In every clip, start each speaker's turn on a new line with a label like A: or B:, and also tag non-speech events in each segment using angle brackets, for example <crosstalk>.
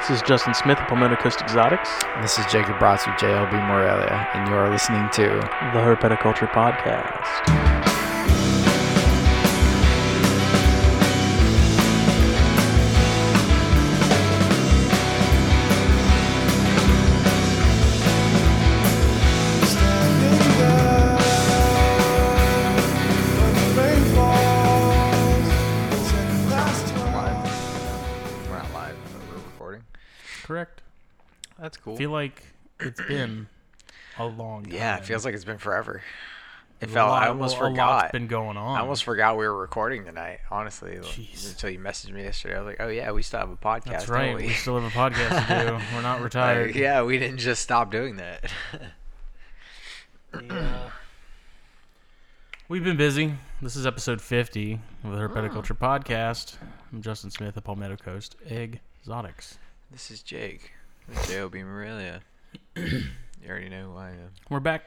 A: This is Justin Smith of Palmetto Coast Exotics,
B: This is Jacob Bratz with JLB Morelia, and you are listening to
A: the Herpeticulture Podcast.
B: live. We're not live, but we're recording.
C: Correct.
B: That's cool.
C: I feel like it's been a long time.
B: yeah, it feels like it's been forever. It
C: A
B: felt.
C: lot-
B: I almost
C: well, A lot's
B: forgot.
C: been going on.
B: I almost forgot we were recording tonight. Honestly, like,
C: Jeez.
B: until you messaged me yesterday, I was like, "Oh yeah, we still have a podcast."
C: That's
B: don't
C: right. We?
B: we?
C: still have a podcast to
B: <laughs>
C: do. We're not
B: Like,
C: retired.
B: yeah, we didn't just stop doing that. <laughs>
C: We've been busy. This is episode 50 of
B: Mm.
C: the Herpeticulture Podcast. I'm Justin Smith of Palmetto Coast Exotics.
B: this is Jake. This is JLB
C: <clears throat>
B: Morelia. you already know who I am.
C: We're back.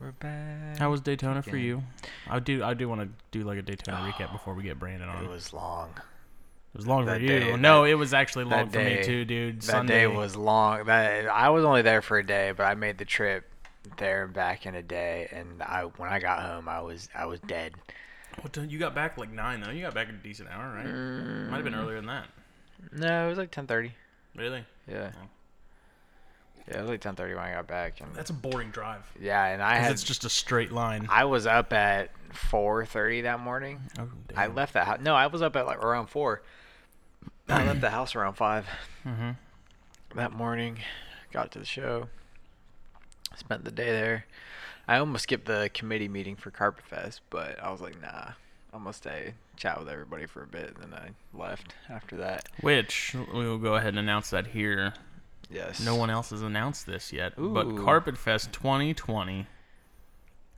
B: We're back.
C: How was Daytona for
B: Again.
C: you? I do. I do want to do like a Daytona recap before we get Brandon on.
B: It
C: It was,
B: was long.
C: long for
B: that
C: you.
B: day-
C: no, it was actually
B: that
C: long for
B: day-
C: me too, dude.
B: That
C: Sunday
B: day was long. That I was only there for a day, but I made the trip there and back in a day. And I when I got home, I was I was dead.
C: What time- You got back like nine though. You got back a decent hour, right?
B: Mm.
C: Might have been earlier than that.
B: No, it was like ten thirty.
C: Really?
B: Yeah.
C: Oh.
B: Yeah, it was like ten thirty when I got back. And
C: That's a boring drive.
B: yeah, and I had
C: it's just a straight line.
B: I was up at four thirty that morning.
C: Oh,
B: I left the house. No, I was up at like around four. I left the house around five
C: mm-hmm.
B: that morning. Got to the show. Spent the day there. I almost skipped the committee meeting for Carpet Fest, but I was like, nah, I'm gonna stay chat with everybody for a bit, and then I left after that.
C: Which we will go ahead and announce that here.
B: Yes.
C: No one else has announced this yet, but
B: Ooh.
C: Carpet Fest 2020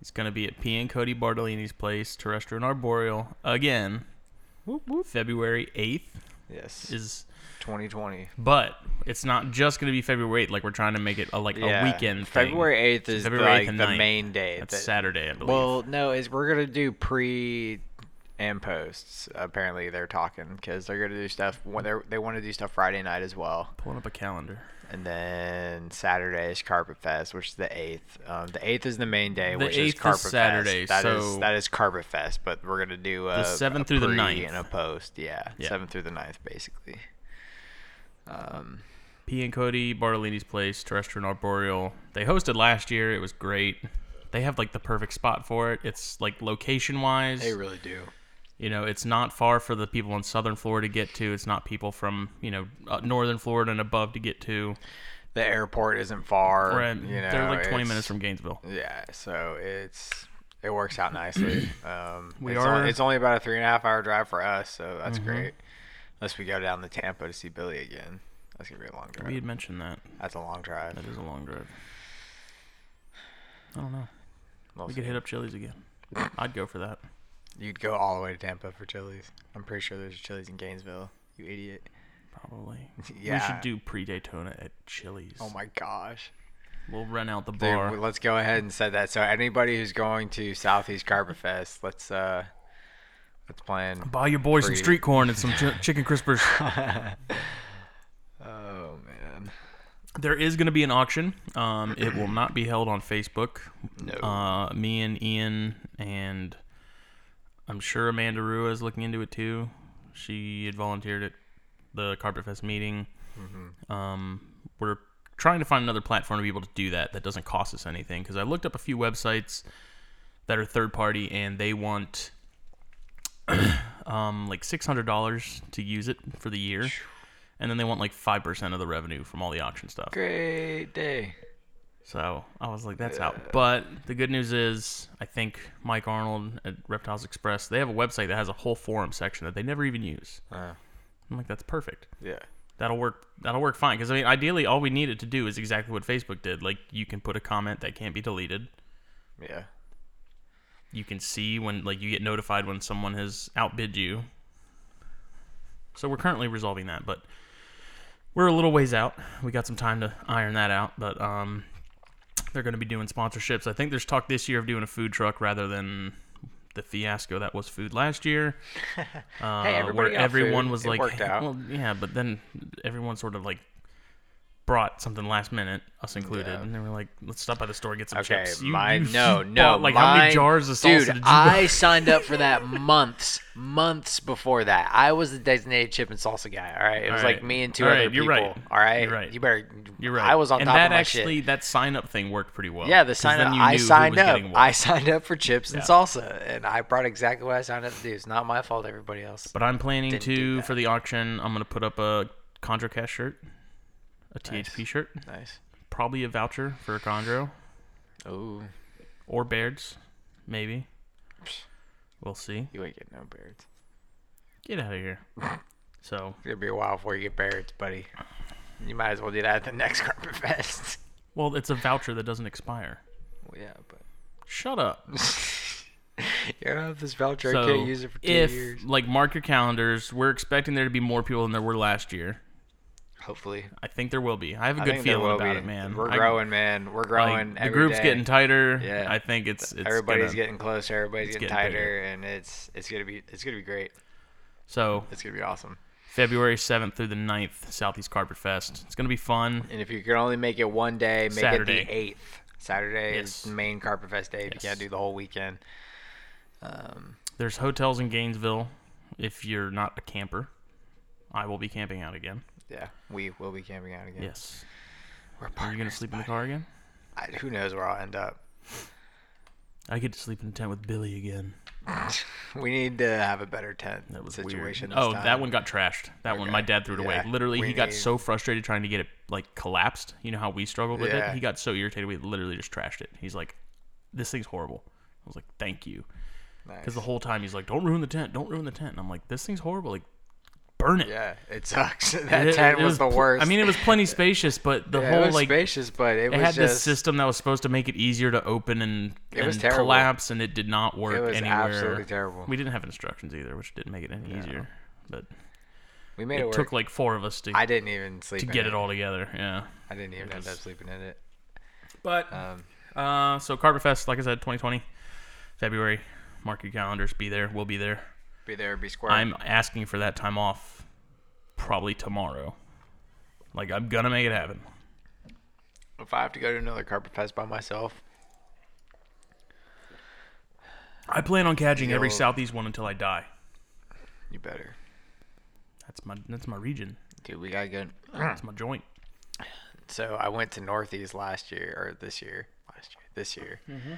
C: is going to be at P and Cody Bartolini's place, Terrestrial and Arboreal again. February 8th
B: Yes.
C: is
B: 2020.
C: but it's not just going to be February 8th like we're trying to make it a, like a weekend thing.
B: February 8th is
C: February
B: like
C: 8th and
B: the
C: 9th.
B: main day.
C: That's
B: that-
C: Saturday, I believe.
B: Well, no, is we're gonna do pre and posts. Apparently, they're talking because they're gonna do stuff. When they they want to do stuff Friday night as well,
C: pulling up a calendar.
B: and then Saturday is Carpet Fest, which is the eighth. Um, the eighth is the main day,
C: The
B: which
C: 8th
B: is
C: is
B: Carpet
C: Saturday,
B: Fest. That is-
C: so-
B: that is Carpet Fest, but we're gonna do a,
C: seventh
B: a
C: through the
B: pre
C: ninth.
B: and a post. Yeah,
C: Yeah.
B: seventh through the ninth, basically. Um,
C: P and Cody Bartolini's place, Terrestrial and Arboreal. They hosted last year. It was great. They have like the perfect spot for it. It's like location wise,
B: they really do.
C: you know, it's not far for the people in Southern Florida to get to. It's not people from you know uh, Northern Florida and above to get to.
B: The airport isn't far.
C: Right?
B: you know,
C: They're like 20
B: it's-
C: minutes from Gainesville.
B: Yeah, so it's it works out
C: <clears throat>
B: nicely. Um,
C: We
B: it's
C: are- Mm-hmm.
B: Only, it's only about a three and a half hour drive for us, so that's great. Unless we go down to Tampa to see Billy again, that's gonna be a long
C: We
B: drive.
C: had mentioned that.
B: That's a long drive.
C: That is a long drive. I don't know.
B: We'll
C: We
B: see.
C: could hit up Chili's again. I'd go for that.
B: You'd go all the way to Tampa for Chili's. I'm pretty sure there's a Chili's in Gainesville. You idiot.
C: Probably.
B: <laughs>
C: We
B: Yeah.
C: should do pre Daytona at Chili's.
B: Oh my gosh.
C: We'll rent out the
B: Dude,
C: bar.
B: let's go ahead and set that. So anybody who's going to Southeast Carpet Fest, let's uh, let's plan.
C: Buy your boy some
B: Free.
C: street corn and some
B: <laughs>
C: chi- chicken crispers.
B: Oh man.
C: There is going to be an auction. Um, it will not be held on Facebook.
B: No.
C: Uh, me and Ian and I'm sure Amanda Rua is looking into it too. She had volunteered at the Carpet Fest meeting. Um, we're trying to find another platform to be able to do that that doesn't cost us anything because I looked up a few websites that are third party and they want <clears throat> um, like $600 to use it for the year. And then they want like 5% of the revenue from all the auction stuff.
B: Great day.
C: So I was like, that's out. But the good news is, I think Mike Arnold at Reptiles Express, they have a website that has a whole forum section that they never even use.
B: Uh,
C: I'm like, that's perfect.
B: yeah.
C: That'll work. That'll work fine. Because I mean, ideally, all we needed to do is exactly what Facebook did. Like, you can put a comment that can't be deleted.
B: Yeah.
C: You can see when, like, you get notified when someone has outbid you. So we're currently resolving that, but we're a little ways out. We got some time to iron that out, but um, they're going to be doing sponsorships. I think there's talk this year of doing a food truck rather than the fiasco that was food last year. Uh,
B: everybody
C: where
B: got
C: everyone
B: food.
C: was
B: It
C: like,
B: worked out.
C: well, yeah, but then everyone sort of like brought something last minute, us included,
B: Yeah.
C: and they were like, let's stop by the store and get some
B: Okay,
C: chips.
B: my
C: you
B: no,
C: bought,
B: no.
C: like how many
B: mine-
C: jars of salsa
B: Dude,
C: did you buy?
B: I signed up for that months, months before that. I was the designated chip and salsa guy. All right, it was
C: All
B: like
C: right.
B: me and 2
C: All
B: other
C: right, you're
B: people.
C: right.
B: All right,
C: You're right.
B: You better.
C: You're right.
B: I was on
C: and
B: top
C: that
B: of my
C: actually,
B: shit.
C: that sign up thing worked pretty well.
B: Yeah, the
C: 'cause
B: sign
C: then
B: up.
C: you knew
B: I
C: who
B: signed
C: was
B: up.
C: getting what.
B: I signed up for chips and
C: Yeah.
B: salsa, and I brought exactly what I signed up to do. It's not my fault. Everybody else.
C: But I'm planning
B: Didn't do
C: to
B: that.
C: for the auction. I'm gonna put up a Condro Cash shirt, a THP shirt,
B: nice.
C: probably a voucher for Condro
B: Oh,
C: or Baird's, maybe. We'll see.
B: you ain't getting no beards.
C: Get out of here. So
B: It's gonna be a while before you get beards, buddy. You might as well do that at the next <laughs> carpet fest.
C: well, it's a voucher that doesn't expire.
B: well, yeah, but. <laughs>
C: Shut up.
B: Yeah, this voucher I
C: So
B: can't use it for two
C: if
B: years.
C: like mark your calendars, we're expecting there to be more people than there were last year.
B: Hopefully,
C: I think there will be. I have a
B: I
C: good
B: think there
C: feeling
B: will
C: about
B: be.
C: it, man.
B: We're
C: I-
B: growing, man. We're
C: like,
B: growing.
C: the
B: every
C: group's
B: day.
C: getting tighter.
B: Yeah.
C: I think it's it's
B: Everybody's
C: gonna-
B: getting closer. Everybody's getting,
C: getting
B: tighter,
C: bigger.
B: and it's it's gonna be it's gonna be great.
C: so
B: It's gonna be awesome.
C: February 7th through the 9th, Southeast Carpet Fest. It's going to be fun.
B: And if you can only make it one day, make
C: Saturday.
B: it the eighth. Saturday
C: Yes.
B: is the main Carpet Fest day. If
C: Yes.
B: you can't do the whole weekend, um,
C: There's hotels in Gainesville if you're not a camper. I will be camping out again.
B: yeah, we will be camping out again.
C: Yes.
B: We're
C: Are you going
B: partners,
C: to sleep in the
B: buddy.
C: car again?
B: I, who knows where I'll end up?
C: I get to sleep in the tent with Billy again.
B: We need to have a better tent
C: That was
B: situation.
C: weird.
B: this
C: Oh, that
B: time.
C: one got trashed. That one
B: Okay.
C: my dad threw it away.
B: Yeah,
C: Literally,
B: we
C: he got
B: need-
C: so frustrated trying to get it like collapsed. You know how we struggled with
B: Yeah.
C: it. He got so irritated we literally just trashed it. He's like, "This thing's horrible." I was like, "Thank you," because
B: Nice.
C: the whole time he's like, "Don't ruin the tent. Don't ruin the tent." And I'm like, "This thing's horrible. Like, burn it."
B: Yeah,
C: <laughs>
B: it sucks. <laughs> That
C: It-
B: tent
C: it
B: was, the
C: pl-
B: worst.
C: I mean, it was plenty spacious, but the
B: Yeah, it
C: whole
B: was
C: like
B: spacious, but it,
C: it
B: was
C: had
B: just
C: this system that was supposed to make it easier to open and,
B: It was
C: and
B: terrible.
C: collapse, and it did not work
B: it was
C: anywhere.
B: absolutely terrible.
C: We didn't have instructions either, which didn't make it any easier. But
B: We made
C: it
B: it, work.
C: took like four of us to,
B: I didn't even sleep
C: to
B: in
C: get
B: it.
C: it all together. Yeah.
B: I didn't even end
C: was-
B: up sleeping in it.
C: But
B: Um,
C: uh, so Carpet Fest, like I said, 2020, February. Mark your calendars. Be there. We'll be there.
B: be there, be square.
C: I'm asking for that time off, probably tomorrow. Like I'm gonna make it happen.
B: if I have to go to another carpet fest by myself,
C: I plan on catching every
B: You'll-
C: Southeast one until I die.
B: you better.
C: That's my that's my region.
B: Dude, we gotta go.
C: That's my joint.
B: So I went to Northeast last year or this year, last year, this year.
C: Mm-hmm.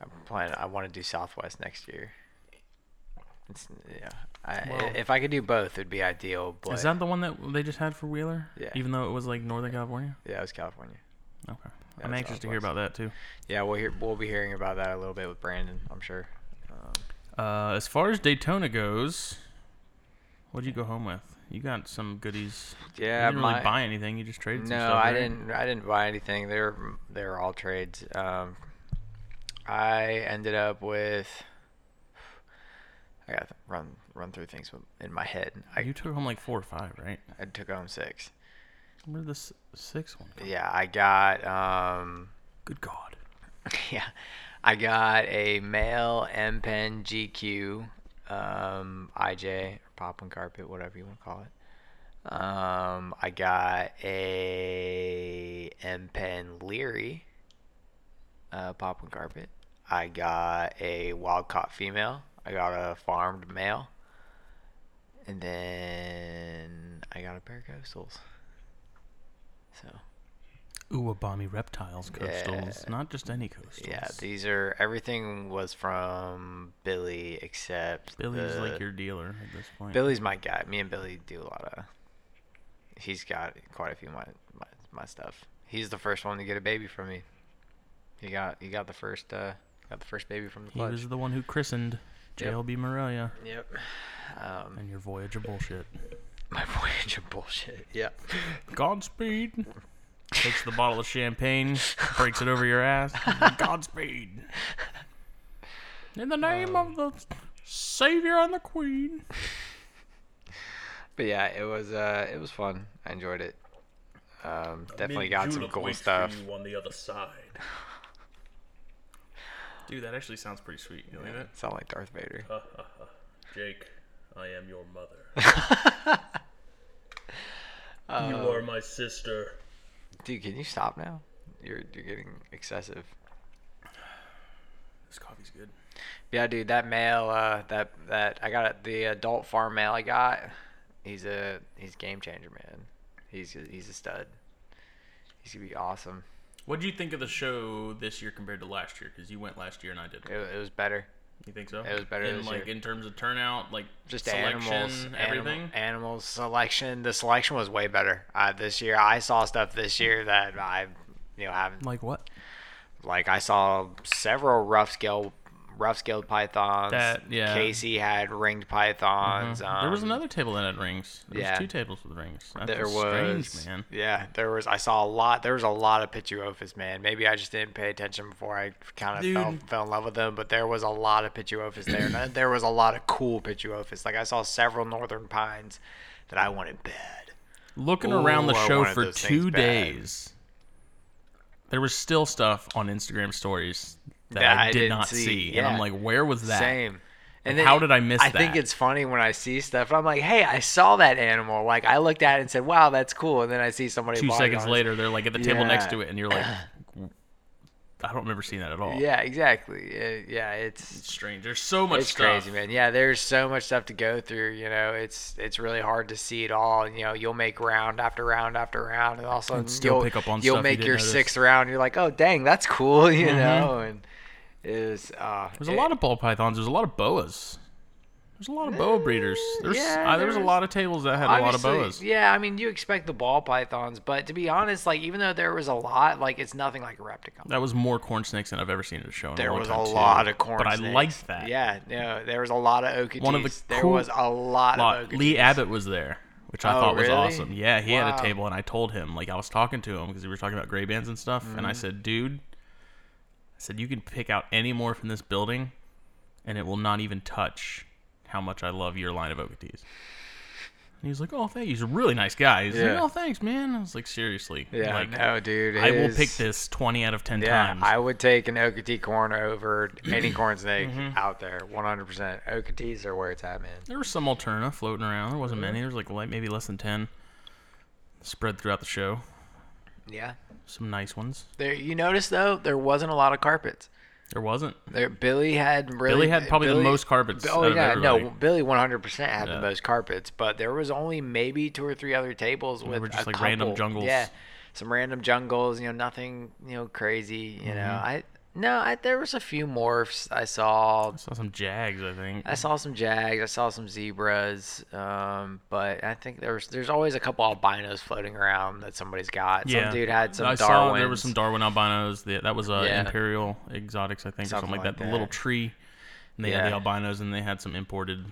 B: I'm planning. I want to do Southwest next year. It's yeah. I,
C: Well-
B: if I could do both, it'd be ideal. But
C: Is that the one that they just had for Wheeler?
B: Yeah.
C: Even though it was like Northern California.
B: yeah, it was California.
C: Okay.
B: Yeah,
C: I'm
B: it's
C: anxious to hear
B: Southwest.
C: about that too.
B: Yeah, we'll hear. We'll be hearing about that a little bit with Brandon. I'm sure. Um,
C: Uh, as far as Daytona goes, what'd you go home with? You got some goodies.
B: yeah,
C: you didn't
B: my,
C: really buy anything. You just traded. some
B: No,
C: stuff,
B: I
C: right?
B: didn't. I didn't buy anything. They're they're all trades. Um, I ended up with. I got to run run through things with- in my head. I,
C: you took home like four or five, right?
B: I took home six.
C: Where did this sixth one? Come?
B: Yeah, I got um,
C: Good God.
B: <laughs> yeah, I got a male M Pen GQ, um, IJ or pop and carpet, whatever you want to call it. Um, I got a M Pen Leary, uh, pop and carpet. I got a wild caught female. I got a farmed male. And then I got a pair of coastals. So.
C: Uwabami reptiles, coastals,
B: Yeah.
C: not just any coastals.
B: Yeah, these are everything was from Billy except
C: Billy's
B: the-
C: like your dealer at this point.
B: Billy's my guy. Me and Billy do a lot of. He's got quite a few of my my, my stuff. He's the first one to get a baby from me. He got he got the first uh got the first baby from the
C: he
B: clutch.
C: was the one who christened
B: Yep.
C: JLB Morelia
B: Yep. Um,
C: and your voyage of bullshit.
B: <laughs> my voyage of bullshit. <laughs> Yep.
C: Godspeed. Takes the bottle of champagne, breaks it over
B: <laughs>
C: your ass. Godspeed. In the name
B: Um,
C: of the Savior and the Queen.
B: But yeah, it was uh it was fun. I enjoyed it. Um, definitely got some cool stuff.
C: on the other side. Dude, that actually sounds pretty sweet. You like that?
B: Sound like Darth Vader.
D: Jake, I am your mother.
B: <laughs>
D: you
B: Uh,
D: are my sister.
B: Dude, can you stop now? You're you're getting excessive.
C: This coffee's good.
B: Yeah, dude, that male, uh, that that I got the adult farm male I got. He's a he's game changer, man. He's a, he's a stud. He's gonna be awesome.
C: What do you think of the show this year compared to last year? Because you went last year and I didn't.
B: It, wa- it was better.
C: You think so?
B: It was better
C: in
B: this
C: like
B: year.
C: in terms of turnout, like
B: Just
C: selection,
B: animals,
C: everything.
B: animal, animals selection. The selection was way better uh, this year. I saw stuff this year that I, you know, haven't
C: Like what?
B: like I saw several rough scale rough scaled pythons.
C: That- yeah. Mm-hmm.
B: Casey had ringed pythons. Um,
C: there was another table that had rings. There
B: yeah.
C: was two tables with rings. That's
B: There
C: just
B: was
C: strange, man.
B: Yeah, there was. I saw a lot. There was a lot of Pituophis, man. Maybe I just didn't pay attention before I kind of fell,
C: Dude.
B: fell in love with them. But there was a lot of Pituophis there, and I- there was a lot of cool Pituophis. Like I saw several northern pines that I wanted bad.
C: Looking
B: Ooh,
C: around the
B: I
C: show
B: wanted
C: for
B: those things
C: two
B: bad.
C: days, there was still stuff on Instagram stories that,
B: That
C: I
B: I
C: did
B: didn't
C: not
B: see,
C: see, and
B: yeah.
C: I'm like, where was that?
B: Same. And
C: Like, how did I miss
B: I think
C: that?
B: it's funny when I see stuff. and I'm like, hey, I saw that animal. Like I looked at it and said, wow, that's cool. And then I see somebody
C: Two
B: vlog
C: seconds
B: on it.
C: later, they're like at the table next
B: Yeah.
C: to it, and you're like, I don't remember seeing that at all.
B: Yeah, exactly. Yeah, yeah it's
C: It's strange. There's so much
B: it's
C: stuff.
B: crazy, man. Yeah, there's so much stuff to go through. You know, it's it's really hard to see it all. And, you know, you'll make round after round after round, and also
C: still
B: you'll
C: pick up on
B: you'll
C: stuff you
B: make
C: didn't
B: your
C: notice. Mm-hmm.
B: sixth round. You're like, oh dang, that's cool. <laughs> You know, and is uh,
C: There's a lot of ball pythons. There's a lot of boas. There's a lot of boa breeders. There's
B: Mm, yeah,
C: uh, there was a
B: there's-
C: lot of tables that had a lot of boas.
B: Yeah, I mean, you expect the ball pythons, but to be honest, like even though there was a lot, like it's nothing like a Repticon.
C: That was more corn snakes than I've ever seen in a show. In
B: There
C: a long
B: was a
C: time, too.
B: lot of corn,
C: but I
B: snakes.
C: liked that.
B: Yeah, no, there was a lot of okatees.
C: One of the
B: there
C: cool-
B: was a lot,
C: lot.
B: of okatees.
C: Lee Abbott was there, which I
B: Oh,
C: thought was
B: really?
C: awesome. Yeah, he had
B: Wow.
C: a table, and I told him like I was talking to him because we were talking about gray bands and stuff,
B: Mm.
C: and I said, "Dude, I said you can pick out any more from this building, and it will not even touch how much I love your line of Okatees." And he was like, "Oh, thank you." He's a really nice guy. He's
B: Yeah.
C: like, "Oh, thanks, man." I was like, "Seriously,
B: Yeah,
C: like,
B: no, dude.
C: I will
B: his-
C: pick this twenty out of ten
B: Yeah,
C: times."
B: I would take an Okatee corn over <clears throat> any corn snake
C: Mm-hmm.
B: out there, 100%. Okatees are where it's at, man.
C: There were some alterna floating around. There wasn't many. There was like like maybe less than ten spread throughout the show.
B: Yeah.
C: Some nice ones.
B: There, you notice though, there wasn't a lot of carpets.
C: There wasn't.
B: There, Billy had really.
C: Billy had probably the
B: Billy-
C: most carpets
B: Oh
C: out of
B: yeah, no,
C: everybody.
B: Billy 100% had
C: Yeah.
B: the most carpets, but there was only maybe two or three other tables with
C: were just,
B: a
C: like, random
B: couple-
C: jungles.
B: Yeah, some random jungles. You know, nothing. You know, crazy. You know,
C: Mm-hmm.
B: I no, I there was a few morphs I saw.
C: Saw some jags, I think.
B: I saw some jags. I saw some zebras. Um, but I think there's there's always a couple albinos floating around that somebody's got.
C: yeah,
B: Some dude had some
C: I saw
B: Darwin.
C: there was some Darwin albinos. The- That was uh,
B: Yeah.
C: Imperial Exotics, I think,
B: Something
C: or something like
B: like
C: that. The little
B: that.
C: tree, and they had
B: Yeah.
C: the albinos, and they had some imported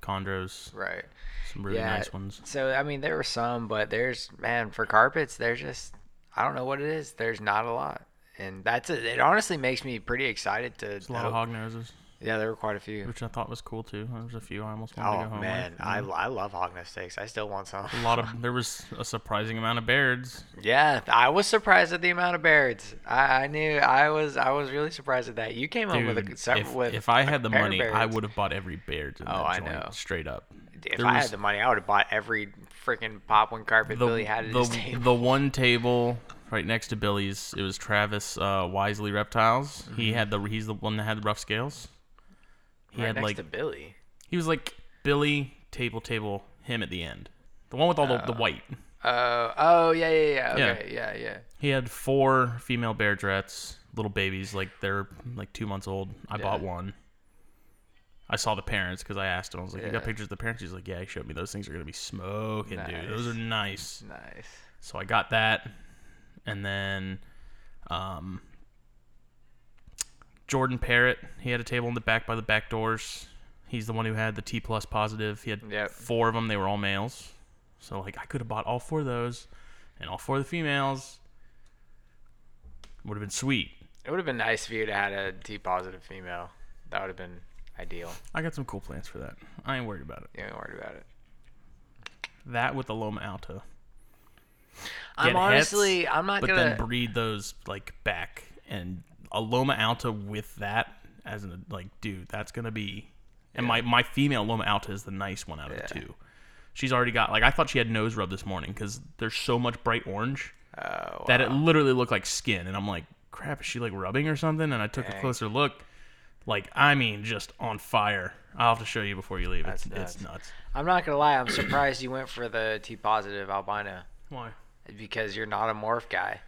C: chondros,
B: right.
C: some really
B: Yeah.
C: nice ones.
B: So I mean, there were some, but there's man for carpets. There's just I don't know what it is. There's not a lot, and that's it. It honestly makes me pretty excited to.
C: A lot of
B: hope-
C: hog noses,
B: Yeah, there were quite a few.
C: which I thought was cool too. There was a few I almost wanted to
B: Oh
C: go home
B: man,
C: with.
B: I, I love hognose steaks. I still want some.
C: A lot of there was a surprising amount of beards.
B: Yeah, I was surprised at the amount of birds. I, I knew I was I was really surprised at that. You came home with a
C: Dude,
B: several
C: if,
B: with
C: if I had the
B: pair of
C: money, I
B: Baird's.
C: would have bought every Baird. In
B: Oh,
C: that
B: I
C: joint,
B: know.
C: straight up.
B: if
C: there
B: I
C: was-
B: had the money, I would have bought every freaking pop one carpet
C: the,
B: Billy had at
C: the,
B: his <laughs> table.
C: the one table right next to Billy's, it was Travis uh, Wisely Reptiles. He had the he's the one that had the rough scales. He
B: Mm-hmm. right
C: had
B: next
C: like
B: to Billy.
C: he was like Billy table table him at the end, the one with all
B: Uh.
C: the, the white.
B: Oh, oh yeah, yeah,
C: Yeah.
B: yeah. Okay, yeah, yeah.
C: He had four female bear drets, little babies, like they're like two months old. I bought one. I saw the parents because I asked him. I was like, "You got
B: Yeah.
C: pictures of the parents?" He's like, "Yeah." He showed me those things are gonna be smoking, dude. Those are nice.
B: Nice.
C: So I got that, and then um, Jordan Parrott. He had a table in the back by the back doors. He's the one who had the T plus positive. He had
B: Yep.
C: four of them. They were all males. So like I could have bought all four of those, and all four of the females. Would have been sweet.
B: It would have been nice if you'd had a T positive female. That would have been ideal.
C: I got some cool plans for that. I ain't worried about it.
B: You ain't worried about it.
C: That with the Loma Alta.
B: I'm
C: Get
B: honestly,
C: hets,
B: I'm not
C: but
B: gonna.
C: then breed those like back and a Loma Alta with that as an like, dude, that's gonna be. And my my female Loma Alta is the nice one out of the
B: Yeah.
C: two. She's already got like I thought she had nose rub this morning because there's so much bright orange
B: Oh,
C: that it literally looked like skin, and I'm like, crap, is she like rubbing or something? And I took a closer look. Like I mean, just on fire. I'll have to show you before you leave. it's
B: That's
C: it's nuts.
B: I'm not gonna lie. I'm surprised you went for the T positive albino
C: Why?
B: because you're not a morph guy.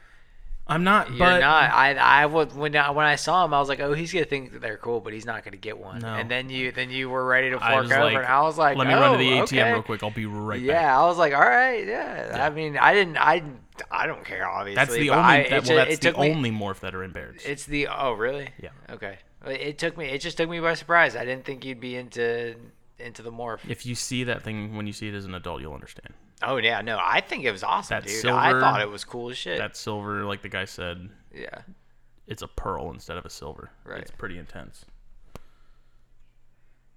C: I'm not.
B: You're
C: but
B: not. I I would when I, when I saw him, I was like, oh, he's gonna think that they're cool, but he's not gonna get one.
C: No.
B: And then you then you were ready to
C: I
B: fork
C: was
B: over,
C: like,
B: and I was like,
C: let me run to the
B: "Oh,
C: ATM
B: okay."
C: real quick. I'll be right back.
B: Yeah, I was like, all right, yeah. I mean, I didn't, I, I don't care, obviously.
C: That's the
B: but
C: only.
B: I, it
C: that, well,
B: ju-
C: that's
B: it
C: the
B: took me-
C: only morph that are impaired.
B: It's the oh really?
C: Yeah.
B: Okay. Well, It took me. It just took me by surprise. I didn't think you'd be into into the morph.
C: if you see that thing when you see it as an adult, you'll understand.
B: Oh yeah, no. I think it was awesome,
C: That
B: dude. I
C: silver-
B: thought it was cool as shit.
C: That silver, like the guy said,
B: yeah.
C: it's a pearl instead of a silver.
B: Right.
C: It's pretty intense.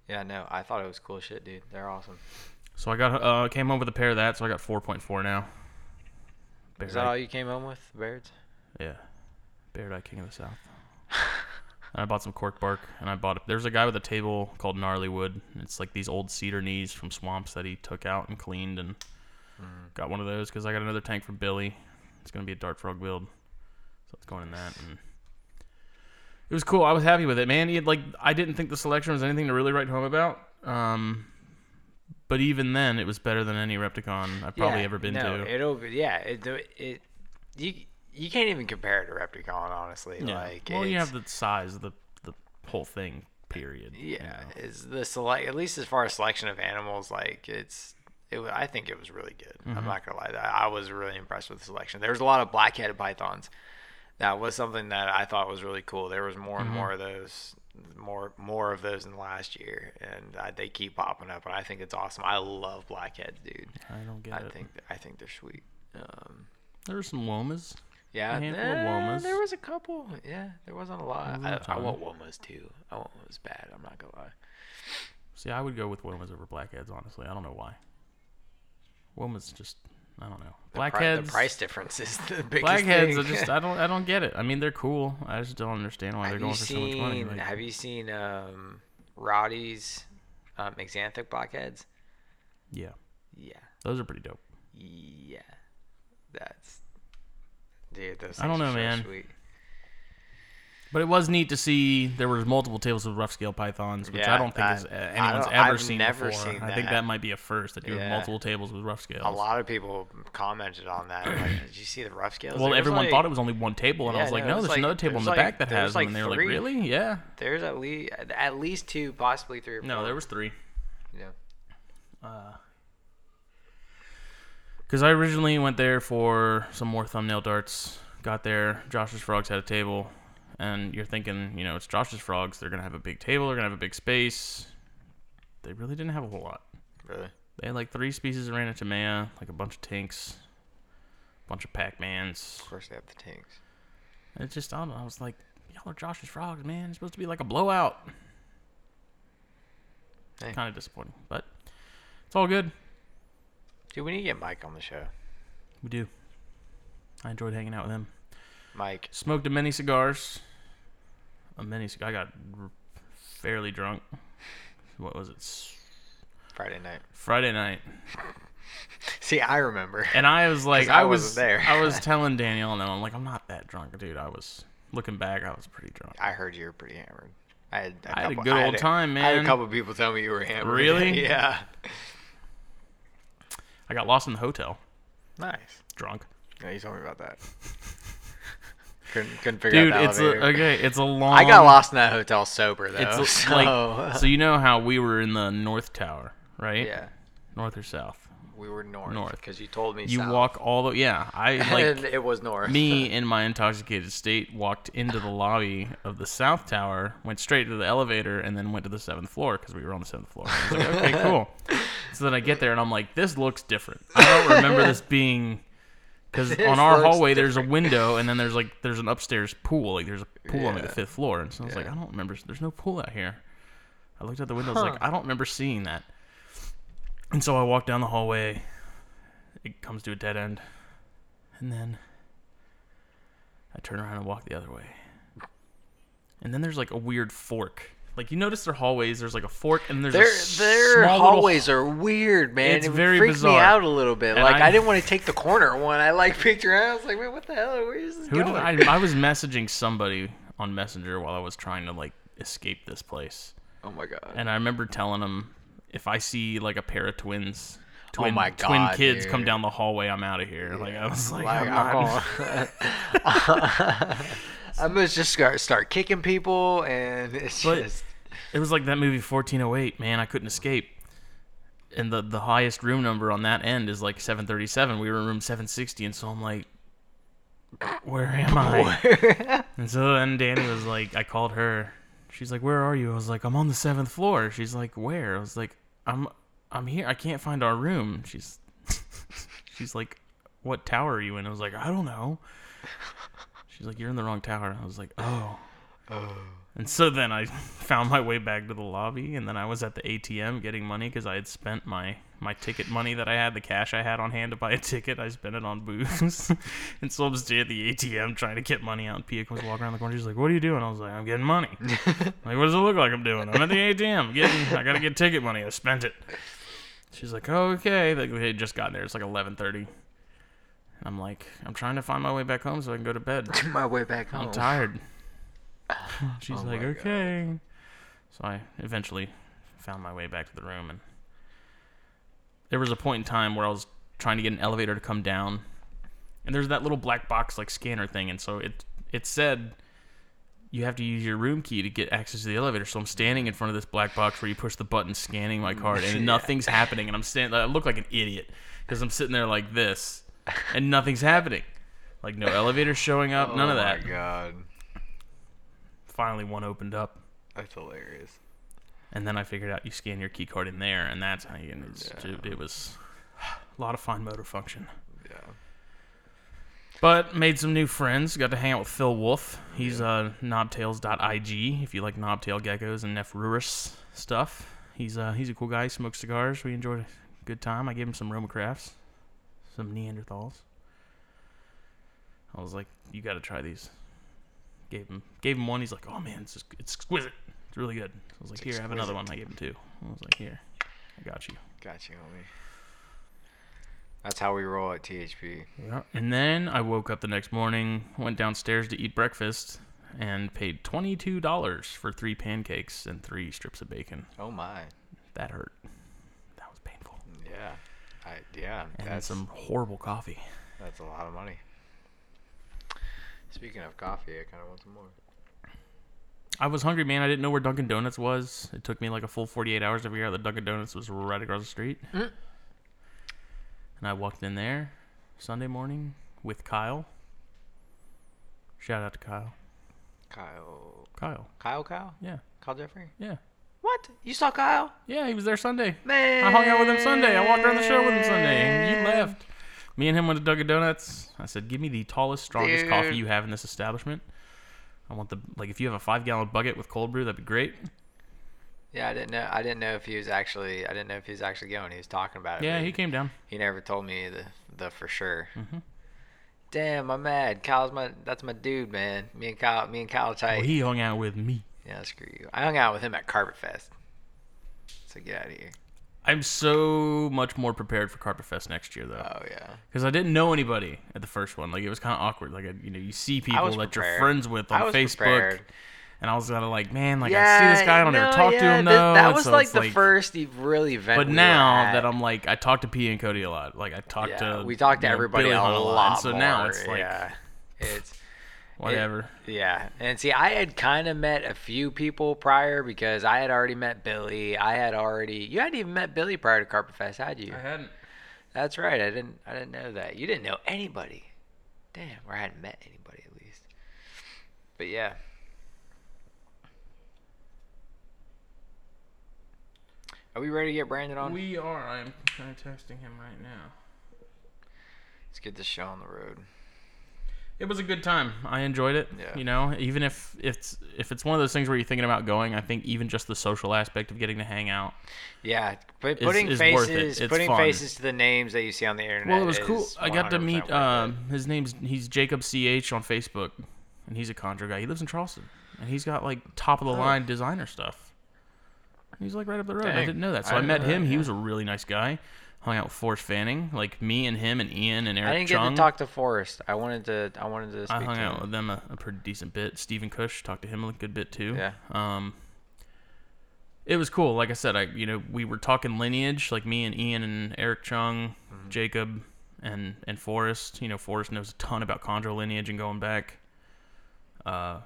B: Yeah. No, I thought it was cool as shit, dude. They're awesome.
C: So I got uh came home with a pair of that, so I got four point four now. Bear
B: Is that all you came home with, Barrett's?
C: Yeah. Bear Eye King of the South. <laughs> and I bought some cork bark, and I bought. There's a guy with a table called Gnarly Wood. and It's like these old cedar knees from swamps that he took out and cleaned, and got one of those because I got another tank from Billy. It's gonna be a dart frog build, so it's going in that. And it was cool. I was happy with it, man. He had, like I didn't think the selection was anything to really write home about. Um, but even then, it was better than any Repticon I've probably
B: Yeah,
C: ever been
B: no,
C: to.
B: It'll be yeah. It it you you can't even compare it to Repticon, honestly. Like
C: well, you
B: it's-
C: have the size of the the whole thing. Period. you
B: Yeah,
C: know.
B: is the select at least as far as selection of animals, like it's. It, wa- I think it was really good.
C: Mm-hmm.
B: I'm not gonna lie, that I was really impressed with the selection. There was a lot of black-headed pythons. That was something that I thought was really cool. There was more
C: Mm-hmm.
B: and more of those, more more of those in the last year, and I, they keep popping up. And I think it's awesome. I love blackheads, dude.
C: I don't get
B: I
C: it.
B: think I think they're sweet. Um,
C: There were some womas.
B: yeah,
C: A handful of
B: eh,
C: llamas.
B: there was a couple. Yeah, there wasn't a lot. I, I
C: time.
B: want womas too. I want womas bad. I'm not gonna lie.
C: See, I would go with womas over blackheads. Honestly, I don't know why. Womas just I don't know.
B: pri-
C: Blackheads.
B: The price difference is the biggest
C: Blackheads
B: thing. <laughs>
C: are just I don't I don't get it. I mean they're cool. I just don't understand why they're
B: have
C: going
B: you
C: for
B: seen?
C: so much money. Like,
B: have you seen um, Roddy's um, Exanthic Blackheads?
C: yeah,
B: Yeah,
C: those are pretty dope.
B: yeah. That's dude. Those
C: I don't
B: things are
C: know,
B: so
C: man.
B: Sweet.
C: But it was neat to see there was multiple tables of rough scale pythons, which
B: Yeah,
C: I don't think
B: that-
C: is
B: I
C: a- anyone's
B: don't-
C: ever
B: I've
C: seen
B: never
C: before.
B: seen
C: I think
B: that.
C: that might be a first that you
B: Yeah.
C: have multiple tables with rough scales.
B: A lot of people commented on that. Like, did you see the rough scales?
C: Well,
B: There was
C: everyone
B: like-
C: thought it was only one table, and
B: Yeah,
C: I was like,
B: no,
C: no,
B: it's
C: there's
B: like-
C: another table in the
B: there's like-
C: back that
B: there's
C: has
B: like
C: them. And they were like,
B: three.
C: really? Yeah.
B: There's at least at least two, possibly three. Or
C: No,
B: four.
C: there was three.
B: Yeah.
C: Because I originally went there for some more thumbnail darts. Got there, Josh's Frogs had a table, and you're thinking, you know, it's Josh's Frogs. They're gonna have a big table. They're gonna have a big space. They really didn't have a whole lot.
B: Really?
C: They had like three species of Ranatomea, like a bunch of Tinks, a bunch of Pac-Mans.
B: Of course, they have the tanks.
C: And it just, I, don't know, I was like, y'all are Josh's Frogs, man. It's supposed to be like a blowout.
B: Hey.
C: Kind of disappointing, but it's all good.
B: Dude, we need to get Mike on the show.
C: We do. I enjoyed hanging out with him.
B: Mike.
C: Smoked a many cigars. A mini cigar. I got r- fairly drunk. What was it? S-
B: Friday night. <laughs>
C: Friday night.
B: See, I remember.
C: And I was like,
B: 'Cause I
C: I, was
B: wasn't there.
C: I
B: <laughs>
C: was telling Danielle, and I'm like, I'm not that drunk, dude. I was looking back. I was pretty drunk.
B: I heard you were pretty hammered. I had a,
C: I had a
B: couple-
C: good old time,
B: I had a
C: man.
B: couple people tell me you were hammered. <laughs>
C: Really?
B: yeah.
C: I got lost in the hotel,
B: Nice.
C: drunk.
B: Yeah, you told me about that.
C: <laughs>
B: couldn't couldn't figure
C: Dude,
B: out the
C: it's a,
B: elevator.
C: okay. It's a long.
B: I got lost in that hotel sober though. <laughs>
C: It's a-
B: so,
C: like so you know how we were in the north tower, right?
B: yeah,
C: North or south?
B: we were north.
C: North.
B: because you told me
C: You
B: south.
C: walk all the yeah. I
B: <laughs>
C: like
B: and it was north.
C: me in my intoxicated state walked into the lobby of the south tower went straight to the elevator and then went to the seventh floor because we were on the seventh floor I was like,
B: <laughs>
C: okay cool so then i get there and i'm like this looks different i don't remember this
B: <laughs>
C: being because
B: This
C: on our
B: looks
C: hallway there's a window and then there's like there's an upstairs pool like there's a pool on like, the fifth floor and so i was like i don't remember there's no pool out here i looked out the window i was like i don't remember seeing that and so i walked down the hallway it comes to a dead end and then I turn around and walk the other way. and then there's like a weird fork. Like you notice their hallways, there's like a fork, and there's a
B: Their
C: s-
B: their
C: small little-
B: hallways are weird, man.
C: It's
B: it
C: very
B: freaked me
C: bizarre.
B: out a little bit.
C: And
B: like I,
C: I-
B: didn't want to take the corner one. I like picture. I was like, man, what the hell? Where is this
C: Who
B: going?
C: did I? I was messaging somebody on Messenger while I was trying to like escape this place,
B: oh my god.
C: and I remember telling him if I see like a pair of twins,
B: Oh
C: twin,
B: my
C: twin
B: God,
C: kids come
B: dude.
C: down the hallway, I'm out of here. Like I was like,
B: Like,
C: I'm
B: I'm
C: not-
B: all- <laughs> I must just start start kicking people, and it's
C: But-
B: just
C: It was like that movie 1408, man. I couldn't escape. And the the highest room number on that end is like 737. We were in room 760, and so I'm like, where am I? <laughs> And so then Danny was like, I called her. She's like, where are you? I was like, I'm on the seventh floor. She's like, where? I was like, I'm I'm here. I can't find our room. She's <laughs> she's like, what tower are you in? I was like, I don't know. She's like, you're in the wrong tower. I was like, oh. And so then I <laughs> found my way back to the lobby, and then I was at the ATM getting money because I had spent my my ticket money that I had, the cash I had on hand to buy a ticket. I spent it on booze, <laughs> and so I'm still at the ATM trying to get money out. And Pia comes walking around the corner. She's like, "What are you doing?" I was like, "I'm getting money." like, what does it look like I'm doing? I'm at the ATM getting. I gotta get ticket money. I spent it. She's like, oh, "Okay." Like they had just got there. It's like 11:30, and I'm like, "I'm trying to find my way back home so I can go to bed."
B: my way back home.
C: I'm tired.
B: <laughs>
C: <laughs> She's
B: Oh
C: like,
B: my God.
C: okay. So I eventually found my way back to the room, and there was a point in time where I was trying to get an elevator to come down, and there's that little black box like scanner thing, and so it it said you have to use your room key to get access to the elevator. So I'm standing in front of this black box where you push the button, scanning my
B: <laughs>
C: card, and nothing's happening, and I'm standing. I look like an idiot because I'm sitting there like this, and nothing's happening. Like no elevator showing up, none of
B: Oh my
C: that
B: god,
C: finally one opened up
B: that's hilarious.
C: and then i figured out you scan your key card in there and that's how you and it's, ju- it was a lot of fine motor function
B: Yeah.
C: but made some new friends got to hang out with phil wolf he's uh knobtails.ig if you like knobtail geckos and nephrurus stuff he's uh he's a cool guy smokes cigars we enjoyed a good time i gave him some roma crafts some neanderthals i was like you got to try these gave him gave him one he's like oh man it's, just, it's exquisite it's really good so i was like
B: It's
C: here have another one
B: exquisite.
C: i gave him two i was like here i got you
B: Got you, homie. That's how we roll at THP.
C: Yeah. And then I woke up the next morning, went downstairs to eat breakfast, and paid twenty-two dollars for three pancakes and three strips of bacon.
B: Oh my.
C: That hurt. That was painful.
B: Yeah. I yeah.
C: And
B: that's
C: some horrible coffee.
B: that's a lot of money. Speaking of coffee, I kind of want some more.
C: I was hungry, man. I didn't know where Dunkin' Donuts was. It took me like a full forty-eight hours to figure out that Dunkin' Donuts was right across the street. And I walked in there Sunday morning with Kyle. Shout out to Kyle.
B: Kyle.
C: Kyle.
B: Kyle. Kyle.
C: Yeah.
B: Kyle Jeffrey.
C: Yeah.
B: What? You saw Kyle?
C: Yeah, he was there Sunday.
B: Man.
C: I hung out with him Sunday. I walked around the show with him Sunday, and you left. Me and him went to Dunkin' Donuts. I said, "Give me the tallest, strongest coffee
B: Dude.
C: you have in this establishment. I want the like if you have a five gallon bucket with cold brew, that'd be great."
B: Yeah, I didn't know. I didn't know if he was actually. I didn't know if he was actually going. He was talking about it.
C: Yeah,
B: but
C: he came Mm-hmm. down.
B: He never told me the the for sure. Damn, I'm mad. Kyle's my. That's my dude, man. Me and Kyle. Me and Kyle tight.
C: Well, he hung out with me.
B: yeah, screw you. I hung out with him at Carpet Fest. So get out of here.
C: I'm so much more prepared for Carpet Fest next year though,
B: Oh yeah.
C: because I didn't know anybody at the first one. Like it was kind of awkward. Like I, you know, you see people
B: was
C: that you're
B: prepared.
C: friends with on
B: I was
C: Facebook,
B: prepared.
C: and I was kind of like, man, like I see this guy, I don't ever
B: no,
C: talk to
B: yeah,
C: him
B: th-
C: though.
B: That
C: and
B: was
C: so
B: like
C: it's
B: the first e- really event.
C: But
B: we were
C: now
B: at.
C: that I'm like, I talk to P and Cody a lot. Like I talked
B: yeah,
C: to
B: we talked to
C: you know,
B: everybody
C: Billy
B: a
C: Hunt
B: lot.
C: So now
B: more,
C: it's like <laughs>
B: yeah. it's
C: whatever.
B: Yeah, and see, I had kind of met a few people prior because I had already met Billy. I had already you hadn't even met Billy prior to Carpet Fest, had you?
C: hadn't.
B: That's right. I didn't. I didn't know that. You didn't know anybody. Damn, or I hadn't met anybody at least. But yeah. Are we ready to get Brandon on?
C: We are. I'm kind of texting him right now.
B: Let's get this show on the road.
C: It was a good time. I enjoyed it.
B: Yeah.
C: You know, even if it's if it's one of those things where you're thinking about going, I think even just the social aspect of getting to hang out.
B: Yeah, but
C: It's-
B: putting
C: it's worth it.
B: faces,
C: It's
B: putting
C: fun.
B: faces to the names that you see on the internet.
C: Well, it was cool.
B: is
C: I got to
B: 100% worth
C: meet uh,
B: it.
C: um his name's he's Jacob Ch on Facebook, and he's a conjure guy. He lives in Charleston. and he's got like top of
B: Oh.
C: the line designer stuff. And he's like right up the road. I
B: Dang.
C: didn't know that, so
B: I
C: I,
B: didn't
C: met
B: know
C: him.
B: that,
C: He
B: yeah.
C: was a really nice guy. Hung out with Forrest Fanning, like me and him and Ian and Eric
B: I didn't
C: Chung.
B: get to talk to Forrest. I wanted to. I wanted to. Speak
C: I hung
B: to
C: out
B: him.
C: with them a, a pretty decent bit. Stephen Cush talked to him a good bit too.
B: Yeah.
C: Um, it was cool. Like I said, I you know we were talking lineage, like me and Ian and Eric Chung,
B: Mm-hmm.
C: Jacob, and and Forrest. You know, Forrest knows a ton about Condra lineage and going back. Uh,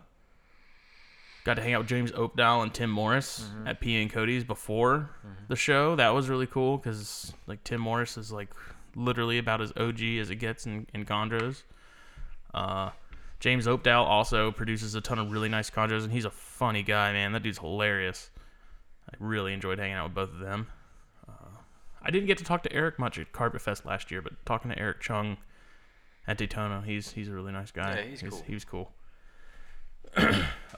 C: got to hang out with James Oakdale and Tim Morris
B: Mm-hmm.
C: at P and Cody's before the show. That was really cool because like Tim Morris is like literally about as OG as it gets in, in Condros. Uh, James Oakdale also produces a ton of really nice Condros, and he's a funny guy, man. That dude's hilarious. I really enjoyed hanging out with both of them. Uh, I didn't get to talk to Eric much at Carpet Fest last year, but talking to Eric Chung at Daytona, he's he's a really nice guy.
B: Yeah, he's cool.
C: He
B: <clears throat>
C: was cool.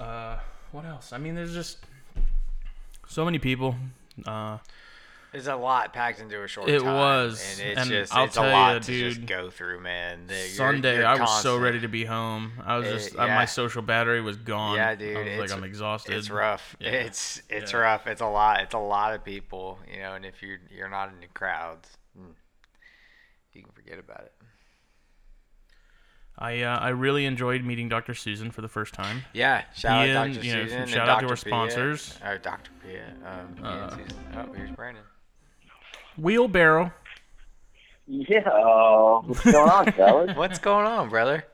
C: uh, what else? I mean, there's just so many people. Uh,
B: It's a lot packed into a short
C: It
B: time,
C: was,
B: and it's
C: and
B: just
C: I'll
B: it's
C: tell
B: a
C: ya,
B: lot to just
C: dude,
B: go through, man. That you're-
C: Sunday,
B: you're
C: I was so
B: constant.
C: ready to be home. I was
B: Eh,
C: just uh,
B: yeah.
C: my social battery was gone.
B: Yeah, dude,
C: I was
B: it's-
C: like I'm exhausted.
B: It's rough.
C: Yeah.
B: It's it's
C: Yeah.
B: rough. It's a lot. It's a lot of people, you know. And if you're you're not in the crowds, mm, you can forget about it.
C: I uh, I really enjoyed meeting Dr. Susan for the first time.
B: Yeah, shout out
C: Ian,
B: Dr.
C: you know,
B: Susan. and
C: shout out to
B: Dr.
C: our
B: Pia.
C: sponsors. Uh.
B: Oh, Dr. Pia. Um, Ian Susan. Oh, here's
C: <laughs>
B: Brandon.
C: Wheelbarrow.
E: Yeah, what's going
B: <laughs>
E: on, fellas?
B: What's going on, brother?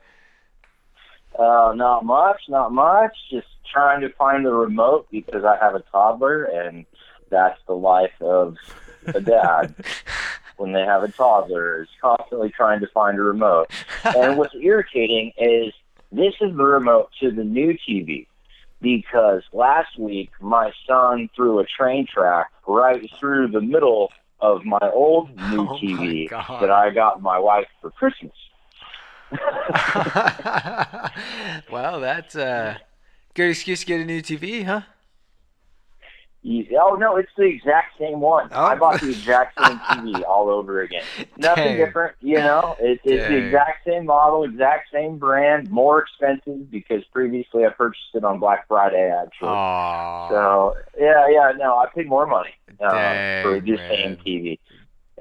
B: <laughs>
E: uh, not much, not much. Just trying to find the remote because I have a toddler, and that's the life of
B: <laughs>
E: a dad. when they have a toddler, is constantly trying to find a remote.
B: <laughs>
E: And what's irritating is this is the remote to the new TV because last week my son threw a train track right through the middle of my old
B: <laughs>
E: new
B: Oh my
E: TV
B: God.
E: that I got my wife for Christmas.
B: well, that's a good excuse to get a new TV, huh?
E: You- Oh no, it's the exact same one.
B: Oh.
E: I bought the exact
B: <laughs>
E: same TV all over again. Nothing
B: Dang.
E: different, you know. It, it's
B: Dang.
E: the exact same model, exact same brand, more expensive because previously I purchased it on Black Friday actually.
B: Aww.
E: So yeah, yeah, no, I paid more money uh,
B: Dang,
E: for the
B: man.
E: same TV.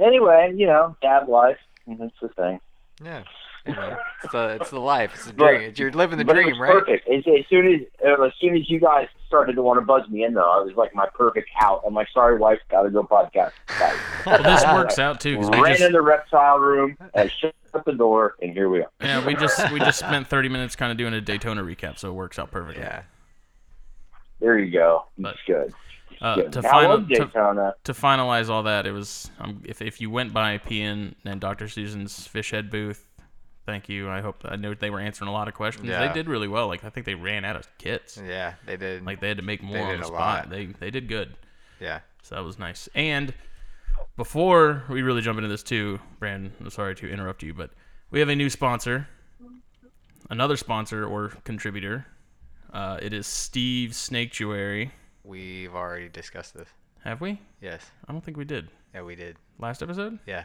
E: Anyway, you know, dad life. That's the thing.
B: Yeah. Anyway, it's, the,
E: <laughs>
B: it's the life. It's the
E: But-
B: dream. You're living the
E: but it
B: dream,
E: was
B: right?
E: perfect. As, as soon as uh, as soon as you guys started to want to buzz me in, though, I was like my perfect out. I'm like, sorry, wife, gotta go podcast. Bye.
C: Well,
E: <laughs>
C: this works out too because we
E: Ran in
C: just
E: the reptile room and shut the door, and here we are.
C: yeah we just we just spent 30 minutes kind of doing a Daytona recap, so it works out perfectly.
B: Yeah.
E: There you go.
C: But-
E: It's good.
C: Uh,
E: good.
C: to
E: I
C: final
E: love
C: to,
E: Daytona.
C: to finalize all that, it was um, if if you went by PN and Dr. Susan's fish head booth. Thank you. I hope I know they were answering a lot of questions.
B: Yeah.
C: They did really well. Like I think they ran out of kits.
B: Yeah, they did.
C: Like they had to make more
B: did
C: on the
B: a
C: spot.
B: lot.
C: They they did good.
B: yeah.
C: So that was nice. And before we really jump into this too, Brandon, I'm sorry to interrupt you, but we have a new sponsor. Another sponsor or contributor. Uh, it is Steve Snaketuary.
B: We've already discussed this.
C: Have we?
B: Yes.
C: I don't think we did.
B: Yeah, we did.
C: Last episode?
B: Yeah.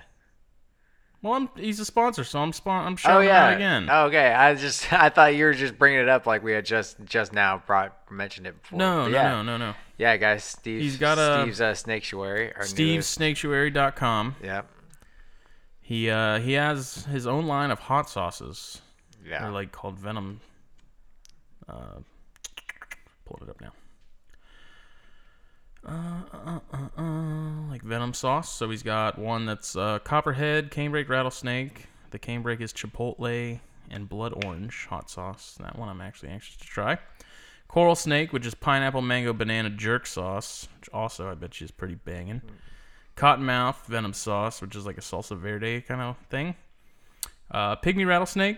C: Well, I'm, he's a sponsor, so I'm spon- I'm
B: Oh
C: shouting him
B: yeah.
C: out again.
B: Oh, okay. I just <laughs> I thought you were just bringing it up like we had just just now brought mentioned it before.
C: no,
B: But
C: no,
B: yeah.
C: no, no, no.
B: Yeah, guys. Steve.
C: He's got a-
B: Steve's uh, Snaketuary. our newest-
C: SteveSnaketuary.com.
B: Yep.
C: He uh, he has his own line of hot sauces.
B: Yeah.
C: They're like called Venom. Uh, pulling it up now. Uh, uh, uh, uh, like Venom sauce. So he's got one that's uh, Copperhead, Canebrake, Rattlesnake. The Canebrake is Chipotle and Blood Orange hot sauce. That one I'm actually anxious to try. Coral Snake, which is Pineapple, Mango, Banana Jerk sauce, which also I bet you is pretty banging. Cottonmouth, Venom sauce, which is like a salsa verde kind of thing. Uh, Pygmy Rattlesnake,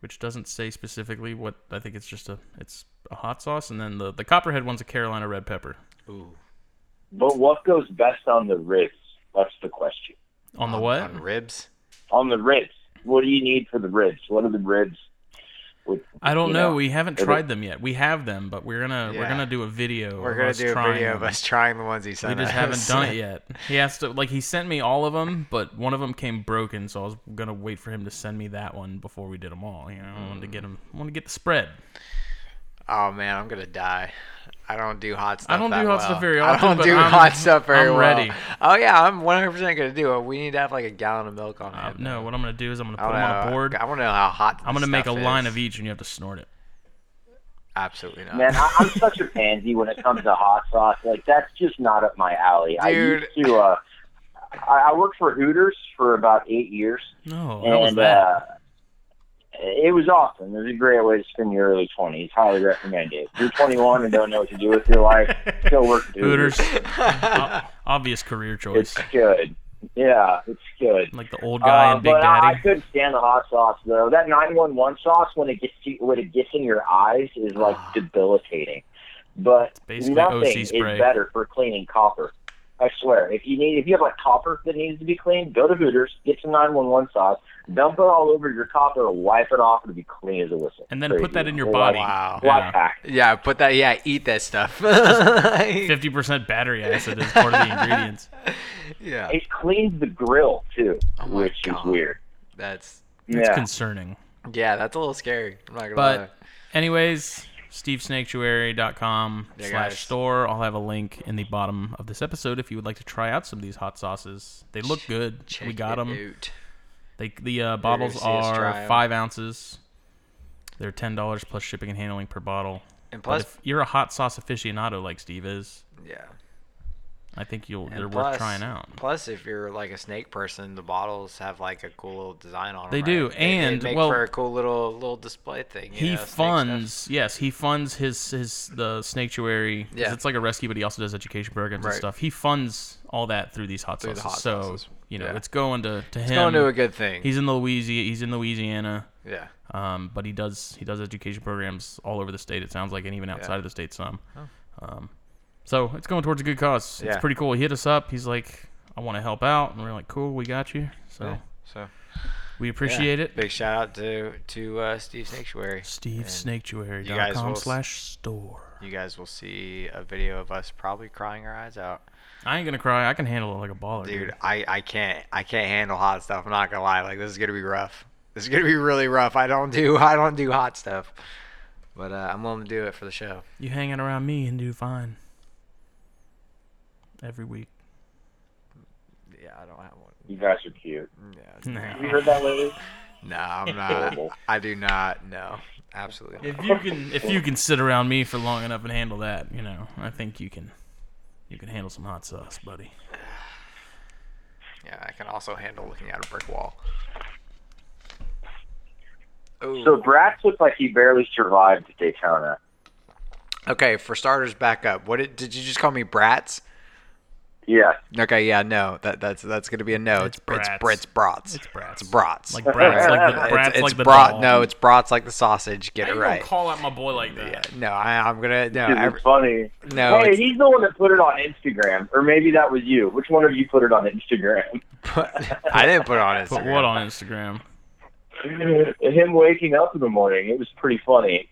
C: which doesn't say specifically what I think it's just a it's a hot sauce, and then the the copperhead one's a Carolina red pepper
B: Ooh.
E: But what goes best on the ribs? That's the question.
C: on the
B: On-
C: what?
B: On ribs.
E: On the ribs, what do you need for the ribs? What are the ribs? With,
C: I don't
E: you
C: know. We haven't
E: It'll-
C: tried them yet. We have them, but we're gonna we're
B: Yeah.
C: gonna do a video.
B: We're
C: of
B: gonna
C: us
B: do a
C: trying
B: video of
C: them.
B: us trying the ones he
C: We
B: sent.
C: just
B: us.
C: haven't
B: <laughs>
C: done it yet. He has to like he sent me all of them, but one of them came broken, so I was
B: Mm.
C: gonna wait for him to send me that one before we did them all. You know, I wanted to get him, I wanted to get the spread.
B: Oh man, I'm gonna die. I don't do hot stuff.
C: I don't
B: that
C: do hot stuff
B: well.
C: very
B: I
C: often,
B: don't
C: but
B: do
C: I'm-
B: hot stuff very well.
C: I'm ready.
B: Oh yeah, I'm 100 percent gonna do it. We need to have like a gallon of milk on
C: Uh,
B: hand.
C: no, what I'm gonna do is I'm gonna
B: I
C: put
B: don't
C: them on
B: know.
C: a board.
B: I want to know how hot.
C: I'm gonna
B: this
C: make a
B: stuff
C: line
B: is.
C: of e- each, and you have to snort it.
B: Absolutely
C: Uh.
B: not.
E: Man, I, I'm such a pansy when it comes to hot sauce. Like that's just not up my alley. I used to. Uh, I, I worked for Hooters for about eight years,
C: No,
E: and
C: how was that?
E: Uh, it was awesome. It was a great way to spend your early twenties. Highly recommend it. If you're 21 and don't know what to do with your life, still work at Hooters.
C: Hooters, O- obvious career choice.
E: It's good. Yeah, it's good.
C: Like the old guy
E: Uh,
C: and Big
E: but I, I
C: Daddy.
E: couldn't stand the hot sauce though. That 911 sauce when it gets to, when it gets in your eyes is like
C: Ah.
E: debilitating. But
C: basically
E: nothing
C: OC
E: is
C: spray.
E: better for cleaning copper. I swear, if you need if you have like copper that needs to be cleaned, go to Hooters, get some 911 sauce, dump it all over your copper, wipe it off, and be clean as a whistle.
C: And then
E: Crazy.
C: put that in your
E: Life-
C: body.
B: Wow.
E: life
C: Yeah.
E: hack.
B: <laughs> Yeah, put that. Yeah, eat that stuff. <laughs>
C: Fifty percent battery acid is part of
E: <laughs>
C: the ingredients.
B: yeah,
E: It cleans the grill too,
B: Oh my
E: which
B: God.
E: is weird.
B: that's
C: It's
E: yeah.
C: concerning.
B: yeah, that's a little scary. I'm not gonna
C: But-
B: lie.
C: Anyways, stevesnaketuary.com
B: Yeah, guys.
C: slash store. I'll have a link in the bottom of this episode if you would like to try out some of these hot sauces. They look good.
B: Check
C: we got
B: it
C: them.
B: out.
C: They, the uh, bottles
B: see us
C: are
B: try 'em.
C: five ounces. They're ten dollars plus shipping and handling per bottle.
B: And
C: Plus,
B: plus,
C: if you're a hot sauce aficionado like Steve is,
B: yeah.
C: I think you'll
B: And
C: they're
B: plus-
C: worth trying out.
B: Plus, if you're like a snake person, the bottles have like a cool little design on them.
C: They do, and,
B: they make
C: well,
B: for a cool little little display thing. you
C: he
B: know, snake stuff.
C: funds yes he funds his his the sanctuary 'cause
B: Yeah.
C: it's like a rescue but he also does education programs
B: Right.
C: and stuff he funds all that through these hot
B: Through the
C: sauces
B: hot
C: so
B: sauces.
C: you know
B: Yeah.
C: it's going to to
B: It's
C: him
B: going to a good thing.
C: he's in Louisiana he's in Louisiana
B: yeah.
C: um, but he does he does education programs all over the state it sounds like and even outside of the state some um, so it's going towards a good cause it's
B: Oh. Yeah.
C: pretty cool he hit us up he's like I want to help out and we're like cool we got you so
B: Yeah. So
C: we
B: yeah.
C: appreciate it
B: Big shout out to to uh, Steve Sanctuary. you guys will
C: stevesnaketuary.com
B: s-
C: slash store
B: You guys will see a video of us probably crying our eyes out.
C: I ain't gonna cry. I can handle it like a baller, dude.
B: Dude, I, I can't I can't handle hot stuff. I'm not gonna lie. Like this is gonna be rough. This is gonna be really rough. I don't do <laughs> I don't do hot stuff. But uh, I'm willing to do it for the show.
C: You hanging around me and do fine. Every week.
B: Yeah, I don't have one.
E: You guys are cute.
B: Yeah.
C: <laughs> Nah.
E: Have you heard that lately?
B: No,
E: <laughs>
B: I'm
E: Horrible.
B: not. I do not. No, absolutely. Not.
C: If you can, if you can sit around me for long enough and handle that, you know, I think you can. You can handle some hot sauce, buddy.
B: Yeah, I can also handle looking at a brick wall. Ooh.
E: So Bratz looked like he barely survived Daytona.
B: okay, for starters, back up. What did, did you just call me? Brats?
E: Yeah,
B: Okay, yeah, no. That that's that's gonna be a no. It's
C: It's
B: it's brats.
C: brats.
B: brats.
C: It's brats.
B: It's brats.
C: Like brats, like the
B: <laughs>
C: brats,
B: it's,
C: like
B: it's
C: the
B: brat.
C: dog.
B: No, it's brats like the sausage. Get
C: How
B: it
C: you
B: right.
C: gonna call out my boy like that?
B: yeah, no, I, I'm gonna no.
E: Dude,
B: every-
E: it's funny.
B: no,
E: hey,
B: it's-
E: he's the one that put it on Instagram, or maybe that was you. Which one of you put it on Instagram?
B: <laughs> I didn't put it on Instagram.
C: Put what on Instagram?
E: Uh, Him waking up in the morning. It was pretty funny.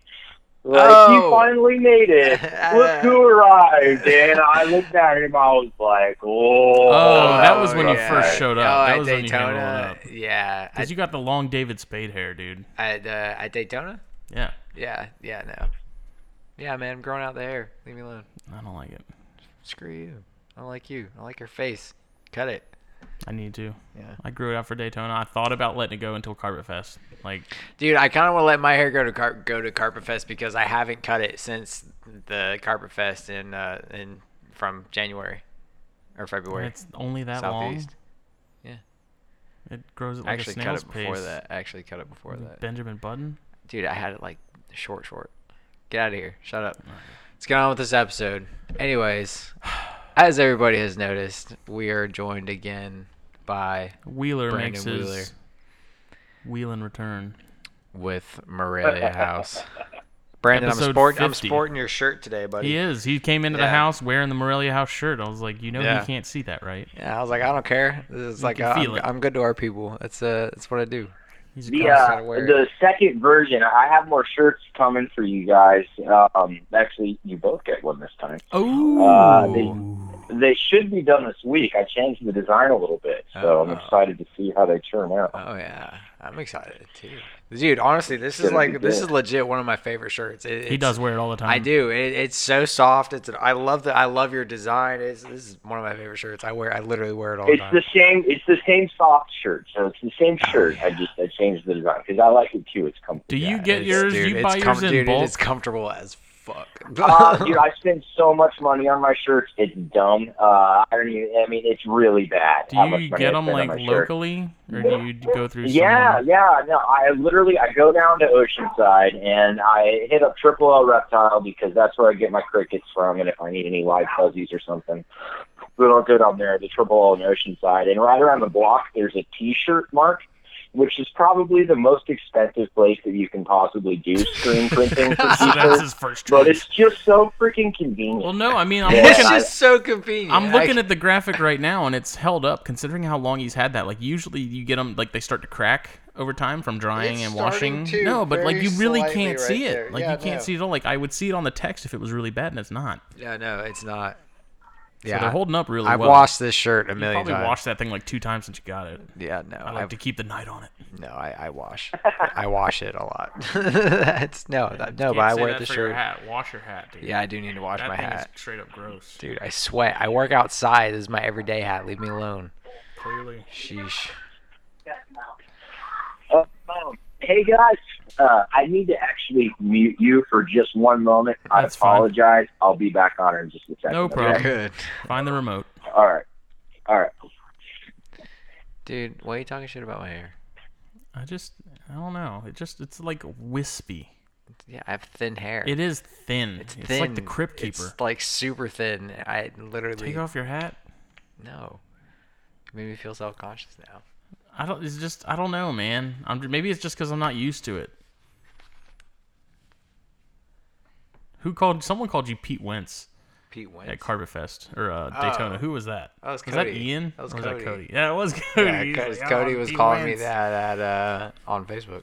E: Like
B: Oh.
E: he finally
B: <laughs>
E: made it. Look who arrived! And I looked at him. I was like, "Oh,
C: Oh, that was
B: Oh,
C: when you
B: yeah.
C: first showed up.
B: Oh,
C: that
B: at
C: was when you handled
B: Daytona.
C: it up.
B: Yeah,
C: Cause
B: at,
C: you got the long David Spade hair, dude.
B: at, uh, at Daytona.
C: Yeah,
B: Yeah, yeah, no. Yeah, man, I'm growing out the hair. Leave me alone.
C: I don't like it.
B: Screw you. I don't like you. I like your face. Cut it.
C: I need to.
B: Yeah.
C: I grew it out for Daytona. I thought about letting it go until Carpet Fest. Like,
B: Dude, I kind of want to let my hair go to car- go to Carpet Fest because I haven't cut it since the Carpet Fest in uh in from January or February.
C: it's only that
B: Southeast.
C: long. It grows at
B: I
C: like
B: actually cut
C: a snail's
B: it before
C: pace.
B: that. I actually cut it before that.
C: Benjamin Button.
B: Dude, I had it like short, short. Get out of here. Shut up. Let's get on with this episode. Anyways, as everybody has noticed, we are joined again by
C: Wheeler
B: Brandon
C: makes his wheel and return.
B: with Morelia
C: <laughs>
B: House. Brandon, I'm
C: Episode
B: sporting, I'm
C: 50.
B: sporting your shirt today, buddy.
C: He is. He came into
B: Yeah.
C: the house wearing the Morelia House shirt. I was like, you know,
B: Yeah.
C: he can't see that, right?
B: Yeah, I was like, I don't care. This is like,
C: can
B: uh,
C: feel
B: I'm,
C: it.
B: I'm good to our people. That's uh, that's what I do.
C: He's a
E: The,
C: cuss.
E: uh,
B: gotta wear it.
E: the second version. I have more shirts coming for you guys. Um, actually, you both get one this time.
B: Oh,
E: Uh, they- they should be done this week. I changed the design a little bit, so I'm
B: Oh.
E: excited to see how they turn out.
B: Oh yeah, I'm excited too, dude. Honestly, this is
E: Gonna be
B: like this
E: good.
B: is legit one of my favorite shirts. It,
C: He
B: it's-
C: does wear it all the time.
B: I do. It, it's so soft. It's I love the I love your design. It's, this is one of my favorite shirts. I wear I literally wear it all the
E: It's
B: time.
E: the same. It's the same soft shirt, so it's the same
B: Oh,
E: shirt. I
B: yeah.
E: just I changed the design because I like it too. It's comfortable.
C: Do you
B: Yeah,
C: get
B: it's-
C: yours?
B: dude,
C: you
B: it's
C: buy yours
B: com-
C: in
B: dude,
C: bulk?
B: It's comfortable as fuck.
C: <laughs>
E: uh,
B: <laughs>
E: dude, I spend so much money on my shirts. It's dumb. Uh, I don't even. I mean, it's really bad.
C: do
E: how much
C: you
E: money
C: get
E: I
C: them
E: spend on
C: like
E: my shirt.
C: locally, or do you d- go through?
E: Yeah,
C: someone?
E: yeah. No, I literally I go down to Oceanside and I hit up Triple L Reptile because that's where I get my crickets from, and if I need any live fuzzies or something, then I'll go down there to Triple L in Oceanside. And right around the block, there's a T-shirt mark. Which is probably the most expensive place that you can possibly do
C: <laughs>
E: screen printing
B: <laughs>
C: So
E: for
C: that's
E: t-shirts,
C: his first
E: but
C: choice.
E: it's just so freaking convenient.
C: Well, no, I mean, I'm
E: Yeah.
B: it's
C: looking.
B: just so convenient.
C: I'm looking
B: I,
C: at the graphic right now, and it's held up considering how long he's had that. Like usually, you get them like they start to crack over time from drying
B: It's
C: and
B: starting
C: washing.
B: to,
C: no, but like
B: very
C: you really
B: slightly
C: can't
B: right
C: see it.
B: there.
C: Like
B: Yeah,
C: you can't
B: no.
C: see it at all. Like I would see it on the text if it was really bad, and it's not.
B: yeah, no, it's not.
C: So they're
B: Yeah,
C: holding up really
B: I've
C: well.
B: washed this shirt a
C: You
B: million
C: probably
B: times.
C: washed that thing like two times since you got it.
B: yeah, no,
C: I
B: I
C: like
B: have
C: to keep the night on it.
B: no, I, I wash, I wash it a lot. <laughs> That's no, that, no, but I wear the shirt.
C: hat. Wash your hat, dude.
B: Yeah, I do need to wash
C: that
B: my
C: thing
B: hat,
C: is straight up gross.
B: dude. I sweat. I work outside. This is my everyday hat. Leave me alone.
C: Clearly,
B: Sheesh.
E: Uh, um, hey guys, uh, I need to actually mute you for just one moment. I
C: That's fine.
E: apologize. I'll be back on in just a second.
C: No
E: okay?
C: problem.
B: Good.
C: find the remote.
E: All right. All right.
B: Dude, why are you talking shit about my hair?
C: I just, I don't know. It just, it's like wispy.
B: Yeah, I have thin hair.
C: It is thin.
B: It's
C: It's,
B: thin.
C: like the Crypt Keeper.
B: It's like super thin. I literally
C: Take off your hat.
B: no. Made me feel self conscious now.
C: I don't. It's just, I don't know, man. I'm maybe it's just because I'm not used to it. Who called? Someone called you Pete Wentz
B: Pete went.
C: at Carpet Fest or uh, Daytona.
B: Oh.
C: Who was that?
B: That was
C: that
B: Cody.
C: Ian?
B: That was
C: or was
B: Cody.
C: that Cody? Yeah, it was Cody. He's
B: because
C: like, "Oh,
B: Cody
C: I'm
B: was
C: Pete
B: calling
C: Wentz."
B: me that at uh, on Facebook.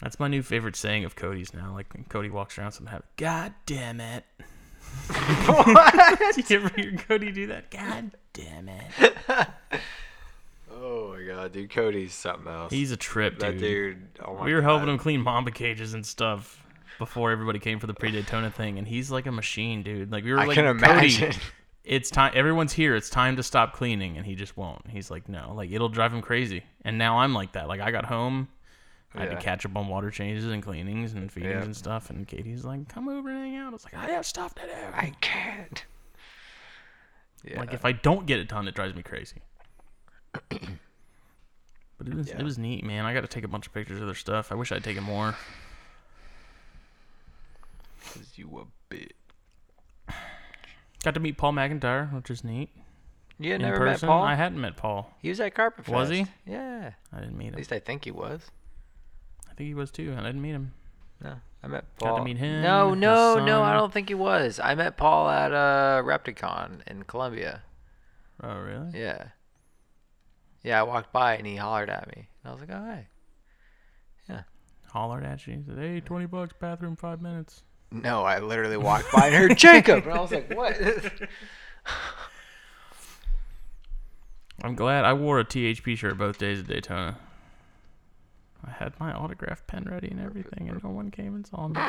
C: That's my new favorite saying of Cody's now. Like when Cody walks around sometimes. God damn it!
B: <laughs>
C: <laughs>
B: what?
C: Did you ever hear Cody do that? God damn it!
B: Oh my god, dude, Cody's something else.
C: He's a trip,
B: that
C: dude.
B: dude. Oh my
C: we were
B: god.
C: helping him clean mamba cages and stuff before everybody came for the pre Daytona thing, and he's like a machine, dude. Like we were
B: I
C: like,
B: can imagine.
C: Cody, it's time. Everyone's here. It's time to stop cleaning, and he just won't. He's like, no, like it'll drive him crazy. And now I'm like that. Like I got home. I had
B: Yeah.
C: to catch up on water changes and cleanings and feedings
B: Yeah.
C: and stuff. And Katie's like, "Come over and hang out." I was like, "I have stuff to do."
B: I can't. Yeah.
C: Like if I don't get it done, it drives me crazy.
B: <clears throat>
C: but it was
B: Yeah.
C: it was neat, man. I got to take a bunch of pictures of their stuff. I wish I'd taken more.
B: Cause you a bit.
C: Got to meet Paul McIntyre, which is neat.
B: You had
C: In
B: never
C: person,
B: met Paul.
C: I hadn't met Paul.
B: He was at Carpet
C: Was he?
B: Fest. Yeah.
C: I didn't meet
B: At
C: him.
B: least I think he was.
C: I think he was too, and I didn't meet him.
B: No, I met Paul.
C: Got to meet him,
B: No,
C: his
B: no, no. I
C: son.
B: don't think he was. I met Paul at uh, Repticon in Columbia.
C: Oh, really?
B: Yeah. Yeah, I walked by and he hollered at me. And I was like, oh, hey.
C: Hollered at you. He said, "Hey, twenty bucks, bathroom, five minutes."
B: No, I
C: <laughs>
B: literally walked by and heard Jacob. And I was like, what?
C: I'm glad I wore a THP shirt both days at Daytona. I had my autograph pen ready and everything, and no one came and saw me.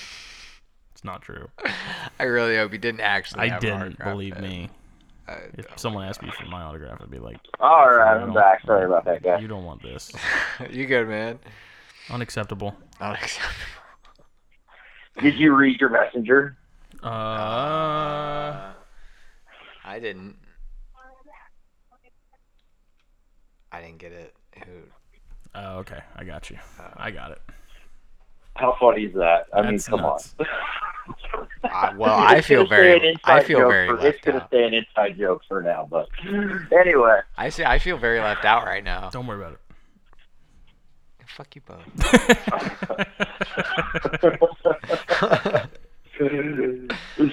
B: <laughs>
C: it's not true.
B: <laughs> I really hope he didn't actually.
C: I
B: have an
C: didn't
B: autograph
C: believe
B: pen.
C: me.
B: I-
C: If someone asked me for my autograph, I'd be like,
E: All right.
C: "You
E: I'm
C: don't-
E: back. Sorry about that, guys.
C: You don't
B: <laughs>
C: want this.
B: <laughs> you good, man?
C: Unacceptable.
B: Unacceptable.
E: Did you read your messenger?
C: Uh,
B: I didn't. I didn't get it. Who?
C: oh, okay. I got you. I got it.
E: How funny is that? I mean,
C: That's
E: come <laughs>
C: nuts.
E: on.
B: Uh, well, I
E: It's
B: feel
E: gonna stay an
B: very. I
E: inside
B: feel
E: joke
B: very.
E: for-
B: left
E: It's gonna
B: out.
E: stay an inside joke for now, but
B: <laughs>
E: anyway.
B: I see. I feel very left out right now.
C: <laughs> Don't worry about it.
B: Fuck you both.
E: <laughs>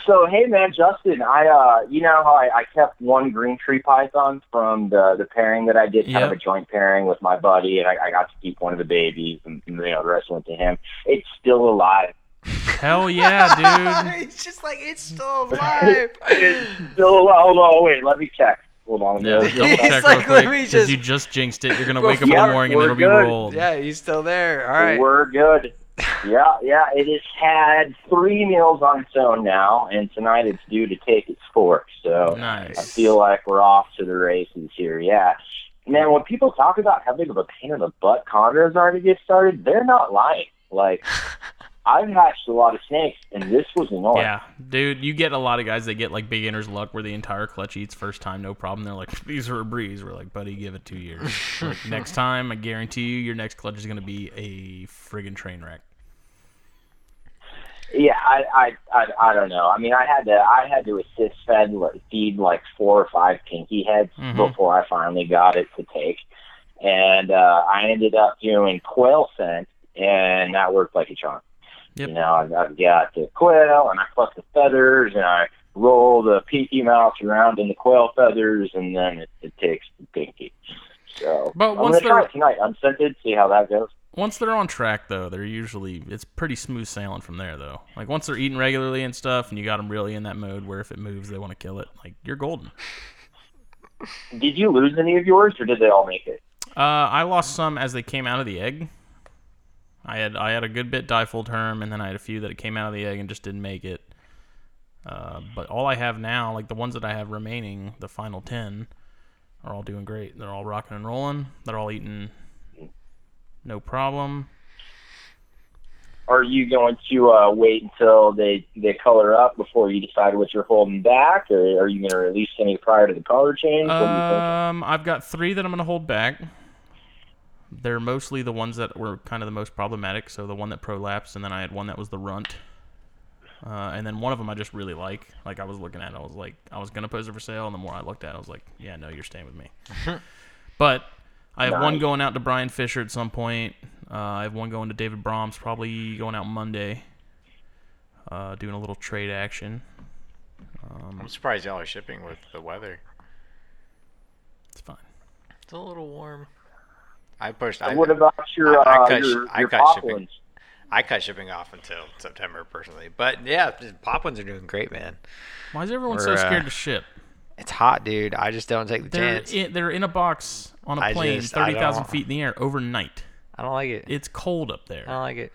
E: so hey man, Justin, I uh you know how I, I kept one green tree python from the the pairing that I did, kind of
C: Yep.
E: a joint pairing with my buddy, and I, I got to keep one of the babies, and you know the rest went to him. It's still alive.
B: <laughs>
C: Hell <laughs>
E: <laughs>
C: yeah, dude.
B: it's just like it's still alive.
C: <laughs>
E: It's still alive. Hold on, wait, let me check. Hold on.
C: Yeah,
E: let me-
C: <laughs> double
B: It's
C: check
B: like,
C: real
B: let
C: quick.
B: me
C: 'cause
B: just-
C: you just jinxed it. You're gonna wake up in
E: Yeah,
C: the morning and
E: we're
C: it'll be
E: good.
C: rolled.
B: yeah, he's still there. All right.
E: We're good. Yeah, yeah. It has had three meals on its own now, and tonight it's due to take its fourth. So I
C: Nice.
E: feel like we're off to the races here. Yeah. Man, when people talk about how big of a pain in the butt condos are to get started, they're not lying. Like, I've hatched a lot of snakes, and this was annoying.
C: Yeah, dude, you get a lot of guys that get like beginner's luck where the entire clutch eats first time, no problem. They're like, these are a breeze. We're like, buddy, give it two <laughs> years. Like, next time, I guarantee you, your next clutch is gonna be a friggin' train wreck.
E: Yeah, I, I, I, I don't know. I mean, I had to, I had to assist fed like, feed like four or five pinky heads
C: Mhm.
E: before I finally got it to take, and uh, I ended up doing quail scent, and that worked like a charm.
C: Yep.
E: You know, I've, I've got the quail, and I pluck the feathers, and I roll the pinky mouse around in the quail feathers, and then it, it takes the pinky. So
C: But
E: I'm
C: once
E: gonna try
C: they're-
E: it tonight, unscented, see how that goes.
C: Once they're on track, though, they're usually it's pretty smooth sailing from there, though. Like once they're eating regularly and stuff, and you got them really in that mode where if it moves, they want to kill it. Like you're golden.
E: Did you lose any of yours, or did they all make it?
C: Uh, I lost some as they came out of the egg. I had I had a good bit difold term, and then I had a few that came out of the egg and just didn't make it. Uh, but all I have now, like the ones that I have remaining, the final ten, are all doing great. They're all rocking and rolling. They're all eating, no problem.
E: are you going to uh, wait until they they color up before you decide what you're holding back, or are you going to release any prior to the color change? What do you think?
C: Um, I've got three that I'm gonna hold back. They're mostly the ones that were kind of the most problematic. So the one that prolapsed, and then I had one that was the runt. Uh, and then one of them I just really like. Like I was looking at, it, I was like, I was gonna post it for sale, and the more I looked at, it, I was like, yeah, no, you're staying with me. but I have one
E: Nice.
C: going out to Brian Fisher at some point. Uh, I have one going to David Brahms, probably going out Monday. Uh, doing a little trade action.
B: I'm surprised y'all are shipping with the weather.
C: It's fine.
B: It's a little warm. I pushed.
E: And
B: Uh, I,
E: what about your
B: I- I
E: uh,
B: cut sh-
E: your,
B: I
E: your
B: cut
E: poplins?
B: I cut shipping off until September personally, but yeah, the pop ones are doing great, man.
C: Why is everyone so
B: We're, uh,
C: scared to ship?
B: It's hot, dude. I just don't take the
C: They're
B: chance.
C: in, they're in a box on a
B: I
C: plane,
B: just- I
C: thirty thousand
B: don't-
C: feet in the air overnight.
B: I don't like it.
C: It's cold up there.
B: I don't like it.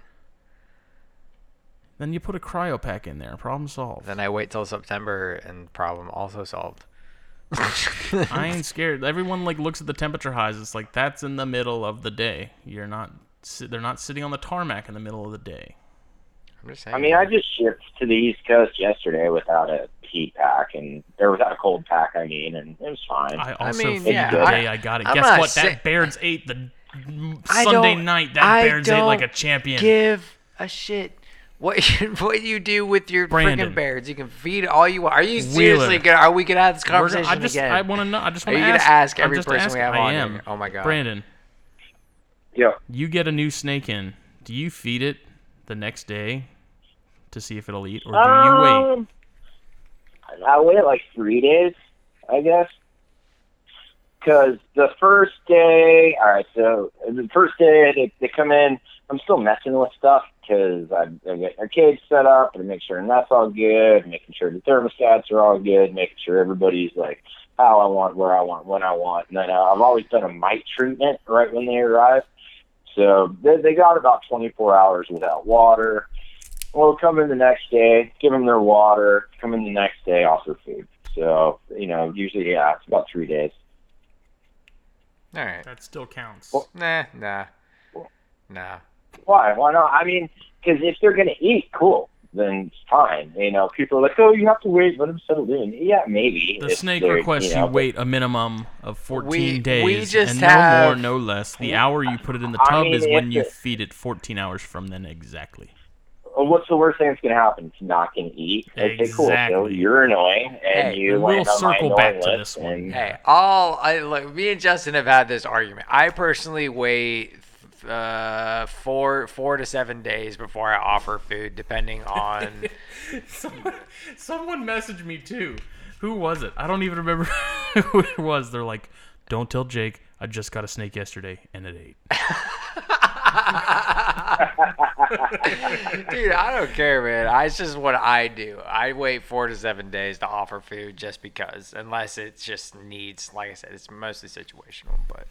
C: then you put a cryo pack in there. Problem solved.
B: Then I wait till September, and problem also solved. <laughs>
C: I ain't scared. Everyone like looks at the temperature highs. It's like that's in the middle of the day. You're not. si- They're not sitting on the tarmac in the middle of the day.
B: I'm just saying.
E: I mean, I just shipped to the East Coast yesterday without a heat pack and or without a cold pack. I mean, and it was fine.
C: I also
B: mean,
C: figured
E: yeah,
C: the
E: I-
C: day I got it.
B: I'm
C: Guess
B: not
C: what?
B: say-
C: that Baird's ate the m-
B: I
C: Sunday
B: don't-
C: night. That
B: I
C: Baird's ate like a
B: don't
C: champion.
B: give a shit what <laughs> you, what you do with your
C: Brandon.
B: freaking bears. You can feed all you want. Are you
C: Wheeler.
B: seriously gonna? Are we gonna have this
C: We're
B: conversation
C: gonna- I just.
B: again?
C: I want to know. I just
B: Are
C: want to
B: you gonna
C: ask.
B: ask
C: I'm
B: every
C: just
B: person we
C: asking-
B: have
C: I
B: on
C: am.
B: here? Oh my God.
C: Brandon.
E: yeah.
C: you get a new snake in, do you feed it the next day to see if it'll eat, or do you wait?
E: Um, I wait like three days, I guess. Because the first day, all right, so the first day they, they come in, I'm still messing with stuff because I, I get our cage set up and make sure that's all good, making sure the thermostats are all good, making sure everybody's like how I want, where I want, when I want. And then uh, I've always done a mite treatment right when they arrive. So they, they got about 24 hours without water. Well, come in the next day, give them their water, come in the next day, offer food. So, you know, usually, yeah, it's about three days.
B: All right.
C: That still counts.
E: Well-
B: Nah. Nah. Nah.
E: Why? Why not? I mean, because if they're going to eat, cool, then it's fine. You know, people are like, oh, you have to wait, let them settle in. Yeah, maybe.
C: The
E: if
C: snake
E: they're,
C: requests you,
E: know,
C: wait a minimum of 14
B: We-
C: days,
B: we just
C: and no
B: have-
C: more, no less. The hour you put it in the
E: I
C: tub
E: mean,
C: is when
E: if
C: you
E: it-
C: feed it 14 hours from then exactly.
E: but What's the worst thing that's going to happen? It's not going to eat. Okay, cool. So
C: Exactly.
E: you're annoying, and
B: Hey,
E: you
C: and we'll
E: land on my
C: circle
E: annoying
C: back to
E: list,
C: this one.
E: and-
B: Hey, all I like, me and Justin have had this argument. I personally wait uh, four four to seven days before I offer food, depending
C: <laughs>
B: on.
C: <laughs> someone, someone messaged me too. Who was it? I don't even remember <laughs> who it was. They're like, "Don't tell Jake. I just got a snake yesterday and it ate."
B: <laughs> Dude, I don't care, man. I, it's just what I do. I wait four to seven days to offer food just because, unless it just needs, like I said, it's mostly situational, but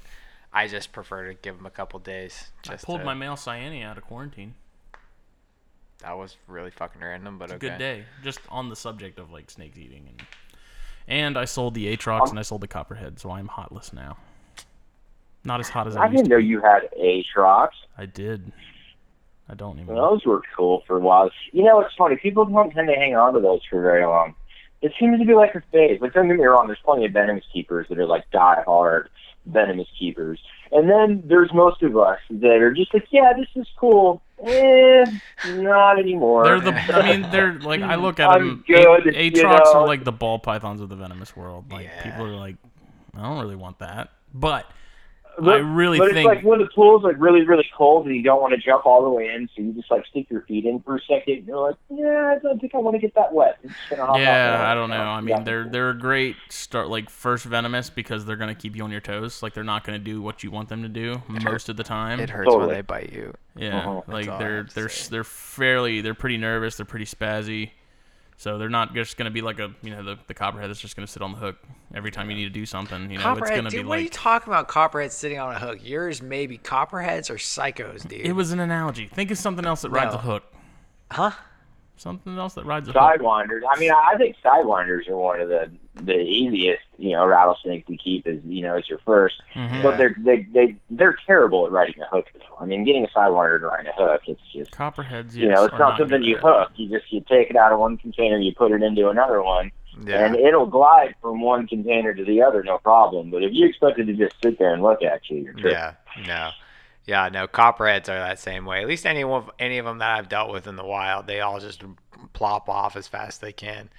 B: I just prefer to give them a couple days.
C: I
B: Just
C: pulled
B: to-
C: my male Cyane out of quarantine.
B: That was really fucking random, but
C: It's a
B: okay.
C: good day. Just on the subject of like snakes eating and and I sold the Aatrox and I sold the Copperhead, so I'm hotless now. Not as hot as I,
E: I
C: used
E: didn't
C: to
E: know
C: be.
E: you had Aatrox.
C: I did. I don't anymore.
E: Those were cool for a while. You know, it's funny. People don't tend to hang on to those for very long. It seems to be like a phase. Like, don't get me wrong, there's plenty of venomous keepers that are like die hard venomous keepers. And then there's most of us that are just like, yeah, this is cool. Eh, not anymore.
C: They're
E: <laughs>
C: the. I mean, they're like I look at
E: I'm
C: them.
E: good,
C: A-
E: you
C: Aatrox
E: know.
C: are like the ball pythons of the venomous world. Like
B: Yeah.
C: people are like, I don't really want that, but
E: But-
C: I really
E: but
C: think
E: it's like when the pool's like really, really cold and you don't want to jump all the way in, so you just like stick your feet in for a second. And you're like, yeah, I don't think I want to get that wet. I'm just gonna hop out
C: Yeah,
E: there."
C: I don't know. I mean,
E: Yeah.
C: they're they're a great start. Like first venomous because they're gonna keep you on your toes. Like they're not gonna do what you want them to do most of the time.
B: It hurts when
E: Totally.
B: they bite you.
C: Yeah,
E: Uh-huh.
C: like
B: That's all I
C: they're
B: have to
C: they're
B: say.
C: they're fairly they're pretty nervous. They're pretty spazzy. So they're not just gonna be like a you know the, the copperhead that's just gonna sit on the hook every time you need to do something. You know, it's
B: Copperhead,
C: gonna
B: dude,
C: be
B: what are you
C: like
B: talking about? Copperheads sitting on a hook. Yours maybe copperheads or psychos, dude.
C: it was an analogy. Think of something else that rides a
B: No.
C: hook.
B: huh?
C: Something else that rides a hook.
E: Sidewinders. I mean, I think sidewinders are one of the the easiest, you know, rattlesnake to keep is you know as your 1st
C: Mhm.
E: but they're they they they're terrible at riding a hook. Though. I mean, getting a sidewinder to ride a hook, it's just
C: Copperheads, yes,
E: you know, it's
C: are
E: not something
C: good
E: you
C: at it.
E: hook. You just you take it out of one container, you put it into another one,
B: Yeah.
E: and it'll glide from one container to the other, no problem. But if you expect it to just sit there and look at you, you're tripping.
B: Yeah, no, yeah, no. Copperheads are that same way. At least any one, any of them that I've dealt with in the wild, they all just plop off as fast as they can.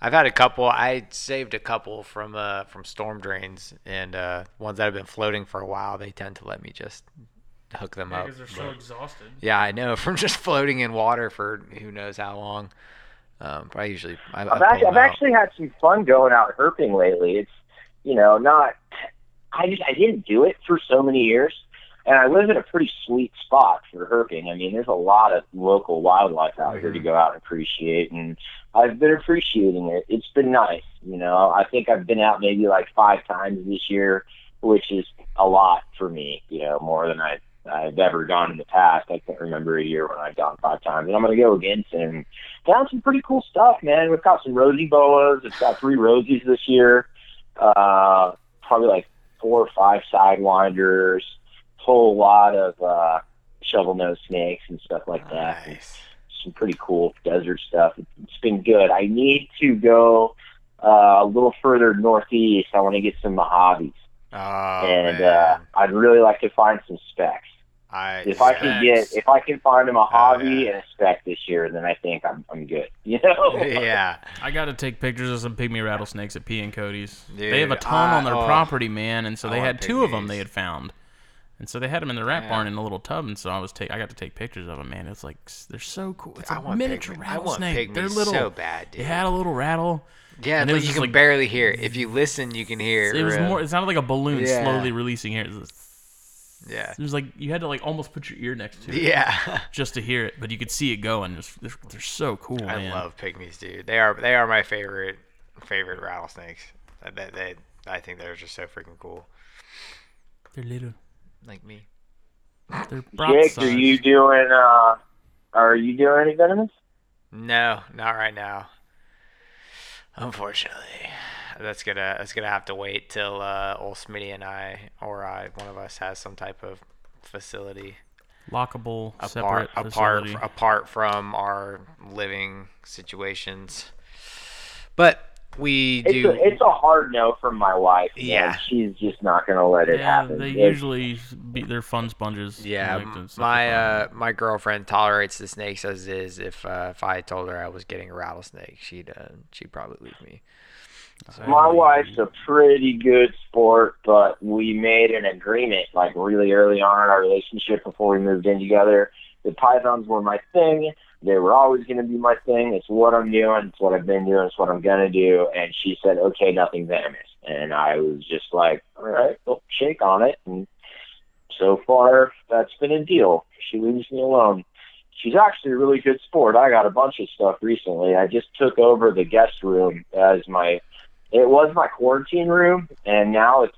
B: I've had a couple. I saved a couple from uh from storm drains and uh, ones that have been floating for a while. They tend to let me just hook them up. but-
C: exhausted.
B: yeah, I know <laughs> from just floating in water for who knows how long. Um, but I usually I, I
E: I've,
B: pull
E: act-
B: them
E: I've
B: out.
E: actually had some fun going out herping lately. It's you know not I just I didn't do it for so many years, and I live in a pretty sweet spot for herping. I mean, there's a lot of local wildlife out here to go out and appreciate, and I've been appreciating it. It's been nice, you know. I think I've been out maybe like five times this year, which is a lot for me, you know, more than I. I've ever gone in the past. I can't remember a year when I've gone five times, and I'm going to go again soon found some pretty cool stuff, man. We've got some rosy boas. It's got three rosies this year. Uh, probably like four or five sidewinders. Whole lot of uh, shovel nose snakes and stuff like that.
B: Nice.
E: Some pretty cool desert stuff. It's been good. I need to go uh, a little further northeast. I want to get some Mojaves,
B: Oh,
E: and uh,
B: man.
E: I'd really like to find some specs.
B: I,
E: If I can get,
C: Specs.
E: if I can find a Mojave
B: yeah.
E: and a spec this year, then I think I'm, I'm good. <laughs> You
B: <laughs>
E: know?
B: yeah.
C: I gotta take pictures of some pygmy rattlesnakes at P and Cody's.
B: Dude,
C: they have a ton
B: I-
C: on their
B: oh.
C: property, man, and so
B: I
C: they
B: want
C: had two of them
B: pygmies.
C: they had found, and so they had them in the rat
B: Yeah.
C: barn in a little tub, and so I was take I got to take pictures of them, man. It's like s- they're so cool. It's
B: I
C: a
B: want
C: miniature
B: pygmy- I want
C: rattlesnake. they're
B: pygmies
C: little.
B: so bad, dude.
C: It had a little rattle.
B: Yeah,
C: And
B: and
C: it
B: you
C: was
B: can
C: just like-
B: barely hear. it. If you listen, you can hear.
C: It was
B: real-
C: more. It sounded like a balloon
B: Yeah.
C: slowly releasing air. It was,
B: Yeah.
C: it was like you had to like almost put your ear next to it
B: Yeah, <laughs>
C: just to hear it, but you could see it going. It was- they're, they're so cool,
B: I
C: man.
B: love pygmies, dude. They are they are my favorite favorite rattlesnakes. I- They, they I think they're just so freaking cool.
C: They're little.
B: Like me.
C: They're
E: Jake, are you
C: broadsized.
E: doing uh are you doing any venomous?
B: No, not right now. Unfortunately, that's gonna that's gonna have to wait till uh, old Smitty and I or I one of us has some type of facility
C: lockable,
B: apart
C: separate
B: apart
C: facility.
B: apart from our living situations. But we
E: It's
B: do.
E: a, it's a hard no from my wife. man.
B: Yeah.
E: She's just not gonna let it
C: Yeah,
E: happen.
C: they
E: It-
C: usually be they're fun sponges.
B: Yeah,
C: They like
B: m-
C: to suck
B: my
C: the
B: uh, my girlfriend tolerates the snakes as is. If uh, if I told her I was getting a rattlesnake, she'd uh, she'd probably leave
E: <laughs>
B: me. uh,
C: fun.
E: my wife's a pretty good sport, but we made an agreement like really early on in our relationship before we moved in together. The pythons were my thing. They were always going to be my thing. It's what I'm doing. It's what I've been doing. It's what I'm going to do. And she said, okay, nothing venomous. And I was just like, all right, well, shake on it. And so far, that's been a deal. She leaves me alone. She's actually a really good sport. I got a bunch of stuff recently. I just took over the guest room as my. It was my quarantine room, and now it's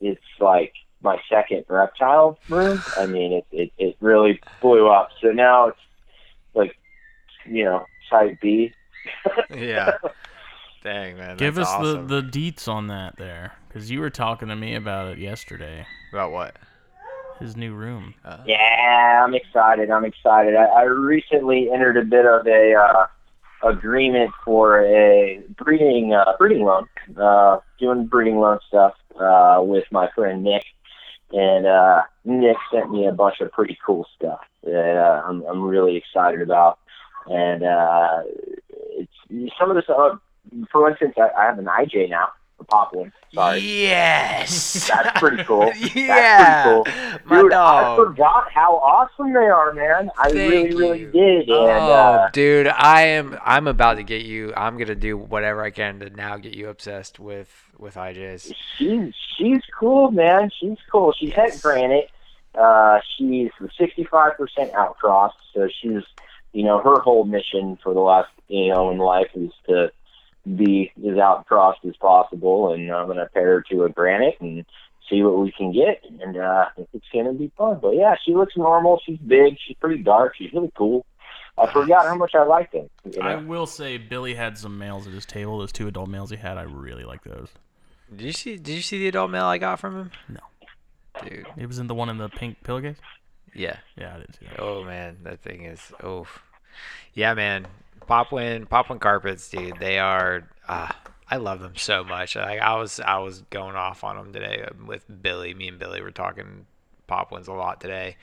E: it's like my second reptile room. I mean, it it, it really blew up. So now it's like, you know, side B.
B: yeah. Dang man.
C: Give us
B: that's awesome.
C: the, the deets on that there, because you were talking to me about it yesterday.
B: about what?
C: His new room.
B: Uh,
E: Yeah, I'm excited. I'm excited. I, I recently entered a bit of a uh, agreement for a breeding uh, breeding loan, uh, doing breeding loan stuff uh, with my friend Nick, and uh, Nick sent me a bunch of pretty cool stuff that uh, I'm, I'm really excited about. And uh, it's some of this. Uh, for instance, I, I have an IJ now, a pop one. Sorry.
B: Yes.
E: That's
B: <laughs>
E: pretty cool. That's pretty
B: yeah.
E: cool.
B: My
E: dude, I
B: dog.
E: forgot how awesome they are, man. I
B: Thank
E: really, really
B: you.
E: did.
B: Oh,
E: And uh,
B: dude, I am. I'm about to get you. I'm gonna do whatever I can to now get you obsessed with with IJs.
E: she's she's cool, man. She's cool. She's
B: Yes.
E: at Granite. Uh, she's 65% outcross, so she's, you know, her whole mission for the last, you know, in life is to be as outcrossed as possible. And I'm gonna pair her to a Granite and see what we can get. And uh, it's gonna be fun. But yeah, she looks normal. She's big. She's pretty dark. She's really cool. I forgot how much I liked them. You know?
C: I will say Billy had some males at his table. Those two adult males he had, I really like those.
B: Did you see? Did you see the adult mail I got from him?
C: No.
B: Dude.
C: It was in the one in the pink pillowcase.
B: Yeah.
C: Yeah, I didn't see that.
B: Oh man, that thing is oh, yeah, man. Popwin, Popwin carpets, dude. They are. Uh, I love them so much. Like I was, I was going off on them today with Billy. Me and Billy were talking Popwins a lot today,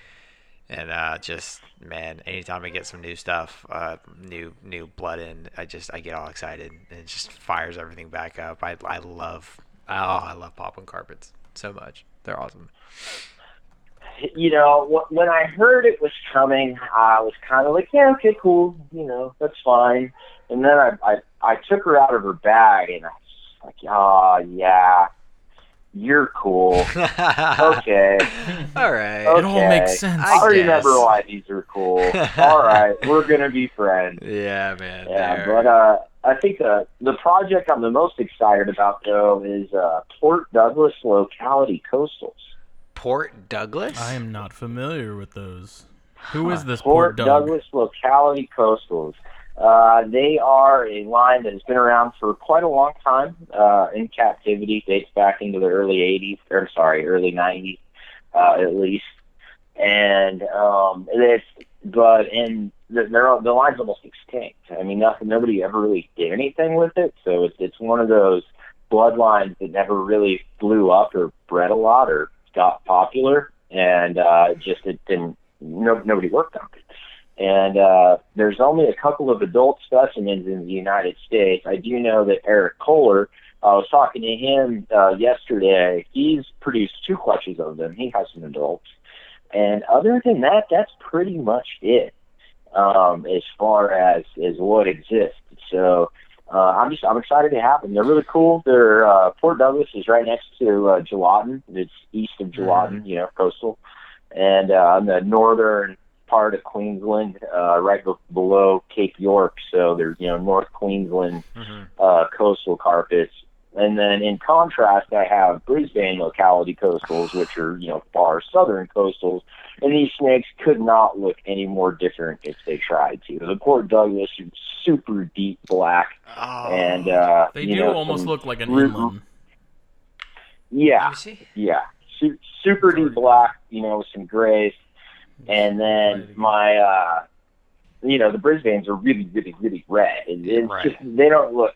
B: and uh, just man, anytime I get some new stuff, uh, new new blood in, I just I get all excited and it just fires everything back up. I I love oh I love Popwin carpets so much. They're awesome. <laughs>
E: you know, wh- when I heard it was coming, I was kind of like, yeah, okay, cool, you know, that's fine. And then I, I, I took her out of her bag, and I was like, oh, yeah, you're cool. Okay.
B: all right.
E: Okay.
C: It all makes sense.
E: I,
B: I
E: remember
B: guess.
E: why these are cool. All right, we're going to be friends.
B: Yeah, man.
E: Yeah,
B: they're-
E: but uh, I think uh, the project I'm the most excited about, though, is uh, Port Douglas Locality Coastals.
B: Port Douglas.
C: I am not familiar with those. Who is this poor
E: Port
C: Doug?
E: Douglas Locality Coastals. Uh, they are a line that has been around for quite a long time uh, in captivity, dates back into the early 80s, or sorry, early 90s uh, at least. And um, it's, but and the- they're all- the line's almost extinct. I mean, nothing, nobody ever really did anything with it, so it's it's one of those bloodlines that never really blew up or bred a lot or got popular, and uh, it just it didn't. No, nobody worked on it. And uh, there's only a couple of adult specimens in the United States. I do know that Eric Kohler, I was talking to him uh, yesterday. He's produced two clutches of them. He has an adult. And other than that, that's pretty much it um, as far as, as what exists. So uh, I'm just I'm excited to have them. They're really cool. They're uh, Port Douglas is right next to uh, Gelatin. It's east of Gelatin, you know, coastal, and uh, on the northern part of Queensland, uh, right be- below Cape York. So they're you know North Queensland
B: Mhm.
E: uh, coastal carpets. And then in contrast, I have Brisbane locality coastals, which are, you know, far southern coastals. And these snakes could not look any more different if they tried to. The Port Douglas is super deep black.
B: Oh.
E: and, uh,
C: They
E: you
C: do
E: know,
C: almost
E: some-
C: look like an
E: root-
C: inland.
E: Yeah,
B: You see?
E: yeah. Su- super deep black, you know, with some grays. And then my, uh, you know, the Brisbane's are really, really, really red. It, it's
B: Right.
E: just they don't look,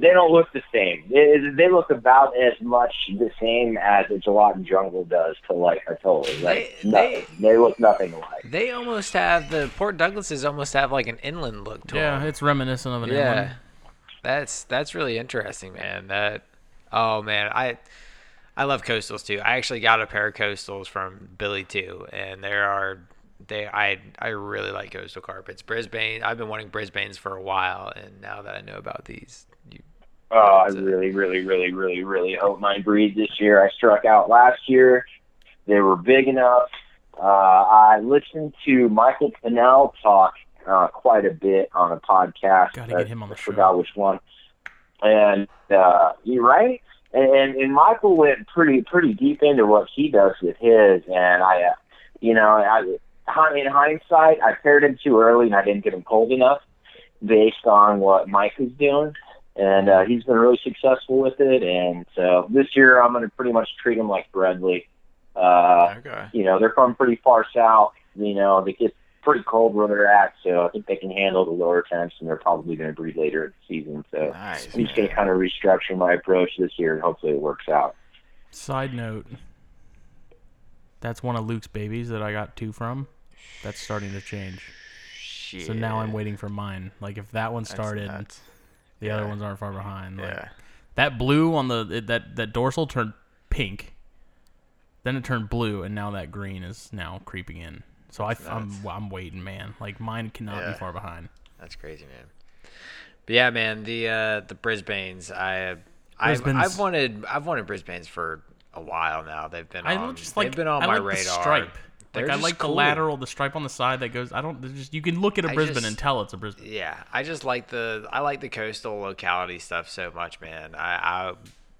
E: they don't look the same. They- they look about as much the same as a gelatin jungle does to like a total. Like
B: They-
E: nothing. They look nothing alike.
B: They almost have the Port Douglases almost have like an inland look to
C: Yeah,
B: them.
C: it's reminiscent of an
B: yeah.
C: inland.
B: That's that's really interesting, man. That oh man, I I love coastals too. I actually got a pair of coastals from Billy too, and there are they I I really like coastal carpets. Brisbane, I've been wanting Brisbane's for a while, and now that I know about these, you,
E: Oh, I
B: That's it.
E: really, really, really, really, really hope mine breeds this year. I struck out last year. They were big enough. Uh, I listened to Michael Pinnell talk uh, quite a bit on a podcast.
C: Gotta get him on the
E: I
C: show.
E: forgot which one. And uh, you right? And and Michael went pretty pretty deep into what he does with his. And I, uh, you know, I hi- in hindsight, I paired him too early and I didn't get him cold enough based on what Mike was doing. And uh, he's been really successful with it. And so this year I'm going to pretty much treat him like Bradley. Uh,
B: Okay.
E: you know, they're from pretty far south. You know, they get pretty cold where they're at. So I think they can handle the lower temps and they're probably going to breed later in the season. So
B: Nice.
E: I'm just going to
B: man.
E: kind of restructure my approach this year and hopefully it works out.
C: Side note. That's one of Luke's babies that I got two from. That's starting to change.
B: Shit.
C: So now I'm waiting for mine. Like if that one
B: That's
C: started,
B: nuts.
C: the other ones aren't far behind. Like,
B: Yeah.
C: That blue on the it- that that dorsal turned pink. Then it turned blue, and now that green is now creeping in. So I, am I'm waiting, man. Like mine cannot
B: Yeah.
C: be far behind.
B: That's crazy, man. But yeah, man, the uh, the Brisbane's I I've,
C: Brisbane's-
B: I've wanted I've wanted Brisbane's for a while now. They've been
C: I
B: on,
C: just like
B: Um, they've been on
C: I
B: my
C: like
B: radar.
C: The stripe.
B: They're
C: like I
B: just
C: like the
B: cool.
C: lateral, the stripe on the side that goes. I don't. there's Just you can look at a
B: I
C: Brisbane
B: just-
C: and tell it's a Brisbane.
B: Yeah, I just like the I like the coastal locality stuff so much, man. I, I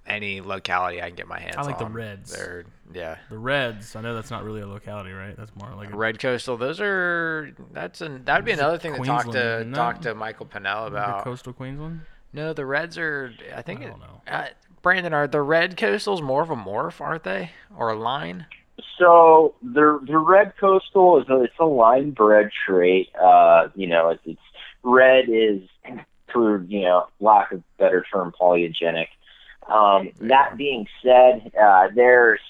B: any locality I can get my hands on.
C: I like the reds.
B: They're yeah.
C: The Reds. I know that's not really a locality, right? That's more like a,
B: Red Coastal, those are that's an that'd be
C: Those are
B: another thing to talk
C: Queensland,
B: to
C: isn't
B: talk
C: it?
B: to Michael Pinnell
C: like a
B: about.
C: coastal Queensland.
B: No, the Reds are. I think.
C: I
B: it-
C: don't know.
B: Uh, Brandon, are the Red Coastals more of a morph, aren't they, or a line?
E: So the the red coastal is a, it's a line bred trait. Uh, you know, it's, it's red is for you know lack of better term polygenic. Um, that being said, uh, there's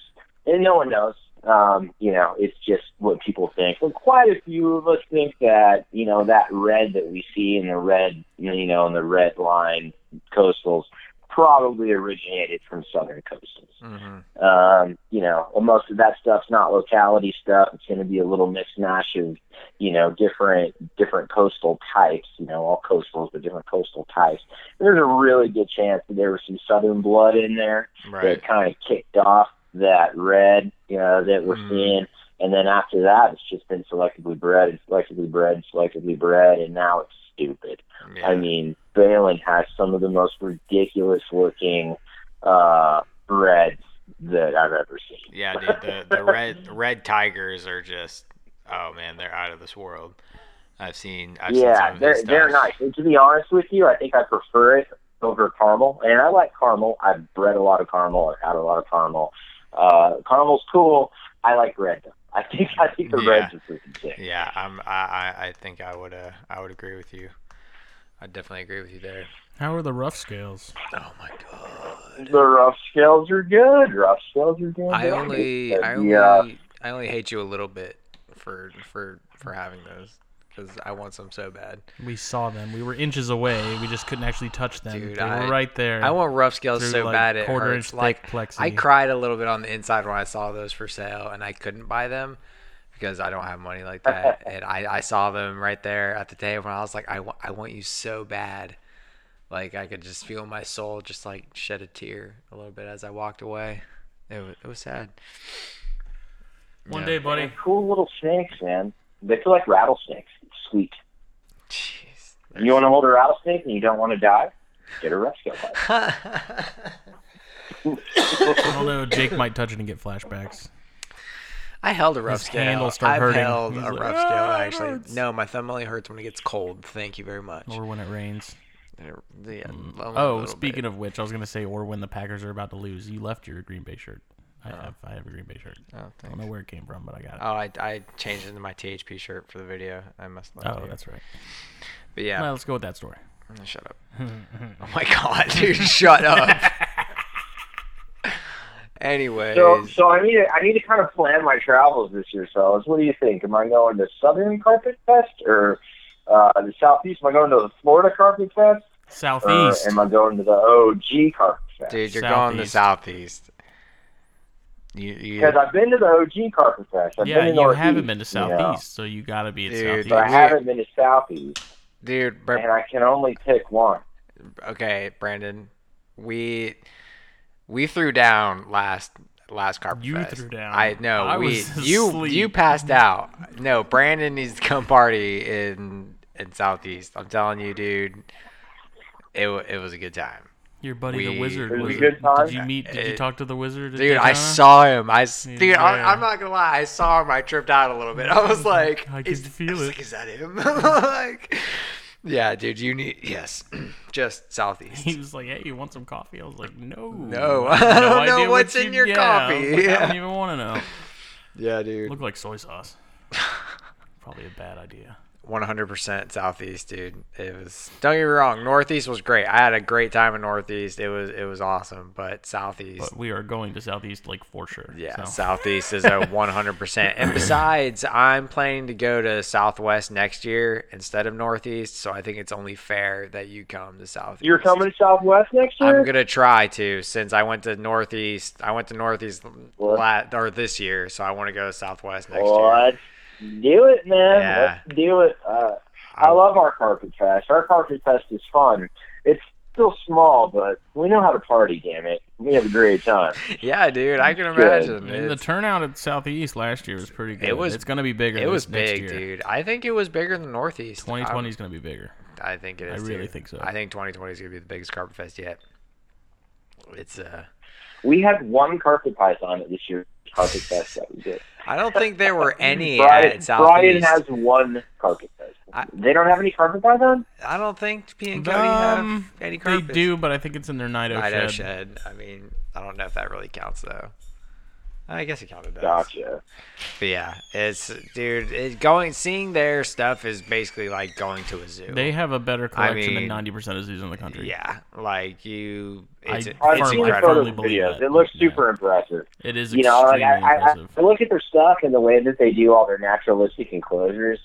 E: and no one knows. Um, you know, it's just what people think. But quite a few of us think that you know that red that we see in the red you know in the red line coastals probably originated from southern coastals.
B: Mm-hmm.
E: Um, you know, well, most of that stuff's not locality stuff. It's going to be a little mishmash of, you know, different different coastal types. You know, all coastals, but different coastal types. And there's a really good chance that there was some southern blood in there
B: Right.
E: that kind of kicked off that red, you know, that we're
B: Mm.
E: seeing. And then after that, it's just been selectively bred and selectively bred and selectively bred, and now it's stupid.
B: Yeah.
E: I mean, Balin has some of the most ridiculous looking uh, breads that I've ever seen.
B: yeah, dude. The, the red the red tigers are just oh man, they're out of this world. I've seen. I've seen some
E: yeah,
B: of his
E: they're they're
B: stuff.
E: nice. And to be honest with you, I think I prefer it over caramel, and I like caramel. I've bred a lot of caramel. I've had a lot of caramel. Uh, caramel's cool. I like red. though. I think I think the
B: Yeah.
E: reds are freaking sick.
B: Yeah, I'm. I, I, I think I would. Uh, I would agree with you. I definitely agree with you there.
C: How are the rough scales?
B: Oh my god.
E: The rough scales are good. Rough scales are good.
B: I only.
E: But
B: I
E: the, uh,
B: only. I only hate you a little bit for for for having those because I want some so bad.
C: We saw them. We were inches away. We just couldn't actually touch them.
B: Dude,
C: they
B: I-
C: were right there.
B: I want rough scales
C: through,
B: so
C: like,
B: bad it
C: quarter
B: hurts.
C: inch
B: Like
C: thick plexi.
B: I cried a little bit on the inside when I saw those for sale, and I couldn't buy them because I don't have money like that. and I, I saw them right there at the table, and I was like, I, wa- I want you so bad. Like I could just feel my soul just like shed a tear a little bit as I walked away. It was, it was sad.
C: One
B: Yeah.
C: day, buddy.
E: they're cool little snakes, man. They feel like rattlesnakes. Sweet.
B: Jeez.
E: You want to hold a rattlesnake and you don't want to die? Get a rescue bike.
C: I don't know. Jake might touch it and get flashbacks.
B: <laughs> I held a rough
C: His
B: scale.
C: hand will start
B: I've
C: hurting.
B: held
C: He's
B: a
C: like,
B: rough
C: "Ah,
B: scale
C: it
B: actually.
C: hurts."
B: No, my thumb only hurts when it gets cold. Thank you very much.
C: Or when it rains.
B: They're- yeah,
C: Oh, speaking of which, I was gonna say, or when the Packers are about to lose, you left your Green Bay shirt. I have, I have a Green Bay shirt.
B: Oh,
C: I don't know where it came from, but I got it.
B: Oh, I, I changed it into my THP shirt for the video. I must let
C: Oh, that's right.
B: But yeah,
C: Well, let's go with that story.
B: shut
C: <laughs>
B: up. oh my god, dude, shut up. Anyways,
E: So, so I need to I need to kind of plan my travels this year, fellas. What do you think? Am I going to Southern Carpet Fest or uh, the Southeast? Am I going to the Florida Carpet Fest, or
C: Southeast.
E: am I going to the OG Carpet Fest?
B: dude, you're going to
C: Southeast.
B: southeast. You, you
E: Because I've been to the OG Carpet Fest. I've
C: yeah,
E: been
C: you
E: to Northeast,
C: haven't been to
E: you know,
C: Southeast, so you gotta be at
B: Dude,
C: Southeast.
E: but I haven't been to Southeast,
B: dude, Br-
E: and I can only pick one.
B: okay, Brandon, we we threw down last last Carpet
C: You
B: Fest.
C: threw down.
B: I know.
C: I
B: we
C: was <laughs>
B: you
C: asleep.
B: you passed out. No, Brandon needs to come party in in Southeast. I'm telling you, dude. It wa- it was a good time,
C: Your buddy
B: We-
C: the wizard.
E: It was a
C: Was
E: good
C: it?
E: time.
C: Did you meet? Did you
B: Uh,
C: talk to the wizard? at
B: dude. I
C: Daytona?
B: saw him. I s-
C: He's
B: dude.
C: there.
B: I, I'm not gonna lie. I saw him. I tripped out a little bit. I was like,
C: <laughs> I
B: is-
C: could feel
B: I was
C: it.
B: like, is that him? <laughs> like, yeah, dude. You need yes, <clears throat> just Southeast.
C: <laughs> He was like, "Hey, you want some coffee?" I was like, "No,
B: No,
C: I
B: <laughs>
C: have
B: I don't know
C: idea what
B: what's in
C: you-
B: your
C: yeah,
B: coffee."
C: I, was like, I
B: Yeah. <laughs>
C: don't even want to know."
B: Yeah, dude.
C: Look like soy sauce. <laughs> Probably a bad idea.
B: 100% southeast dude it was don't get me wrong northeast was great i had a great time in northeast it was it was awesome but southeast
C: But we are going to Southeast Lake for sure.
B: yeah
C: so.
B: southeast is a 100% and besides i'm planning to go to southwest next year instead of northeast so i think it's only fair that you come to southeast
E: You're coming to Southwest next year?
B: i'm gonna try to since i went to northeast i went to northeast
E: What?
B: la- or this year so i want to go to southwest next year
E: Let's do it, man.
B: Yeah.
E: Let's do it. Uh, I love our carpet fest. Our carpet fest is fun. It's still small, but we know how to party. Damn it, we have a great time.
B: yeah dude i can
E: Good.
B: imagine
C: And the
B: It's-
C: turnout at Southeast last year was pretty good.
B: was-
C: it's going to be bigger.
B: It
C: this
B: was
C: next
B: big,
C: year.
B: dude. I think it was bigger than Northeast.
C: 2020 is going to be bigger.
B: I'm- I think it
C: I
B: is.
C: really
B: dude.
C: think so.
B: I think 2020 is gonna be the biggest carpet fest yet. It's uh,
E: We had one carpet python at this year's carpet fest. That was it.
B: I don't think there
E: <laughs>
B: were any
E: Brian,
B: at
E: Brian
B: Southeast.
E: has one carpet fest.
B: I-
E: they don't have any carpet python.
B: I don't think P and Cody have
C: Um,
B: any
C: they
B: carpet.
C: do, but I think it's in their Nido,
B: I know
C: shed.
B: shed. I mean, I don't know if that really counts though. I guess it counted. does.
E: Gotcha.
B: But yeah, it's dude. It, going seeing their stuff is basically like going to a zoo.
C: They have a better collection
B: mean-
C: than 90% of zoos in the country.
B: yeah, like you.
C: I-
B: It's,
C: I've
E: I've
B: it's
C: firmly-
E: seen the
B: incredible.
E: photos
C: firmly
E: and
C: believe
E: videos.
C: that.
E: It looks
C: Yeah.
E: super impressive.
C: It is
E: you
C: extremely
E: know, like I, I,
C: impressive.
E: I look at their stuff and the way that they do all their naturalistic enclosures,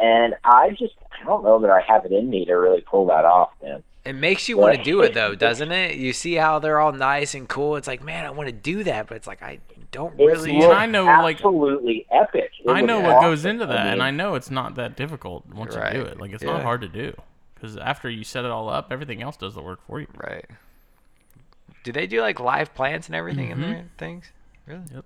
E: and I just I don't know that I have it in me to really pull that off, man.
B: It makes you
E: Yeah.
B: want to do it though, doesn't it? You see how they're all nice and cool. It's like, man, I want to do that, but it's like I don't
E: It
B: really.
E: looks
C: and I know, like-
E: absolutely epic. It
C: I
E: was
C: know what goes
E: awesome.
C: into that,
E: I mean,
C: and I know it's not that difficult once
B: Right.
C: you do it. Like it's
B: Yeah.
C: not hard to do because after you set it all up, everything else does the work for you.
B: Right. Do they do like live plants and everything in
C: Mhm.
B: their things? Really?
C: Yep.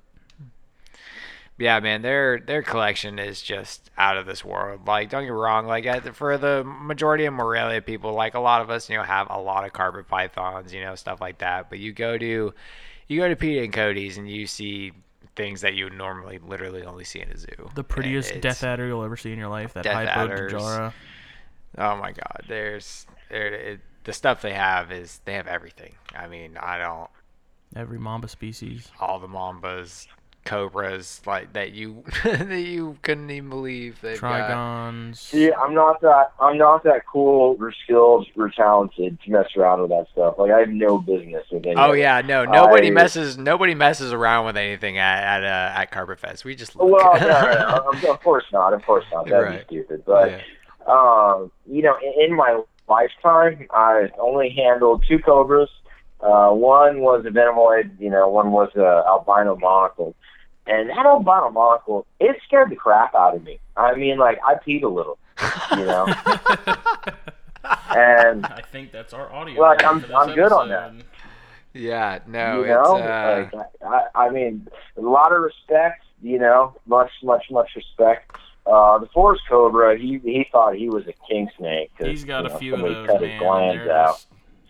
B: Yeah, man, their their collection is just out of this world. Like, don't get me wrong. Like, I, for the majority of Morelia people, like a lot of us, you know, have a lot of carpet pythons, you know, stuff like that. But you go to, you go to Peter and Cody's, and you see things that you would normally, literally, only see in a zoo.
C: The prettiest
B: It's-
C: death adder you'll ever see in your life, that
B: Death
C: hypo
B: adders.
C: Dejara.
B: Oh my God! There's there, it, the stuff they have is they have everything. I mean, I don't
C: every mamba species.
B: all the mambas, cobras like that you <laughs> that you couldn't even believe they've got.
C: Trigons.
E: See, I'm not that I'm not that cool or skilled or talented to mess around with that stuff. Like I have no business with any.
B: Oh
E: of it.
B: yeah, no, nobody
E: I-
B: messes nobody messes around with anything at at, uh, at Carpet Fest. We just look.
C: <laughs>
E: Well, no,
B: <laughs>
E: no, no, of course not. Of course not. That'd
B: Right.
E: be stupid. But
B: Yeah.
E: um, you know, in, in my lifetime, I only handled two cobras. Uh, one was a venomoid, you know, one was a albino monocle. And that albino monocle, it scared the crap out of me. I mean, like, I peed a little,
C: <laughs>
E: you know? and
C: I think that's our audio.
E: Well, I'm- for this I'm good on episode.
B: yeah, no,
E: you know,
B: it's uh,
E: like, I, I mean, a lot of respect. You know, much, much, much respect. Uh, the forest cobra, he he thought he was a king snake. 'cause,
C: He's got
E: you
C: a
E: know,
C: few of
E: somebody
C: those,
E: cut his
C: man.
E: glands
C: They're
E: out.
C: just,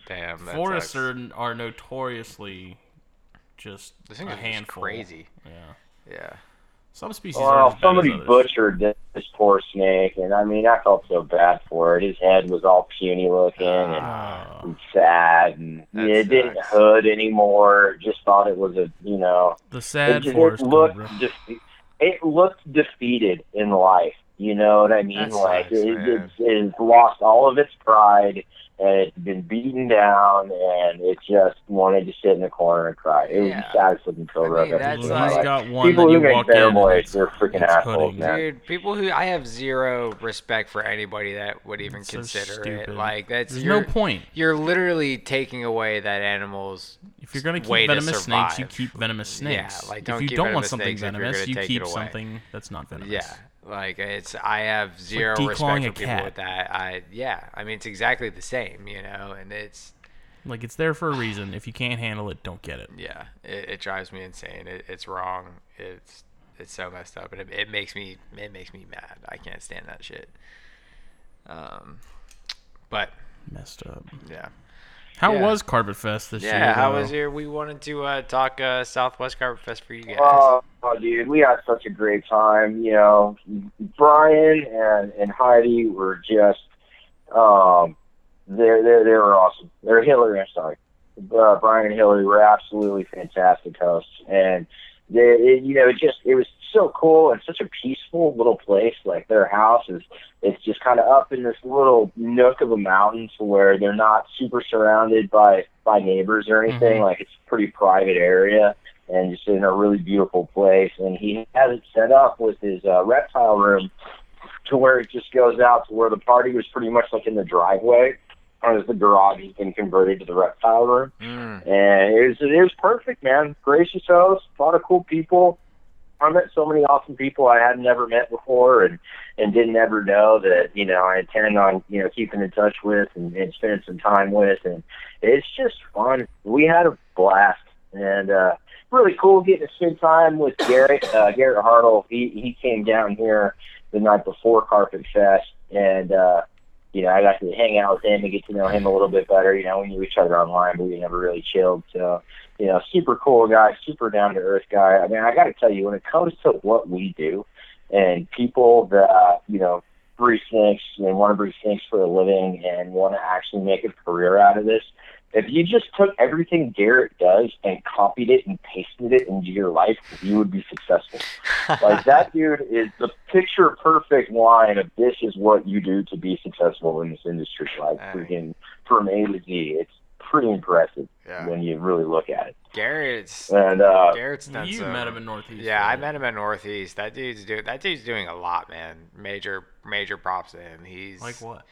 B: damn. that
C: forests
B: sucks.
C: are, are notoriously just
B: This thing
C: a
B: is just
C: handful.
B: crazy.
C: Yeah.
B: Yeah,
C: Some species are
E: Well,
C: as bad
E: somebody
C: as others.
E: butchered this, this poor snake, and I mean, I felt so bad for it. His head was all puny looking and,
C: Ah.
E: and sad, and
B: That
E: it didn't
B: sucks.
E: hood anymore. Just thought it was a, you know,
C: the
E: it,
C: sad
E: just, it
C: forest
E: looked
C: cobra.
E: defe- it looked defeated in life. You know what I mean?
B: That
E: like
B: sucks,
E: it,
B: man.
E: it's, it's lost all of its pride, and it's been beaten down, and it just wanted to sit in the corner and cry. It was
B: Yeah.
E: the saddest looking
B: I
E: cobra I
B: mean,
E: have ever
B: that's
E: seen
C: He's
E: in my
B: like-
E: life.
C: got one
E: People
C: that
E: who
C: you
E: make
C: walk in and
E: fanboys,
C: it's-
E: they're freaking
C: it's
E: assholes,
C: hooding.
E: man.
B: dude. People who I have zero respect for anybody that would even
C: It's so
B: consider it.
C: stupid.
B: Like that's
C: There's
B: your.
C: no point.
B: You're literally taking away that animal's
C: If you're gonna keep
B: way to
C: venomous snakes, you
B: survive.
C: keep venomous
B: Yeah,
C: snakes.
B: like, don't
C: if
B: keep
C: you don't want
B: venomous
C: something
B: snakes if you're
C: venomous,
B: gonna
C: you
B: take it
C: keep
B: away.
C: something that's not venomous.
B: Yeah, like it's I have zero
C: declawing
B: respect
C: a
B: for people
C: cat.
B: with that. I yeah, I mean it's exactly the same, you know, and it's
C: Like it's there for a reason. If you can't handle it, don't get it.
B: Yeah, it, it drives me insane. It, it's wrong. It's it's so messed up, and it, it makes me it makes me mad. I can't stand that shit. Um, but
C: Messed up.
B: yeah,
C: How
B: Yeah.
C: was Carpet Fest this year?
B: yeah. How
C: though?
B: was your? We wanted to uh, talk uh, Southwest Carpet Fest for you guys.
E: Oh, oh, dude, we had such a great time. You know, Brian and and Heidi were just um, they're they are they were awesome. They're Hillary, I'm sorry. Uh, Brian and Hillary were absolutely fantastic hosts, and they, it, you know, it just it was so cool and such a peaceful little place. Like their house is, it's just kind of up in this little nook of a mountain to where they're not super surrounded by by neighbors or anything.
C: Mhm.
E: Like it's a pretty private area and just in a really beautiful place. And he had it set up with his uh, reptile room to where it just goes out to where the party was pretty much like in the driveway. As the garage has been converted to the reptile room,
B: Mm.
E: and it was it was perfect, man. Gracious host, a lot of cool people. I met so many awesome people I had never met before, and and didn't ever know that you know I intend on you know keeping in touch with and, and spending some time with, and it's just fun. We had a blast, and uh, really cool getting to spend time with Garrett uh, Garrett Hartle. He he came down here the night before Carpet Fest, and uh, you know, I got to hang out with him and get to know him a little bit better. You know, we knew each other online, but we never really chilled. So, you know, super cool guy, super down to earth guy. I mean, I got to tell you, when it comes to what we do and people that, you know, brew snakes and want to brew snakes for a living and want to actually make a career out of this, if you just took everything Garrett does and copied it and pasted it into your life, you would be successful. Like that dude is the picture perfect line of this is what you do to be successful in this industry. Like
B: Aye.
E: freaking from A to Z, it's pretty impressive
B: <laughs> yeah,
E: when you really look at it.
B: Garrett's
E: And uh,
B: Garrett's done
C: You
B: so-
C: met him in Northeast.
B: Yeah, I
C: right?
B: met him at Northeast. That dude's doing that dude's doing a lot, man. Major major props to him. He's
C: Like what?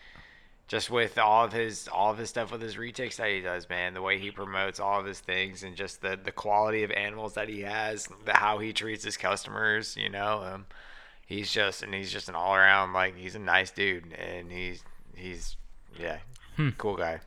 B: just with all of his all of his stuff with his retakes that he does, man. The way he promotes all of his things and just the the quality of animals that he has, the how he treats his customers, you know. Um, he's just and he's just an all around like he's a nice dude and he's he's yeah,
C: Hmm.
B: cool guy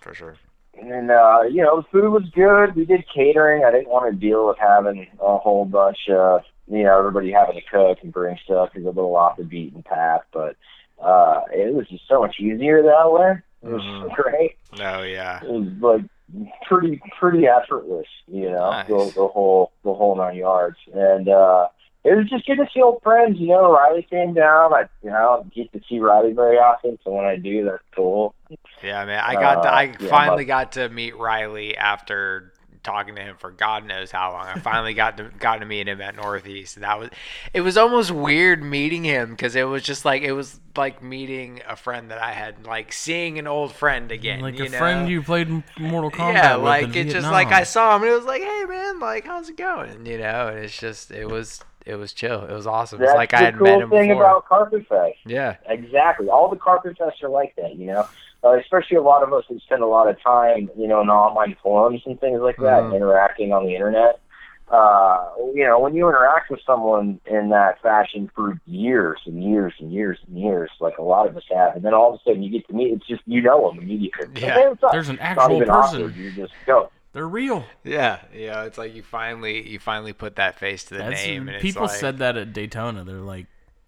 B: for sure.
E: and uh, you know, the food was good. We did catering. I didn't want to deal with having a whole bunch of you know everybody having to cook and bring stuff is a little off the beaten path. But uh, it was just so much easier that way. It was
B: Mhm.
E: <laughs> great.
B: No, yeah,
E: It was like pretty pretty effortless, you know,
B: Nice.
E: the, the whole the whole nine yards. And uh it was just good to see old friends, you know. Riley came down. I you know I don't get to see Riley very often, so when I do, that's cool.
B: yeah, man. I got to,
E: Uh,
B: I
E: yeah,
B: finally
E: but-
B: got to meet Riley after talking to him for God knows how long. I finally got to got to meet him at Northeast, and that was it was almost weird meeting him because it was just like it was like meeting a friend that I had like seeing an old friend again,
C: like
B: you
C: a
B: know?
C: friend you played M- Mortal Kombat
B: yeah,
C: with
B: like
C: in
B: it's just
C: Vietnam.
B: like I saw him and it was like, hey man, like how's it going, you know? And it's just it was it was chill, it was awesome. It's
E: That's
B: like
E: the
B: I had
E: cool
B: met him
E: thing
B: before.
E: about Carpet Fest.
B: yeah,
E: Exactly. All the carpet fests are like that, you know. Uh, especially a lot of us that spend a lot of time, you know, in online forums and things like that,
C: Mm-hmm.
B: Mhm.
E: interacting on the internet. Uh, you know, when you interact with someone in that fashion for years and years and years and years, like a lot of us have, and then all of a sudden you get to meet, it's just you know them immediately. It's like,
B: Yeah.
E: "Hey, what's up?"
C: There's an
E: It's not
C: actual
E: even
C: person.
E: awkward. You just go.
C: They're real.
B: yeah, yeah. It's like you finally you finally put that face to the
C: That's,
B: name. And
C: people
B: it's like,
C: said that at Daytona. They're like,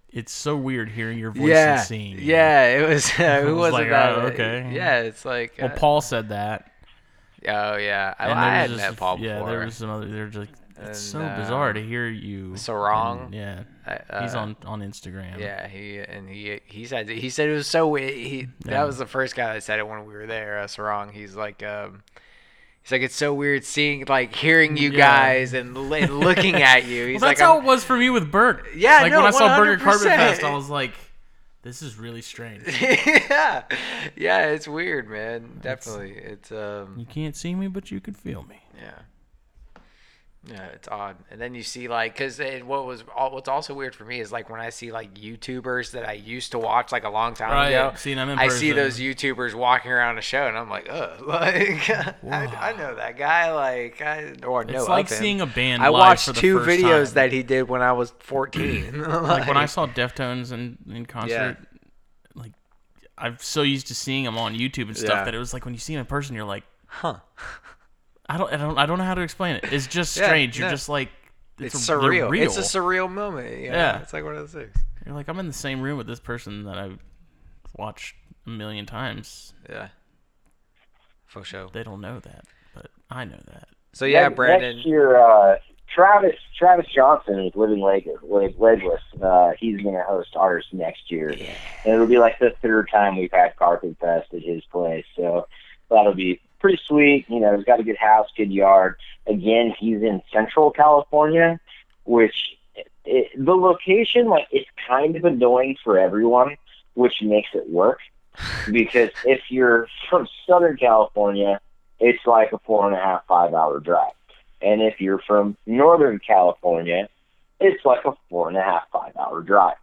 C: it's so weird hearing your voice and seeing. you."
B: Yeah, it
C: <laughs>
B: was. <laughs> Uh, who was
C: was like,
B: it that?
C: oh, okay.
B: Yeah, it's like.
C: Well,
B: uh,
C: Paul said that.
B: oh yeah, I,
C: and
B: I
C: there was
B: had
C: just
B: met
C: a-
B: Paul before.
C: Yeah, there was some other. They're just. It's so
B: And,
C: bizarre
B: um,
C: to hear you.
B: Sarong.
C: and- yeah,
B: I- uh,
C: he's on on Instagram. <laughs>
B: Yeah, he and he he said he said it was so weird. He
C: Yeah.
B: that was the first guy that said it when we were there. Uh, Sarong. He's like um. He's like it's so weird seeing like hearing you
C: Yeah.
B: guys and, l- and looking at
C: <laughs>
B: you. He's
C: well,
B: like
C: that's how
B: I'm-
C: it was for me with Bert.
B: Yeah,
C: like
B: no,
C: when I saw Burger Carpet
B: 100%.
C: Fest, I was like, this is really strange.
B: <laughs> yeah, yeah, it's weird, man. Definitely, it's um.
C: You can't see me, but you can feel me.
B: Yeah. Yeah, it's odd. And then you see like, cause it, what was all, what's also weird for me is like when I see like YouTubers that I used to watch like a long time
C: Right,
B: ago.
C: seen them in
B: I see
C: person.
B: those YouTubers walking around a show, and I'm like, ugh, <laughs> like I, I know that guy, like I or no.
C: It's like seeing a band.
B: I
C: live
B: watched
C: for the
B: two
C: first
B: videos
C: time.
B: that he did when I was 14.
C: <clears throat>
B: <laughs>
C: like when I saw Deftones in in concert, like I'm so used to seeing them on YouTube and stuff
B: Yeah.
C: that it was like when you see them in person, you're like,
B: Huh.
C: I don't, I don't, I don't know how to explain it. It's just
B: Yeah,
C: strange.
B: no.
C: You're just like,
B: It's,
C: a- they're
B: surreal. It's a
C: real.
B: surreal moment. Yeah.
C: Yeah.
B: It's like one of those things.
C: You're like, I'm in the same room with this person that I've watched a million times.
B: Yeah. For sure.
C: They don't know that, but I know that.
B: So yeah,
E: next,
B: Brandon.
E: Next year, uh, Travis Travis Johnson is living leg leg legless. Uh, he's going to host ours next year, and it'll be like the third time we've had Carpet Fest at his place. So that'll be pretty sweet. You know, he's got a good house, good yard. Again, he's in Central California, which it, the location like it's kind of annoying for everyone, which makes it work. because if you're from Southern California, it's like a four and a half, five hour drive. And if you're from Northern California, it's like a four and a half, five hour drive.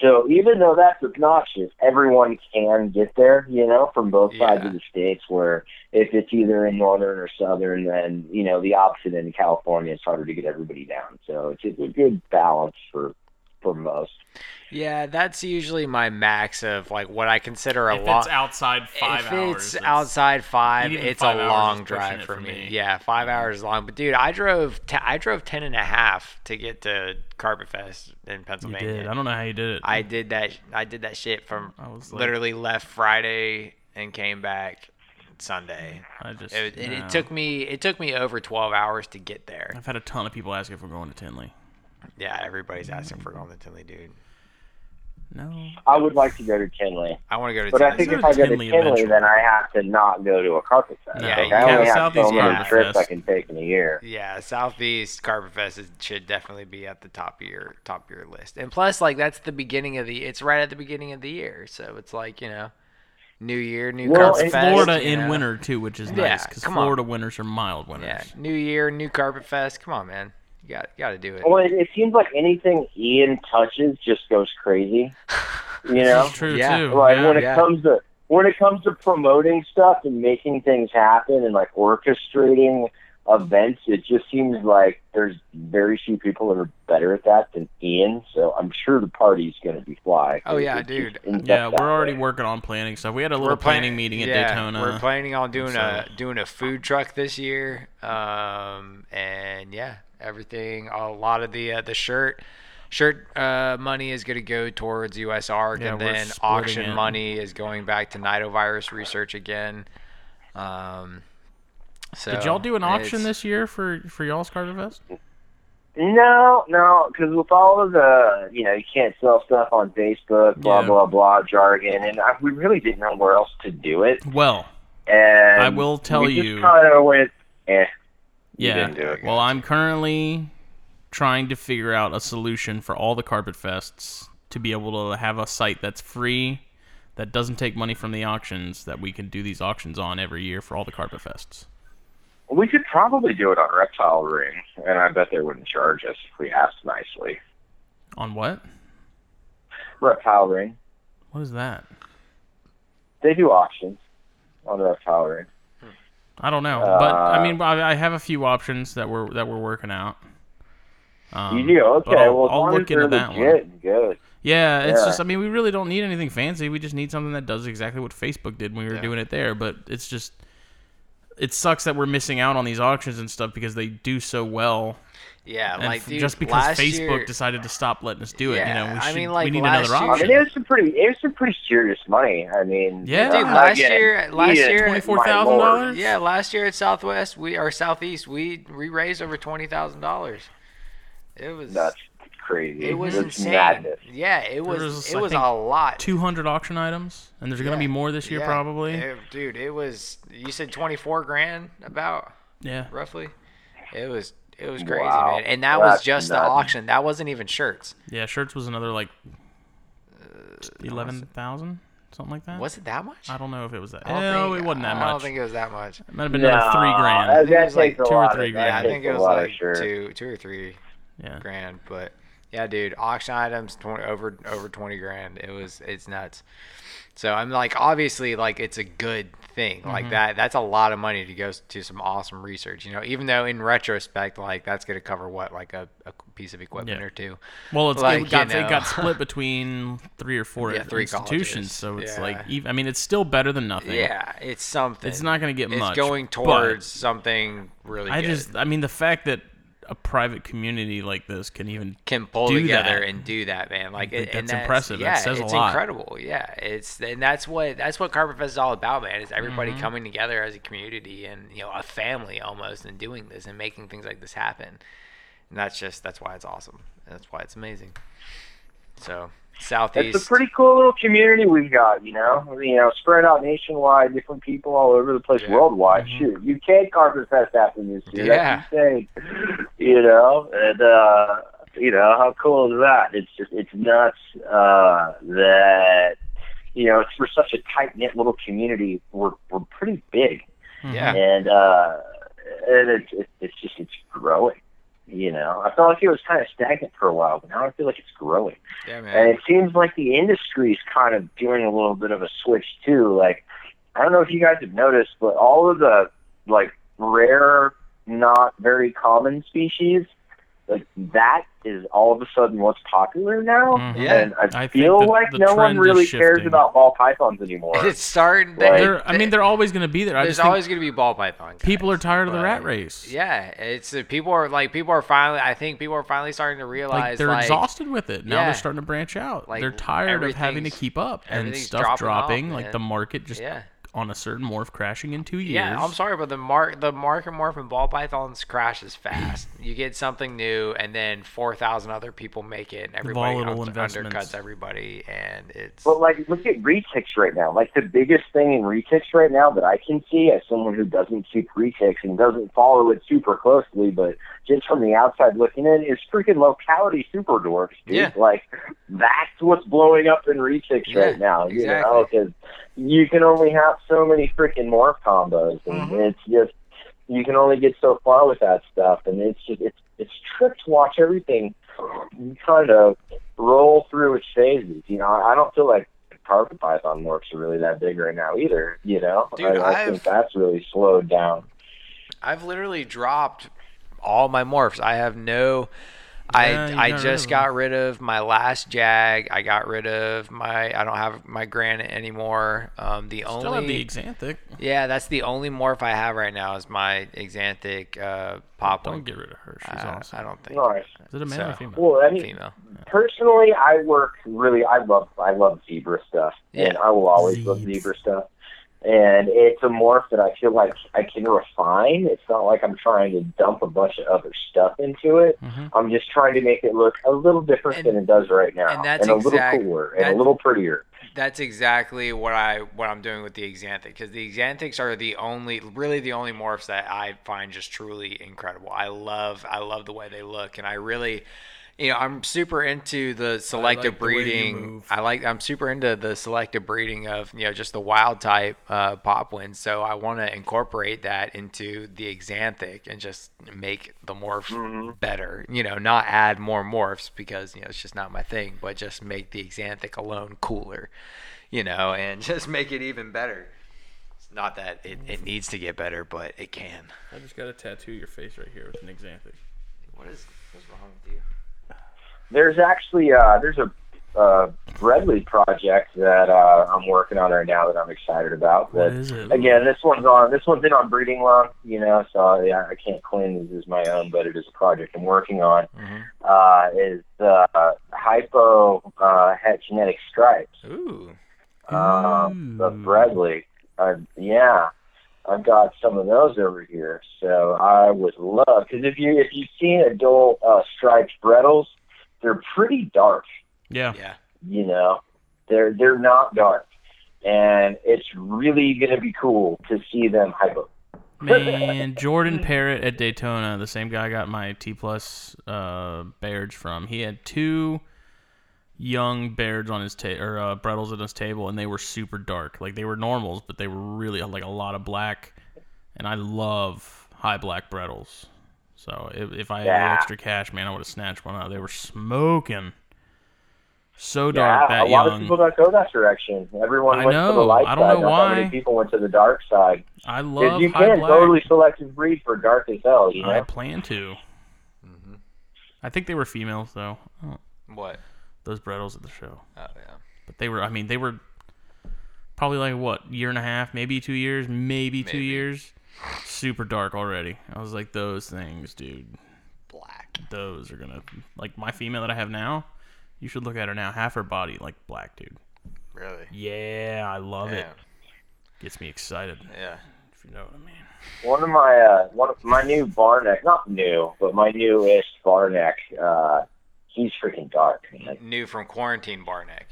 E: So even though that's obnoxious, everyone can get there, you know, from both sides
B: Yeah.
E: of the states where if it's either in Northern or Southern, then, you know, the opposite in California, it's harder to get everybody down. So it's a, a good balance for, for most.
B: Yeah, that's usually my max of like what I consider a
C: if
B: long.
C: it's outside five
B: if
C: hours,
B: it's
C: that's-
B: outside five,
C: even
B: it's
C: five
B: a
C: hours
B: long
C: is pushing
B: drive
C: it
B: for
C: for
B: me.
C: me. Mm-hmm.
B: Yeah, five hours is long. But dude, I drove te- I drove ten and a half to get to Carpet Fest in
C: you
B: Pennsylvania.
C: did. I don't know how you did it.
B: I did that. I did that shit from
C: I was like-
B: literally left Friday and came back Sunday.
C: I just
B: It, and
C: no.
B: it took me. It took me over twelve hours to get there.
C: I've had a ton of people ask if we're going to Tinley.
B: Yeah, everybody's asking
C: Mm-hmm.
B: for going to Tinley, dude.
C: No,
E: I would like to go to Tinley,
B: I want to go to.
E: but
B: Tinley.
E: I think
C: go
E: if
C: to
E: I go to
C: Tinley
E: Tinley,
C: eventually.
E: then I have to not go to a carpet fest.
C: No,
E: Like,
B: you
E: I
B: can't.
E: only have
C: Southeast
E: so many
C: Carpet
E: trips I
C: Fest.
E: can take in a year.
B: Yeah, Southeast Carpet Fest is, should definitely be at the top of your top of your list. And plus, like that's the beginning of the. It's right at the beginning of the year, so it's like you know, New Year, New
E: Well,
B: Carpet
E: and
B: Fest.
C: Florida
B: you
C: in
B: know?
C: winter too, which is
B: Yeah,
C: nice because
B: come on.
C: Florida winters are mild winters.
B: Yeah, New Year, New Carpet Fest. Come on, man, you got got to do it.
E: Well, it, it seems like anything Ian touches just goes crazy. You know,
C: It's true
B: Yeah.
C: too.
E: like
C: yeah.
E: when it
B: yeah.
E: comes to when it comes to promoting stuff and making things happen and like orchestrating events, it just seems like there's very few people that are better at that than Ian. So I'm sure the party's going to be fly.
B: Oh, yeah,
E: It's just
B: dude.
E: in-depth
C: Yeah,
E: that
C: we're already
E: way.
C: working on planning stuff. We had a little
B: We're plan-
C: planning meeting at
B: yeah,
C: Daytona.
B: We're planning on doing a
C: so-
B: doing a food truck this year, um, and yeah, everything. A lot of the uh, the shirt shirt uh, money is going to go towards US ARC,
C: Yeah,
B: and
C: we're
B: then
C: splitting
B: auction
C: it.
B: money is going back to nitovirus research again. Um, so
C: Did y'all do an auction
B: it's-
C: this year for for y'all's Carter Fest?
E: No, no, because with all of the, you know, you can't sell stuff on Facebook, blah
C: Yeah.
E: blah blah jargon, and I, we really didn't know where else to do it.
C: Well,
E: And
C: I will tell
E: we
C: you-
E: just kind of went, eh. we
C: yeah.
E: didn't do it.
C: Well, I'm currently trying to figure out a solution for all the carpet fests to be able to have a site that's free, that doesn't take money from the auctions, that we can do these auctions on every year for all the carpet fests.
E: We could probably do it on Reptile Ring, and I bet they wouldn't charge us if we asked nicely.
C: On what?
E: Reptile Ring,
C: What is that?
E: they do auctions on Reptile Ring.
C: I don't know, but I
E: Uh,
C: mean, I, I have a few options that we're that we're working out. Um,
E: you do okay.
C: but I'll,
E: well, as
C: I'll
E: long
C: look
E: as they're
C: into that
E: legit
C: one.
E: and good.
C: Yeah, it's
E: Yeah.
C: just I mean we really don't need anything fancy. We just need something that does exactly what Facebook did when we were
B: Yeah.
C: doing it there. But it's just it sucks that we're missing out on these auctions and stuff because they do so well.
B: Yeah,
C: And
B: like
C: f-
B: dude,
C: just because
B: last
C: Facebook
B: year-
C: decided to stop letting us do it,
B: Yeah,
C: you know, we,
B: I
C: should,
B: mean, like,
C: we need
B: last
C: another
B: year-
E: I
C: option.
E: mean, it was some pretty, it was some pretty serious money. I mean,
C: Yeah,
E: I'm
C: dude,
E: not
B: last
E: getting-
B: year- last
E: yeah,
B: year-
E: my
C: $24,000?
E: lord.
B: Yeah, last year at Southwest, we or Southeast, we we raised over twenty thousand dollars. It was
E: That's crazy.
B: it was
E: That's
B: insane.
E: madness.
B: Yeah, it was
C: was,
B: it
C: I
B: was
C: think,
B: a lot.
C: Two hundred auction items, and there's gonna
B: Yeah,
C: be more this year
B: yeah.
C: probably.
B: It- dude, it was you said twenty four grand about
C: yeah,
B: roughly. It was it was crazy,
E: Wow,
B: man. And that was
E: that's
B: just the
E: nuts.
B: auction. That wasn't even shirts.
C: yeah. Shirts was another like
B: Uh,
C: eleven thousand, something like that.
B: Was it that much?
C: I don't know if it was that.
B: don't
C: No,
B: think-
C: it wasn't that
B: I don't
C: much.
B: think it was that much.
C: Might have been another three
E: No,
C: grand.
E: That,
B: think it
E: that
B: was like
E: takes a
C: two or
E: lot of-
C: three
E: that
C: grand.
B: Yeah, I
E: takes
B: think
E: a
B: it was
E: lot of
B: like
E: sure.
B: two two or three
C: yeah.
B: grand, but Yeah, dude. Auction items 20, over over twenty grand. It was it's nuts. So I'm like, obviously, like it's a good thing.
C: Mm-hmm.
B: Like that, that's a lot of money to go s- to some awesome research. You know, even though in retrospect, like that's gonna cover what like a, a piece of equipment
C: Yeah.
B: or two.
C: Well, it's,
B: Like, you
C: it, got,
B: know.
C: it got split between three or four
B: <laughs> Yeah, three colleges.
C: institutions, so it's
B: Yeah.
C: like even, I mean, it's still better than nothing.
B: Yeah, it's something.
C: it's not going to get
B: It's
C: much.
B: going
C: but
B: towards something really.
C: I
B: good.
C: just, I mean, the fact that a private community like this can even
B: can pull
C: do
B: together
C: that.
B: and do that, man. Like,
C: think
B: it- and
C: that's impressive. That
B: Yeah,
C: says a
B: it's
C: lot.
B: incredible. Yeah, it's and that's what that's what Carpet Fest is all about, man. Is everybody
C: Mm-hmm.
B: coming together as a community and you know a family almost and doing this and making things like this happen. And that's just that's why it's awesome. And that's why it's amazing. So southeast.
E: It's a pretty cool little community we've got, you know. You know, spread out nationwide, different people all over the place,
B: Yeah. Mm-hmm.
E: worldwide. Shoot, you can't carpet fest happen this year.
B: Yeah.
E: That's insane. You know, and uh, you know how cool is that? It's just it's nuts uh, that you know it's for such a tight knit little community. We're we're pretty big,
C: Mm-hmm.
B: yeah.
E: and uh, and it's it's it's just it's growing. You know, I felt like it was kind of stagnant for a while, but now I feel like it's growing.
B: Yeah,
E: And
B: man.
E: it seems like the industry's kind of doing a little bit of a switch too. Like I don't know if you guys have noticed, but all of the like rare, not very common species, like that is all of a sudden what's popular now.
C: Mhm.
B: Yeah.
E: And I,
C: I think
E: feel
C: the-
E: like
C: the
E: no one
C: trend is
E: really cares
C: shifting.
E: about ball pythons anymore.
B: <laughs>
C: <laughs>
B: It's starting.
E: Right.
B: They,
C: They're, I mean, they're always going to be there. I
B: there's
C: just think
B: always going to be ball python.
C: people are
B: guys,
C: tired of the rat
B: but-
C: race.
B: Yeah, it's uh, people are like people are finally. I think people are finally starting to realize
C: like they're exhausted with it. Now
B: yeah.
C: they're starting to branch out.
B: Like,
C: they're tired of having to
B: everything's-
C: keep up and
B: everything's
C: stuff
B: dropping
C: dropping,
B: off, man.
C: like the market just
B: Yeah.
C: on a certain morph crashing in two years.
B: Yeah, I'm sorry, but the mark the market morph and ball pythons crashes
C: <clears throat>
B: fast. you get something new, and then four thousand other people make it, and everybody
C: Volatile
B: un-
C: investments.
B: undercuts everybody, and it's
E: But like, look at retics right now. Like the biggest thing in retics right now that I can see as someone who doesn't keep retics and doesn't follow it super closely, but just from the outside looking in, is freaking locality super dwarfs, dude.
B: Yeah.
E: Like that's what's blowing up in retics
B: Yeah,
E: right now. You
B: exactly.
E: know, because you can only have so many freaking morph combos, and
B: Mhm.
E: it's just you can only get so far with that stuff, and it's just it's it's trick to watch everything kind of roll through its phases. You know, I don't feel like carpet python morphs are really that big right now either. You know,
B: Dude,
E: I, I
B: I've-
E: think that's really slowed down.
B: I've literally dropped all my morphs. I have no. I
C: Yeah, you
B: I
C: got rid
B: just
C: of them.
B: got rid of my last jag. I got rid of my. I don't have my granite anymore. Um, the
C: Still
B: only
C: have the Xanthic.
B: yeah, that's the only morph I have right now is my Xanthic uh, pop
C: Don't get rid of her. She's awesome.
B: I don't think
E: All right.
C: Is it a man or
B: so-
C: female?
E: Well, I mean,
B: female.
E: personally, I work really. I love I love zebra stuff, and
B: Yeah.
E: I will always love
C: Zebes.
E: zebra stuff. And it's a morph that I feel like I can refine. It's not like I'm trying to dump a bunch of other stuff into it.
C: Mhm.
E: I'm just trying to make it look a little different
B: Mm-hmm. And-
E: than it does right now,
B: and that's
E: a
B: exact-
E: little cooler and
B: that-
E: a little prettier.
B: That's exactly what I what I'm doing with the Xanthic because the Xanthics are the only really the only morphs that I find just truly incredible. I love I love the way they look and I really you know I'm super into the selective
D: like the way you
B: breeding.
D: move.
B: I like I'm super into the selective breeding of you know just the wild type uh, popwin. So I want to incorporate that into the Xanthic and just make the morph
D: Mm-hmm.
B: better. You know, not add more morphs because you know it's just not my thing, but just make the Xanthic alone cooler. You know, and <laughs> just make it even better. It's not that it, it needs to get better, but it can.
C: I just got to tattoo your face right here with an Xanthic.
B: What is what's wrong with you?
E: There's actually uh, there's a uh, Bradley project that uh, I'm working on right now that I'm excited about.
C: What
E: That
C: is it?
E: again, this one's on this one's in on breeding loan, you know, so yeah, I can't claim this is my own, but it is a project I'm working on.
C: Mm-hmm.
B: Mhm.
E: Uh, is uh, hypo uh, het genetic stripes
B: Ooh,
E: um,
C: Ooh.
E: of Bradley. Uh, yeah, I've got some of those over here, so I would love because if you if you've seen adult uh, striped brettles, they're pretty dark
C: Yeah.
B: yeah,
E: you know they're they're not dark and it's really going to be cool to see them hypo
C: Man,
E: <laughs>
C: Jordan Parrott at Daytona, the same guy I got my T plus uh Bairds from. He had two young Bairds on his table or uh, Brettles on his table, and they were super dark. Like they were normals, but they were really like a lot of black. And I love high black Brettles. So if, if I had
E: Yeah.
C: extra cash, man, I would have snatched one out. They were smoking. So dark
E: Yeah, a
C: that
E: lot
C: young.
E: of people don't go that direction. Everyone
C: I
E: went to
C: know.
E: the light
C: I don't
E: side.
C: know
E: How
C: why.
E: many people went to the dark side?
C: I
E: 'Cause
C: love
E: you
C: high
E: can
C: black.
E: totally selective breed for dark as hell. You know,
C: I plan to. I think they were females though. Oh,
B: What?
C: those brettles at the show,
B: Oh yeah.
C: but they were. I mean, they were probably like what year and a half, maybe two years, maybe, two
B: Maybe.
C: years. Super dark already. I was like, those things, dude.
B: Black.
C: Those are gonna like my female that I have now. You should look at her now. Half her body like black, dude.
B: Really?
C: Yeah, I love it.
B: Yeah.
C: Gets me excited.
B: Yeah.
C: If you know what I mean.
E: One of my uh, one of my new Barneck, not new, but my newish Barneck, uh, he's freaking dark. man.
B: New from quarantine Barnick.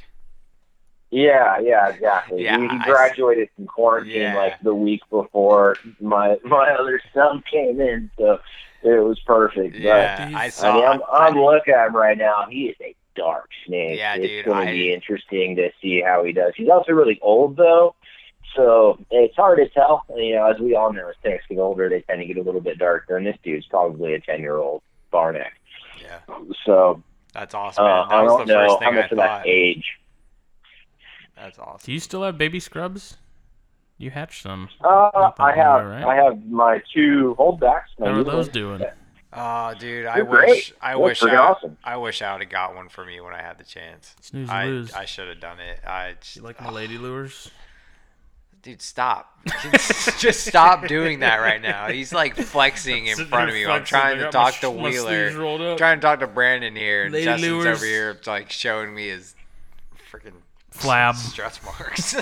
E: Yeah, yeah, exactly.
B: Yeah,
E: he, he
B: I-
E: graduated from quarantine
B: Yeah.
E: like the week before my my other son came in, so it was perfect.
B: Yeah,
C: he's-
B: I
E: But I mean,
B: saw.
E: I'm, I'm looking at him right now. He is a dark snake.
B: Yeah,
E: it's
B: dude,
E: going
B: I-
E: to be interesting to see how he does. He's also really old though, so it's hard to tell. You know, as we all know, as things get older, they tend to get a little bit darker. And this dude's probably a ten year old Barnack.
B: yeah,
E: So
B: that's awesome.
E: uh,
B: Man. That
E: I
B: was the
E: don't
B: first
E: know how
B: thing I
E: much of
B: thought.
E: that's age.
B: That's awesome.
C: Do you still have baby scrubs? You hatched some.
E: Uh,
C: Not that
E: I
C: long
E: have
C: ago, right?
E: I have my two holdbacks. My
C: How are
E: youth
C: those
E: ones.
C: doing?
B: Oh, dude, I
E: They're
B: wish.
E: great.
B: I
E: They're
B: wish.
E: freaking
B: I,
E: awesome.
B: I wish I would have got one for me when I had the chance.
C: Snooze you
B: I,
C: lose.
B: I should have done it. I just,
C: you like my lady lures?
B: dude, stop. <laughs> just stop doing that right now. He's like flexing in
C: Sitting
B: front of
C: here
B: me. I'm
C: flexing.
B: trying
C: I
B: to
C: got my
B: talk
C: sh-
B: to
C: my sleeves
B: Wheeler.
C: rolled up.
B: trying to talk to Brandon here, and
C: Lady
B: Justin's
C: lures.
B: over here like showing me his freaking
C: Flab.
B: stretch <laughs> marks.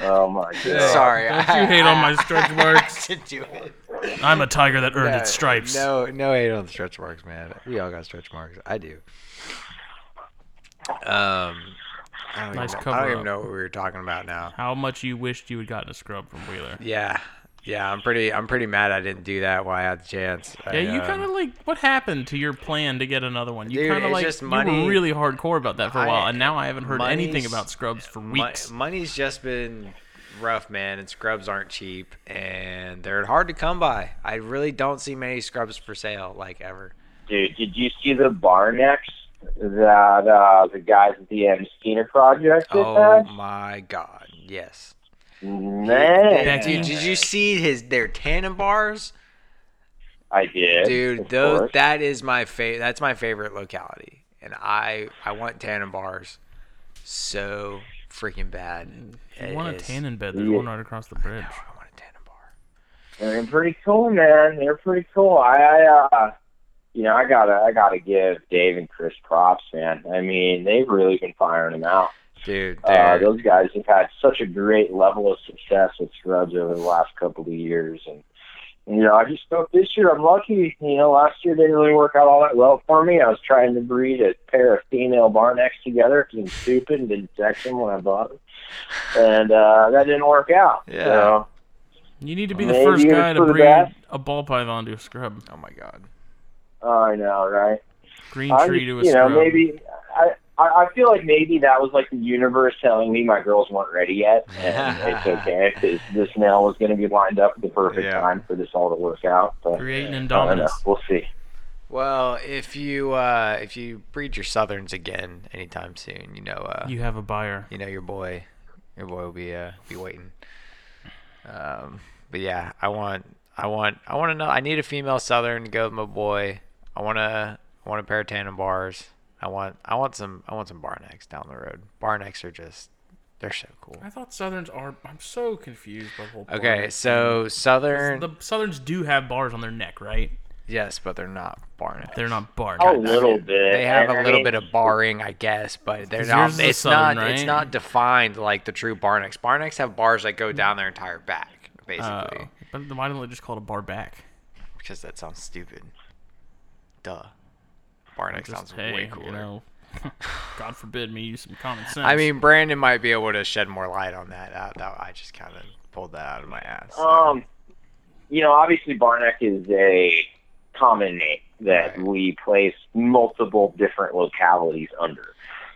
E: Oh my god!
B: Sorry,
C: Don't
B: I,
C: you
B: <laughs>
C: hate
B: I,
C: on my stretch marks?
B: to do it.
C: I'm a tiger that earned its stripes.
B: No, no hate on the stretch marks, man. We all got stretch marks. I do. Um, I don't,
C: Nice
B: even, I
C: cover
B: don't even
C: up.
B: know what we were talking about now.
C: How much you wished you had gotten a scrub from Wheeler?
B: Yeah, yeah. I'm pretty. I'm pretty mad I didn't do that while I um, had the chance.
C: Yeah, you kind of like what happened to your plan to get another one? You
B: Dude,
C: kind of
B: it's
C: like
B: just
C: you
B: money.
C: were really hardcore about that for a while,
B: I-
C: and now I haven't heard anything
B: money's-
C: about scrubs for
B: Mo-
C: weeks.
B: money's just been rough, man, and scrubs aren't cheap, and they're hard to come by. I really don't see many scrubs for sale, like ever.
E: Dude, did you see the Barnecks that uh, the guys at the Amnestina Project did
B: Oh
E: that?
B: my god, yes.
E: Man,
C: Becky,
B: Dude, did you see his their tannin bars?
E: I did,
B: Dude,
E: of
B: those,
E: course.
B: that is my favorite. That's my favorite locality, and I I want tannin bars so freaking bad.
C: You
B: It
C: want a
B: is-
C: tannin bed? There's
E: Yeah.
C: one right across the bridge.
B: I want a tannin bar.
E: They're pretty cool, man. They're pretty cool. I, I uh, you know, I gotta, I gotta give Dave and Chris props, man. I mean, they've really been firing them out.
B: Dude,
E: Uh,
B: they're-
E: those guys have had such a great level of success with Scrubs over the last couple of years, and you know, I just hope this year I'm lucky. You know, last year didn't really work out all that well for me. I was trying to breed a pair of female Barnecks together because I'm stupid and didn't sex them when I bought them, and uh, that didn't work out.
B: Yeah.
E: So,
C: You need to be the
E: Maybe
C: first
E: it's
C: guy to
E: for the
C: breed
E: best.
C: a ball python to a scrub,
B: oh my god.
E: I know, right?
C: green
E: I
C: tree
E: just-
C: to a
E: you know,
C: scrub.
E: maybe I, I I feel like maybe that was like the universe telling me my girls weren't ready yet, and
B: <laughs>
E: it's okay. 'cause This male was going to be lined up at the perfect
B: Yeah.
E: time for this all to work out. But
C: Create an
E: I don't know.
C: indominus.
E: We'll see.
B: Well, if you uh, if you breed your southerns again anytime soon, you know uh, you,
C: You have a buyer.
B: know your boy, your boy will be uh, be waiting. Um, but yeah, I want I want I want to know. I need a female southern to go with my boy. I want to I want a pair of tandem bars. I want I want some I want some barnecks down the road. Barnecks are just they're so cool.
C: I thought southerns are. I'm so confused by the whole.
B: Okay, so southern
C: the southerns do have bars on their neck, right?
B: yes, but they're not barnecks.
C: They're not barred.
E: A little bit.
B: They have
E: and
B: a
E: I
B: little
E: mean,
B: bit of barring, I guess, but they're
C: 'Cause
B: not.
C: yours is a
B: It's
C: southern,
B: not. It's
C: right?
B: not defined like the true Barnecks. Barnecks have bars that go down their entire back, basically,
C: Oh, but then why don't they just call it a bar back?
B: because that sounds stupid. Duh. Barneck
C: Just,
B: sounds
C: hey,
B: way cooler.
C: You know, <laughs> God forbid me use some common sense.
B: I mean, Brandon might be able to shed more light on that. Uh, that I just kind of pulled that out of my ass. so.
E: Um, you know, obviously Barnack is a common name that
B: Right.
E: we place multiple different localities under.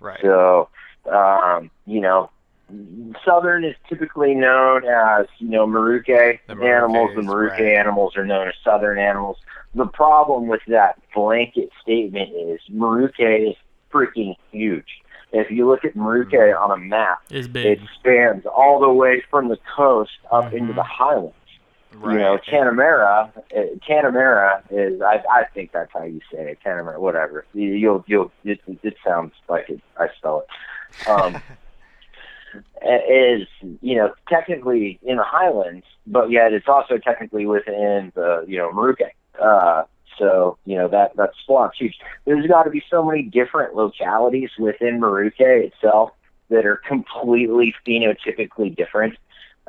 B: right.
E: So, um, you know, Southern is typically known as, you know, Maruke
B: The
E: animals. The
B: Maruques,
E: Maruke
B: right.
E: animals are known as Southern animals. The problem with that blanket statement is Maruke is freaking huge. If you look at Maruke
B: Mm-hmm.
E: on a map,
C: It's
E: it
C: big.
E: spans all the way from the coast up into
B: Mm-hmm.
C: Mhm.
E: the highlands.
B: Right.
E: You know, Tanamera, uh, Tanamera is, I, I think that's how you say it, Tanamera, whatever. You, you'll, you'll, it, it sounds like it, I spell it. Um, eh, is, you know, technically in the highlands, but yet it's also technically within the, you know, Maruke. Uh, so, you know, that, that splot's huge. There's got to be so many different localities within Maruke itself that are completely phenotypically different.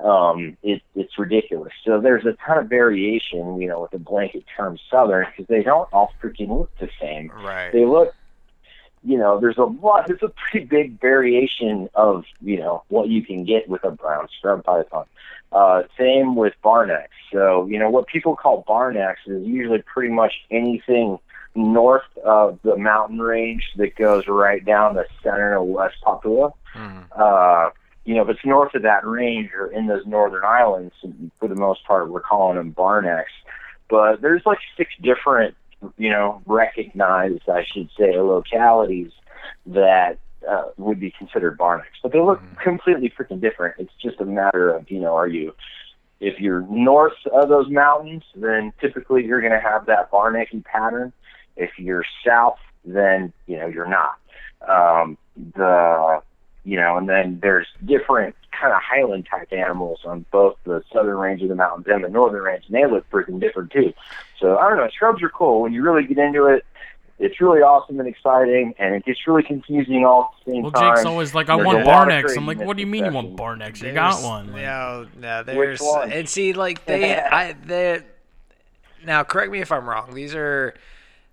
E: Um, it, it's ridiculous. So there's a ton of variation, you know, with the blanket term Southern because they don't all freaking look the same
B: Right.
E: they look you know there's a lot there's a pretty big variation of you know what you can get with a brown scrub python uh, same with barnax so you know what people call barnax is usually pretty much anything north of the mountain range that goes right down the center of west papua
B: Mhm.
E: uh, you know, if it's north of that range or in those northern islands, for the most part, we're calling them barnacks. But there's like six different, you know, recognized, I should say, localities that uh, would be considered barnacks. But they look
B: Mhm.
E: completely freaking different. It's just a matter of, you know, are you. If you're north of those mountains, then typically you're going to have that barnacky pattern. If you're south, then you know you're not. Um, the you know, and then there's different kind of highland type animals on both the southern range of the mountains and the northern range, and they look freaking different too. So I don't know, shrubs are cool when you really get into it. It's really awesome and exciting, and it gets really confusing all at the same
C: Well,
E: time.
C: Jake's always like, I
E: There's
C: want
E: a lot of
C: Barnex. I'm
E: trading
C: like,
E: that's
C: what do you mean you
E: successful.
C: want Barnex? You got
B: There's-
C: one. Like,
B: No, no, there's
E: one?
B: and see like
E: <laughs>
B: they I they now correct me if I'm wrong. These are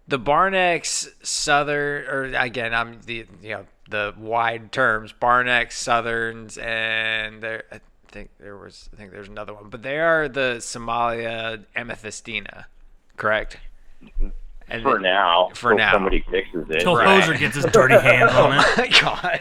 B: the Barnex Southern or again I'm the you know the wide terms Barnex Southerns and there I think there was I think there's another one, but they are the Somalia amethystina, correct? And
E: for
B: then-
E: now,
B: For
E: till
B: now.
E: somebody fixes it.
C: Till
B: Right.
C: Hoser gets his dirty hands on
E: <laughs>
C: it.
B: my <laughs> God.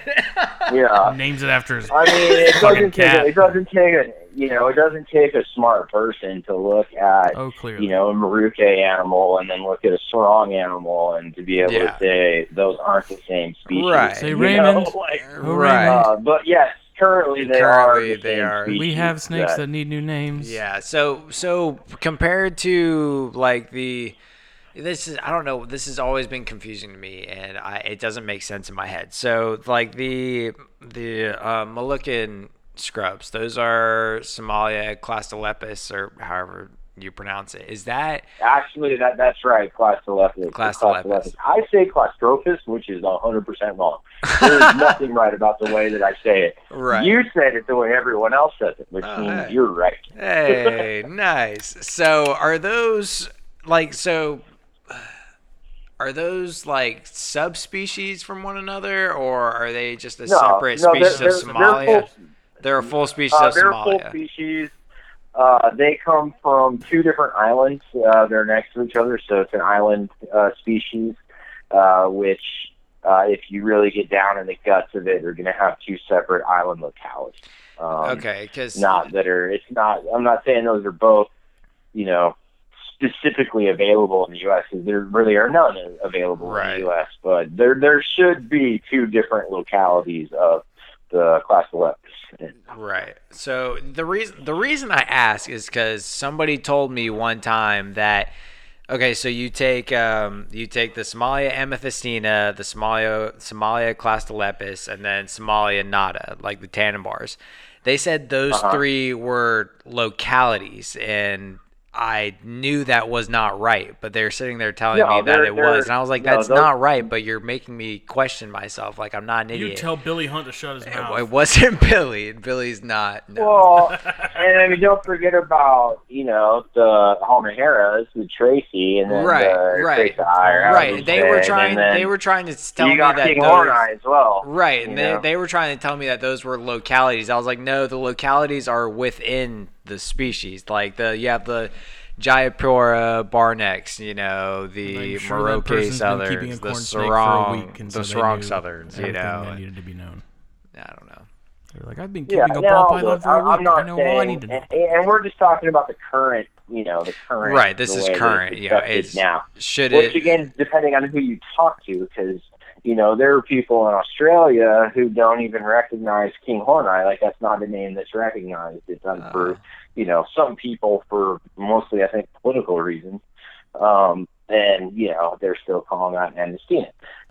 E: Yeah.
C: Names it after his.
E: I mean, it
C: Fucking
E: doesn't take
C: cat.
E: a, it doesn't take a you know it doesn't take a smart person to look at
C: Oh,
E: you
C: clearly.
E: know a Maruke animal and then look at a Sarong animal and to be able
B: Yeah.
E: to say those aren't the same species.
B: Right.
C: Say
E: you
C: Raymond.
E: know, <laughs> like-
C: Oh,
B: right.
E: uh, but yes, currently they
B: Currently
E: are. the
B: they
E: same
B: are.
E: species
C: We have snakes that need new names.
B: Yeah. So so compared to like the this is I don't know this has always been confusing to me and I it doesn't make sense in my head. So like the the uh, Moluccan scrubs those are Somalia Clastolepis or however you pronounce it. Is that
E: Actually, that that's right. Clastolepis.
B: Clastolepis.
E: I say Clastrophis, which is hundred
B: <laughs>
E: percent wrong. There's nothing right about the way that I say it.
B: right?
E: You said it the way everyone else says it, which
B: Oh,
E: means
B: hey.
E: you're right.
B: Hey, nice. So are those like so are those like subspecies from one another or are they just a separate
E: no,
B: species
E: they're,
B: of
E: they're,
B: Somalia?
E: They're full,
B: They're a full species
E: uh,
B: of
E: they're full
B: Somalia.
E: species. Uh, they come from two different islands. Uh, they're next to each other, so it's an island uh, species, uh, which, uh, if you really get down in the guts of it, are going to have two separate island localities. Um,
B: okay, because
E: Not that are. It's not. I'm not saying those are both. You know, specifically available in the U.S. 'cause there really are none available
B: Right.
E: in the U.S. But there there should be two different localities of the class of lepus.
B: Right. So the reason the reason I ask is because somebody told me one time that okay, so you take um, you take the Somalia amethystina, the Somalia Somalia clastolepis, and then Somalia nata, like the tannin bars. They said those
E: Uh-huh.
B: three were localities, and I knew that was not right. But they're sitting there telling
E: No,
B: me that
E: they're-
B: it was,
E: they're-
B: and I was like,
E: no,
B: "That's
E: those-
B: not right." But you're making me question myself. Like I'm not an idiot.
C: You tell Billy Hunt to shut his
B: It- It
C: mouth.
B: wasn't <laughs> Billy. Billy's not. No.
E: Well,
B: <laughs>
E: and I mean, don't forget about you know the Homer Harris with Tracy and then
B: Right,
E: the
B: right,
E: Trace Iyer,
B: right. They were trying.
E: And then
B: They were trying to tell
E: you
B: me
E: got
B: that
E: King
B: those.
E: Horn Eye as well.
B: Right,
E: you
B: and they,
E: know.
B: they were trying to tell me that those were localities. I was like, no, the localities are within the species. Like the you have the Jayapura barnex, you know, the
C: I'm sure that
B: Maroke
C: person's been keeping a
B: southerns, the
C: corn snake for a
B: sarong,
C: week, and
B: the
C: so they
B: sarong
C: knew
B: southerns, you
C: everything
B: know.
C: that needed to be known.
B: I don't know.
C: They're like, I've been keeping
E: Yeah,
C: a
E: no,
C: ball python
E: look,
C: for a
E: I- I'm
C: week. I
E: not
C: know all I
E: saying,
C: need to know.
E: and, and we're just talking about the current, you know, the current.
B: Right, this
E: the
B: is
E: way that
B: current,
E: it's
B: yeah,
E: accepted
B: it's-
E: now.
B: Should
E: Which
B: it?
E: again, depending on who you talk to, because you know there are people in Australia who don't even recognize King Horneye. Like that's not a name that's recognized. It's done
B: Uh,
E: for you know some people for mostly I think political reasons. Um, and you know they're still calling that Amnestina.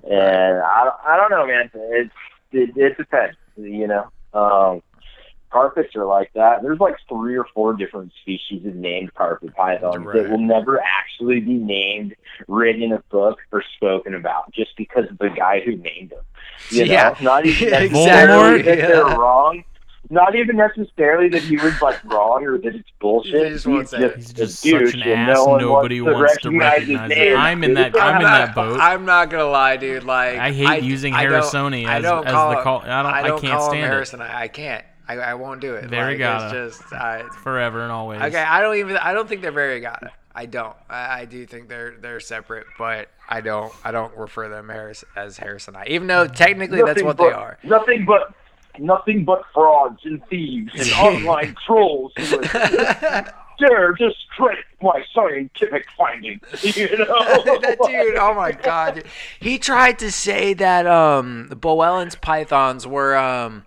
E: And I don't- I don't know, man. It's it, it depends. You know, um, carpets are like that. There's like three or four different species of named carpet pythons
B: Right.
E: that will never actually be named, written in a book, or spoken about, just because of the guy who named them. You know?
B: Yeah.
E: not
B: <laughs>
E: even
B: Yeah,
E: necessarily
B: exactly.
E: that they're
B: Yeah.
E: wrong. Not even necessarily that he was like wrong or that it's
B: They
E: bullshit.
B: just won't say it.
C: He's
E: a
C: just
E: douche
C: such an
E: and
C: ass.
E: no one
C: Nobody wants, to recognize,
E: his
C: it.
E: name.
C: I'm in that. I'm in that boat.
E: <laughs>
C: I,
B: I'm not gonna lie, dude. Like
C: hate using
B: I don't-
C: Harrisoni
B: I
C: as,
B: don't
C: as
B: call
C: the
B: him-
C: call. I don't. I,
B: I don't
C: can't
B: call him
C: stand it
B: Harrison. I, I can't. I, I won't do it.
C: Very
B: like,
C: gotta.
B: It's just
C: <laughs>
B: I,
C: forever and always.
B: okay. I don't even. I don't think they're variegata. I don't. I, I do think they're they're separate, but I don't. I don't refer them Harris as Harrison. I even though technically that's what
E: but,
B: they are. <laughs>
E: Nothing but nothing but frauds and thieves
B: <laughs>
E: and online trolls who would dare discredit my scientific findings. <laughs> You know,
B: <laughs> that dude, oh my god. He tried to say that um Boellen's pythons were um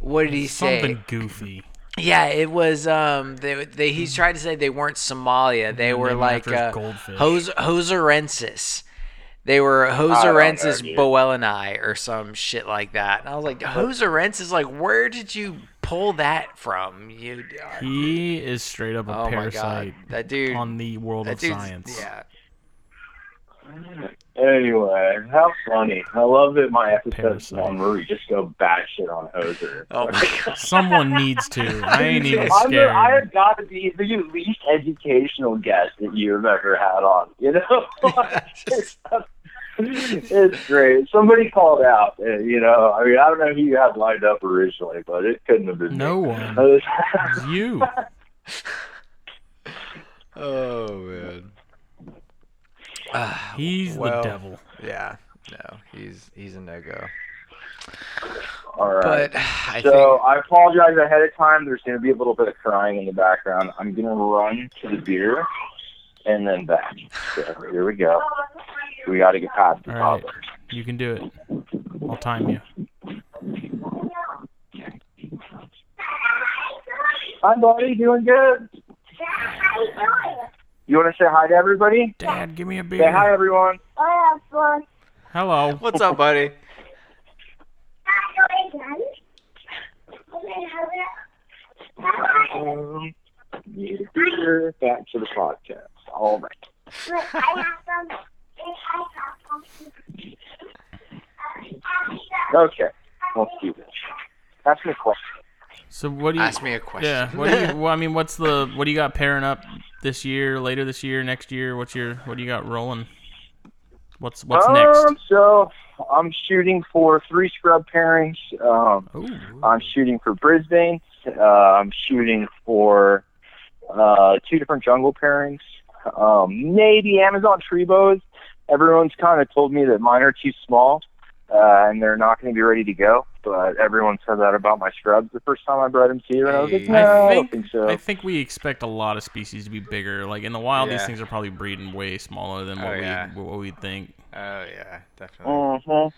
B: what did he say?
C: Something goofy.
B: Yeah, it was um they, they
C: Hmm.
B: he tried to say they weren't Somalia. They were
C: named
B: like
C: Hmm, after his
B: uh,
C: goldfish.
B: Hos- Hoserensis. They were Hoserensis
E: dude.
B: boelleni or some shit like that. And I was like, Hoserensis like where did you pull that from? You
C: He is straight up a
B: Oh my god.
C: parasite
B: That dude
C: on the world
B: that
C: of
B: dude's-
C: science.
B: Yeah.
E: Anyway, how funny! I love that my episodes
C: Parasite.
E: on where we just go batshit on Hoser.
B: Oh my god.
C: Someone needs to. <laughs> I ain't even
E: I'm the, I
C: scared.
E: have got to be the least educational guest that you have ever had on.
C: <laughs>
E: You know, <laughs>
B: <laughs> Just-
E: it's great. Somebody called out. uh, You know, I mean, I don't know who you had lined up originally, but it couldn't have been
C: No
E: <laughs> me.
C: one.
E: I was-
C: It's you.
B: Oh man.
C: He's
B: Ah, Well.
C: the devil.
B: yeah. No, he's he's a no go.
E: All right.
B: But <sighs> I
E: so I apologize ahead of time. There's going to be a little bit of crying in the background. I'm going to run to the beer and then back. So here we go. We got to get past the
C: All right.
E: topic.
C: You can do it. I'll time you.
E: Hi, buddy. Doing good. You want to say hi to everybody?
C: Dad, give me a
E: Say hi,
C: beer.
E: everyone.
C: Hello.
B: think what's up, buddy?
E: Um, you're back to the podcast. All right. Okay. Let's do this. Ask me a question.
C: So what do you?
B: Ask me a question.
C: Yeah. What do
B: <laughs>
C: <laughs> you? Well, I mean, what's the? What do you got pairing up this year? Later this year? Next year? What's your? What do you got rolling? What's What's
E: um,
C: next?
E: So I'm shooting for three scrub pairings. Um,
C: Ooh.
E: I'm shooting for Brisbane. Uh, I'm shooting for uh, two different jungle pairings. Um, maybe Amazon tree boas. Everyone's kind of told me that mine are too small uh, and they're not going to be ready to go. But everyone said that about my scrubs the first time I brought them to you, and I was like,
B: Hey.
E: no, I,
C: I
E: don't
C: think
E: think so.
C: I think we expect a lot of species to be bigger. Like in the wild,
B: Yeah.
C: these things are probably breeding way smaller than
B: Oh,
C: what
B: yeah.
C: we what we think.
B: Oh yeah, definitely.
E: Mhm.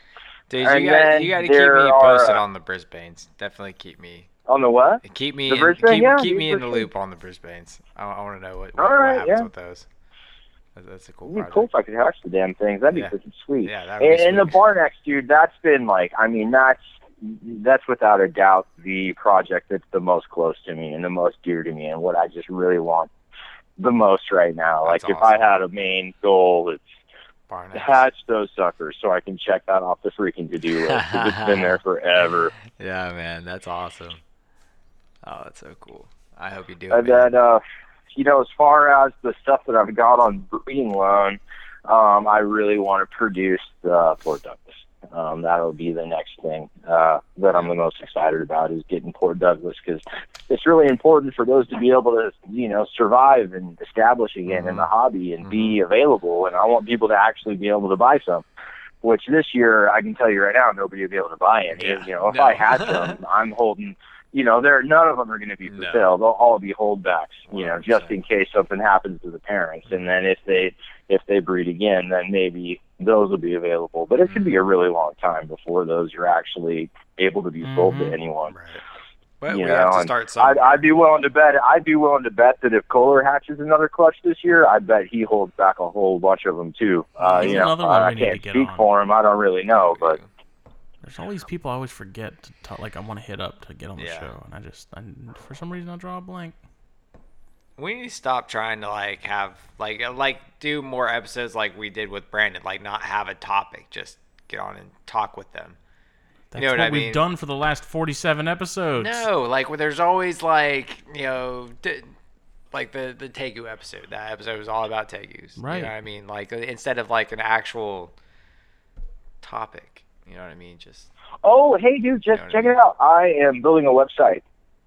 B: Dude,
E: And
B: you got
E: then
B: you got to keep
E: there
B: me
E: are,
B: posted
E: uh,
B: on the Brisbanes. Definitely keep me
E: On the what?
B: keep me
E: The
B: in,
E: Brisbane?
B: keep,
E: Yeah,
B: keep
E: you
B: me in the
E: Brisbane.
B: loop on the Brisbanes. I, I want to know what,
E: All
B: what, what
E: right,
B: happens
E: yeah.
B: with those. That- That's a cool
E: It'd be
B: project.
E: cool if I could hatch the damn things. That'd be
B: Yeah.
E: freaking sweet.
B: Yeah, that would
E: And,
B: be
E: and the
B: sweet.
E: bar next, dude, that's been like, I mean, that's that's without a doubt the project that's the most close to me and the most dear to me and what I just really want the most right now.
B: That's
E: like, if I
B: awesome.
E: had a main goal, it's
B: Barn ass.
E: hatch those suckers so I can check that off the freaking to do list 'cause it's been
B: <laughs>
E: there forever.
B: Yeah, man, that's awesome. Oh, that's so cool. I hope you do. It,
E: And
B: man.
E: then, uh, you know, as far as the stuff that I've got on breeding loan, um, I really want to produce the Port Douglas. Um, that'll be the next thing uh, that I'm the most excited about is getting Port Douglas because it's really important for those to be able to, you know, survive and
B: Mm-hmm.
E: establish again in the hobby and be available. And I want people to actually be able to buy some. Which this year, I can tell you right now, nobody will be able to buy any.
B: Yeah,
E: you know, if
B: no.
E: I had them, I'm holding. You know, there none of them are going to be for
B: No.
E: sale. They'll all be holdbacks. You know, just
B: 100%.
E: in case something happens to the parents, and then if they if they breed again, then maybe those will be available. But it could
C: Mm-hmm.
E: be a really long time before those are actually able to be sold to
C: Mhm.
E: anyone.
B: Right. But
E: You
B: we have
E: know,
B: to
E: and
B: start somewhere.
E: I'd, I'd be willing to bet. I'd be willing to bet that if Kohler hatches another clutch this year, I bet he holds back a whole bunch of them too. Uh,
C: He's
E: you know,
C: another one
E: I,
C: we need to
E: can't
C: get
E: speak
C: on.
E: for him. I don't really know, but
C: There's all these people I always forget to talk. Like I want to hit up to get on the
B: Yeah.
C: show, and I just I, for some reason I draw a blank.
B: we need to stop trying to like have like uh, like do more episodes like we did with Brandon, like not have a topic, just get on and talk with them.
C: That's
B: know what
C: what,
B: I
C: we've
B: mean.
C: done for the last 47 episodes.
B: No, like well, there's always like you know, d- like the the Tegu episode. That episode was all about Tegus. You
C: Right.
B: know what I mean? Like uh, instead of like an actual topic. You know what I mean? Just
E: oh hey dude, just
B: Yeah,
E: check
B: yeah.
E: it out. I am building a website.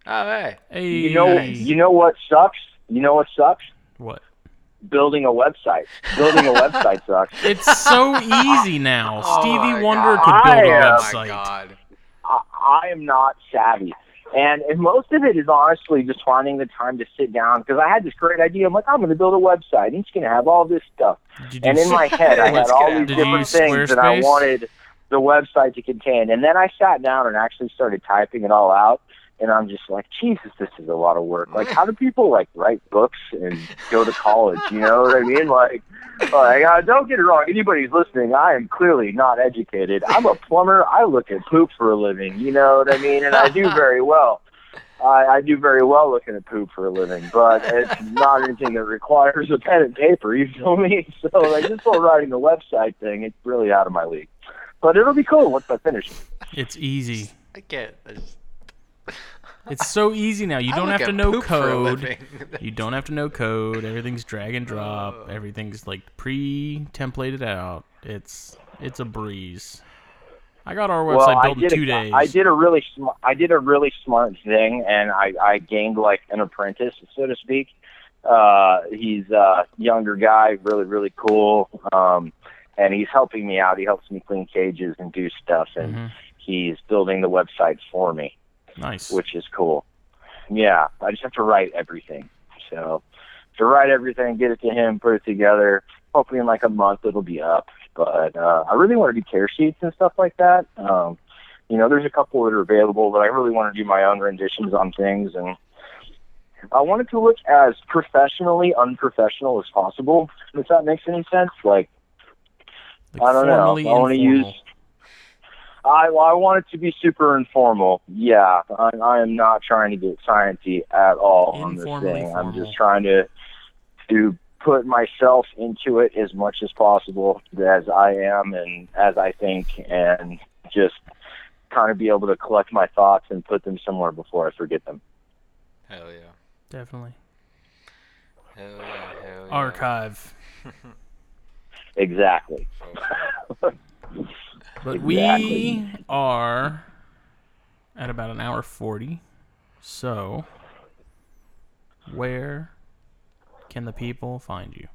B: oh hey,
C: Hey,
E: You know, you know what sucks? You know what sucks?
C: what?
E: Building a website. Building a website sucks.
C: It's so easy
B: <laughs>
C: now.
B: Oh my
C: Stevie Wonder
E: God.
C: could build a
E: I am-
B: oh my
C: website.
B: god,
E: I, I am not savvy. And, and most of it is honestly just finding the time to sit down because I had this great idea. I'm like, I'm going to build a website. and It's going to have all this stuff.
C: Did you
E: And in
C: s- <laughs>
E: my head, I had
B: Let's get
E: all these
C: Did you
E: different
C: use
E: things that I
C: Squarespace?
E: wanted the website to contain. And then I sat down and actually started typing it all out. And I'm just like, Jesus, this is a lot of work. Like, how do people like write books and go to college? You know what I mean? Like, like uh, don't get it wrong. Anybody who's listening, I am clearly not educated. I'm a plumber. I look at poop for a living. You know what I mean? And I do very well. I, I do very well looking at poop for a living, but
C: <laughs>
E: it's not anything that requires a pen and paper. You feel me? <laughs> So like this whole writing the website thing, it's really out of my league. But it'll be cool once I finish.
C: it's easy.
B: I can't. I just,
C: It's so easy now. You
B: I
C: don't
B: look
C: have to
B: at
C: know
B: poop for a
C: code.
B: living.
C: <laughs> You don't have to know code. Everything's drag and drop. Everything's like pre-templated out. It's it's a breeze. I got our website
E: well,
C: built
E: I
C: in
E: did
C: two
E: a,
C: days.
E: I did a really sm- I did a really smart thing, and I I gained like an apprentice, so to speak. Uh, he's a younger guy, really really cool, um, and he's helping me out. He helps me clean cages and do stuff, and
C: Mhm.
E: he's building the website for me.
C: Nice.
E: which is cool. Yeah, I just have to write everything. So to write everything, get it to him, put it together. Hopefully in like a month it'll be up. But uh, I really want to do tear sheets and stuff like that. Um, you know, there's a couple that are available, but I really want to do my own renditions on things, and I want it to look as professionally unprofessional as possible. If that makes any sense, like
C: Like,
E: I don't know.
C: formally
E: I wanna use-
C: informal.
E: I, I want it to be super informal. Yeah, I, I am not trying to get sciencey at all on this
C: Informally
E: thing. I'm
C: formal.
E: just trying to to put myself into it as much as possible as I am and as I think, and just kind of be able to collect my thoughts and put them somewhere before I forget them.
B: Hell yeah.
C: definitely
B: Hell yeah. Hell yeah.
C: archive.
E: Exactly.
C: But we
E: Exactly.
C: are at about an hour 40. So, where can the people find you?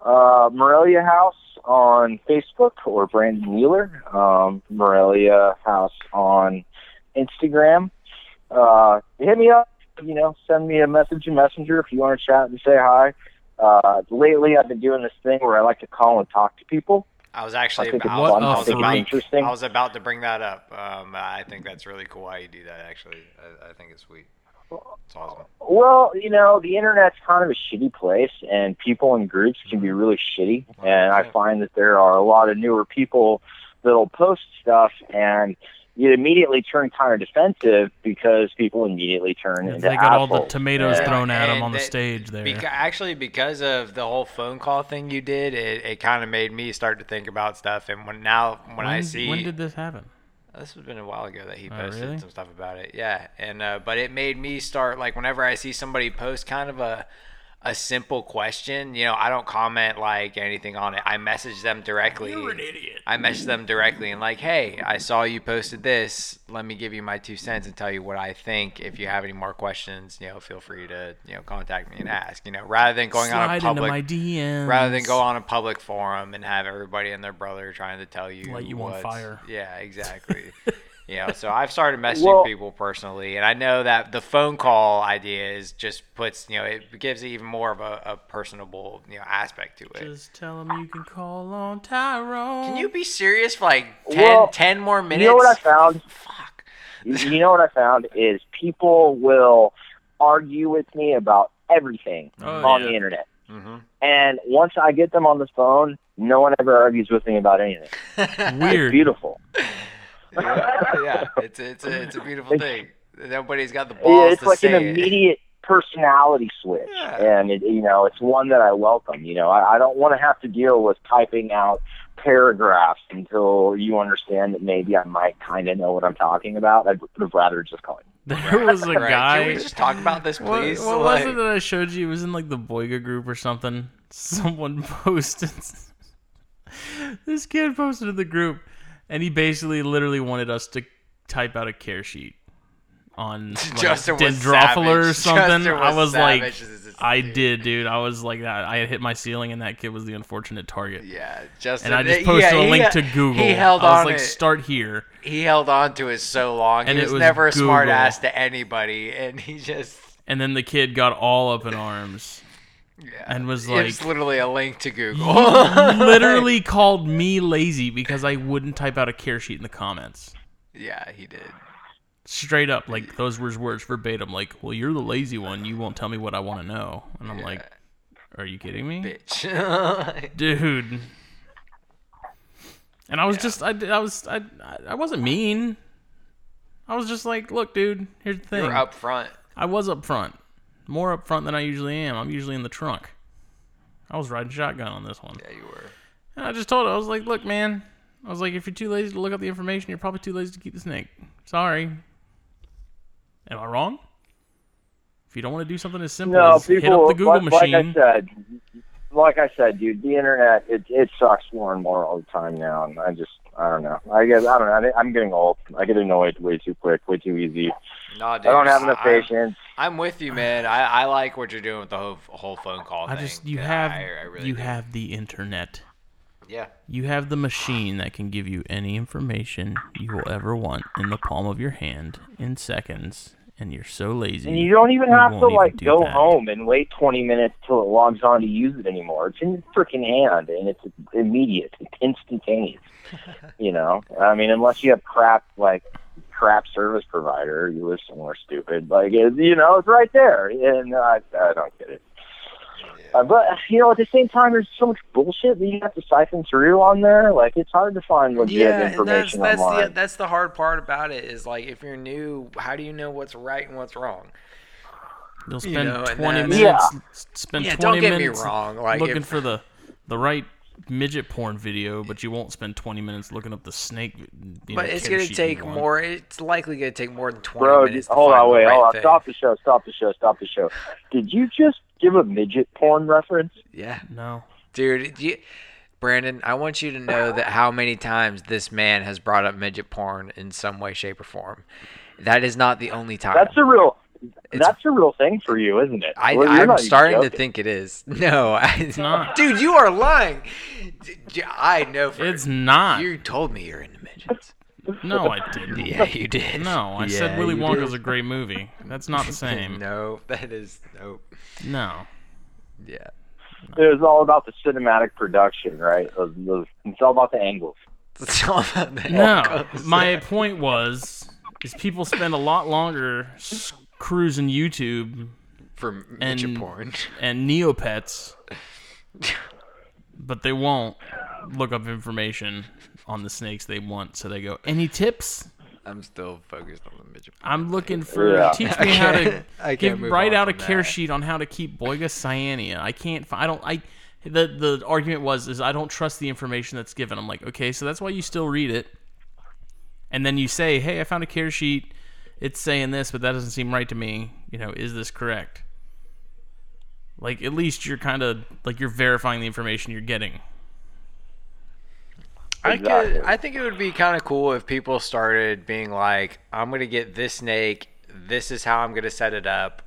E: Uh, Morelia House on Facebook or Brandon Wheeler. Um, Morelia House on Instagram. Uh, hit me up. You know, send me a message in Messenger if you want to chat and say hi. Uh, lately, I've been doing this thing where I like to call and talk to people.
B: I was
E: I
B: actually
E: think
B: about,
E: it's
B: I was,
E: fun.
B: I
E: I
B: was
E: think it's
B: about,
E: interesting.
B: I was about to bring that up. Um, I think that's really cool how you do that. Actually, I, I think it's sweet. It's awesome.
E: Well, you know, the internet's kind of a shitty place, and people in groups can be really shitty. And I find that there are a lot of newer people that'll post stuff, and you immediately turn kind of defensive because people immediately turn into
C: they got all
E: assholes.
C: the tomatoes
E: And-
C: thrown at them
B: And
C: on the
B: they-
C: stage there.
B: Beca- actually, because of the whole phone call thing you did, it, it kind of made me start to think about stuff. And when now when, I see
C: When did this happen?
B: This has been a while ago that he
C: Oh,
B: posted
C: really?
B: some stuff about it. Yeah, and uh, but it made me start like whenever I see somebody post kind of a a simple question, you know, I don't comment like anything on it. I message them directly.
C: You're an idiot.
B: I message them directly and like, hey, I saw you posted this. Let me give you my two cents and tell you what I think. If you have any more questions, you know, feel free to you know contact me and ask. You know, rather than going on a
C: Slide into
B: public
C: my DMs.
B: rather than go on a public forum and have everybody and their brother trying to tell you
C: Light you on
B: what's-
C: fire.
B: Yeah,
C: <laughs>
B: exactly. you know, so I've started messaging
E: Well-
B: people personally, and I know that the phone call idea is just puts you know it gives it even more of a, a personable you know aspect to it.
C: Just tell them you can call on Tyrone.
B: Can you be serious for like 10,
E: Well,
B: 10 more minutes?
E: You know what I
C: <laughs>
E: found?
B: Fuck.
E: you know what I found is people will argue with me about everything
C: Oh,
E: on
C: yeah.
E: the internet.
B: Mm-hmm.
E: And once I get them on the phone, no one ever argues with me about anything.
B: <laughs>
C: Mm-hmm.
E: It's
C: Weird.
E: beautiful.
B: Yeah, yeah. it's a, it's a, it's a beautiful thing. Nobody's got the balls
E: Yeah, it's
B: to
E: like an
B: say it.
E: immediate personality switch,
B: Yeah.
E: and it, you know, it's one that I welcome. You know, I, I don't want to have to deal with typing out paragraphs until you understand that maybe I might kind of know what I'm talking about. I'd would have rather just call it.
C: <laughs> There was a
B: Right.
C: guy.
B: Can we just talk about this,
C: What,
B: please?
C: what
B: Like-
C: was it that I showed you? It was in like the Boyga group or something. <laughs> Someone posted. <laughs> this kid posted in the group, and he basically literally wanted us to type out a care sheet
B: <laughs>
C: on like,
B: Justin was
C: Dendrophila or
B: savage. <laughs>
C: something.
B: Justin
C: I
B: was
C: was
B: savage as
C: like,
B: it's-
C: I did, dude. I was like that. I had hit my ceiling, and that kid was the unfortunate target.
B: Yeah, Justin.
C: And I just
B: yeah,
C: posted
B: he-
C: a link to Google.
B: He held
C: I was
B: on.
C: like,
B: it.
C: start here.
B: he held on to it so long.
C: And
B: he
C: it
B: was,
C: was
B: never a
C: Google.
B: smart ass to anybody, and he just
C: And then the kid got all up in arms.
B: yeah.
C: And was
B: it's
C: like-
B: literally a link to Google.
C: literally called me lazy because I wouldn't type out a care sheet in the comments.
B: <laughs> yeah, he did.
C: Straight up, like those were his words verbatim. Like, well, you're the lazy one. You won't tell me what I want to know. And I'm like, are you kidding me,
B: Bitch. <laughs>
C: dude? And I was just, I, I was, I, I wasn't mean. I was just like, look, dude. Here's the thing.
B: You're up front.
C: I was up front, more up front than I usually am. I'm usually in the trunk. I was riding shotgun on this one.
B: Yeah, you were.
C: And I just told her, I was like, look, man. I was like, if you're too lazy to look up the information, you're probably too lazy to keep the snake. Sorry. Am I wrong? If you don't want to do something as simple
E: No,
C: as hit up
E: people
C: the Google
E: like,
C: machine,
E: like I said, like I said, dude, the internet it it sucks more and more all the time now, and I just I don't know. I guess I don't know. I- I'm getting old. I get annoyed way too quick, way too easy.
B: Nah, dude,
E: I don't have enough
B: I'm-
E: patience.
B: I'm with you, man. I, I like what you're doing with the whole whole phone call
C: I
B: thing.
C: just you
B: Yeah,
C: have
B: I, I really
C: you
B: do.
C: have the internet.
B: yeah.
C: You have the machine that can give you any information you will ever want in the palm of your hand in seconds, and you're so lazy.
E: And you don't even have
C: won't
E: to
C: even
E: like
C: do
E: go
C: that.
E: home and wait 20 minutes till it logs on to use it anymore. It's in your freaking hand and it's immediate. It's instantaneous. you know, I mean, unless you have crap like crap service provider, you live somewhere stupid. Like it, you know, it's right there, and I, I don't get it. Uh, but you know, at the same time, there's so much bullshit that you have to siphon through on there. Like it's hard to find legit information
B: that's,
E: online.
B: The, that's the hard part about it is like if you're new, how do you know what's right and what's wrong?
C: You'll spend
B: You know, and
C: 20
B: that's-
C: minutes.
E: Yeah.
C: s- Spend
B: Yeah,
C: 20
B: don't get me
C: minutes
B: wrong, like,
C: looking
B: if-
C: for the the right midget porn video, but you won't spend 20 minutes looking up the snake. You
B: But
C: know,
B: it's
C: care
B: gonna
C: sheet
B: take
C: you want.
B: more. It's likely gonna take more than twenty
E: Bro,
B: minutes.
E: just,
B: to
E: hold
B: find
E: on,
B: the
E: wait,
B: right
E: hold on.
B: thing.
E: Stop the show, stop the show, stop the show. Did you just give a midget porn reference?
B: Yeah,
C: No.
B: dude. do You, Brandon, I want you to know that how many times this man has brought up midget porn in some way, shape, or form. That is not the only time.
E: That's a real.
B: It's-
E: that's a real thing for you, isn't it?
B: I,
E: Well, you're
B: I'm
E: not even
B: starting to
E: joking.
B: think it is. <laughs> No, I, it's
C: not.
B: Dude, you are lying. D- d- I know for
C: It's not.
B: You told me you're into midgets.
C: No,
B: <laughs>
C: I didn't.
B: Yeah, you did.
C: No, I
B: Yeah,
C: said Willy
B: you
C: Wonka's a great movie. That's not the
B: <laughs>
C: same.
B: No, that is nope.
C: No.
B: Yeah,
E: It was all about the cinematic production, right? It was, it was- it's all about the angles.
B: it's all about that.
C: No.
B: <laughs>
C: My point was is people spend a lot longer s- cruising YouTube
B: for midget
C: and-
B: porn. <laughs>
C: and Neopets, but they won't look up information on the snakes they want. So they go, any tips?
B: I'm still focused on the midget. porn.
C: I'm looking for
E: Yeah.
C: teach me how to
B: can't- <laughs> I can't
C: give
B: move
C: write
B: on
C: out a
B: from
C: care
B: that.
C: sheet on how to keep Boyga cyania. I can't. fi- I don't. I the the argument was is I don't trust the information that's given. I'm like, okay, so that's why you still read it, and then you say, hey, I found a care sheet. It's saying this, but that doesn't seem right to me. You know, is this correct? Like at least you're kind of like you're verifying the information you're getting.
B: I
E: Exactly.
B: could. I think it would be kind of cool if people started being like, "I'm gonna get this snake. This is how I'm gonna set it up.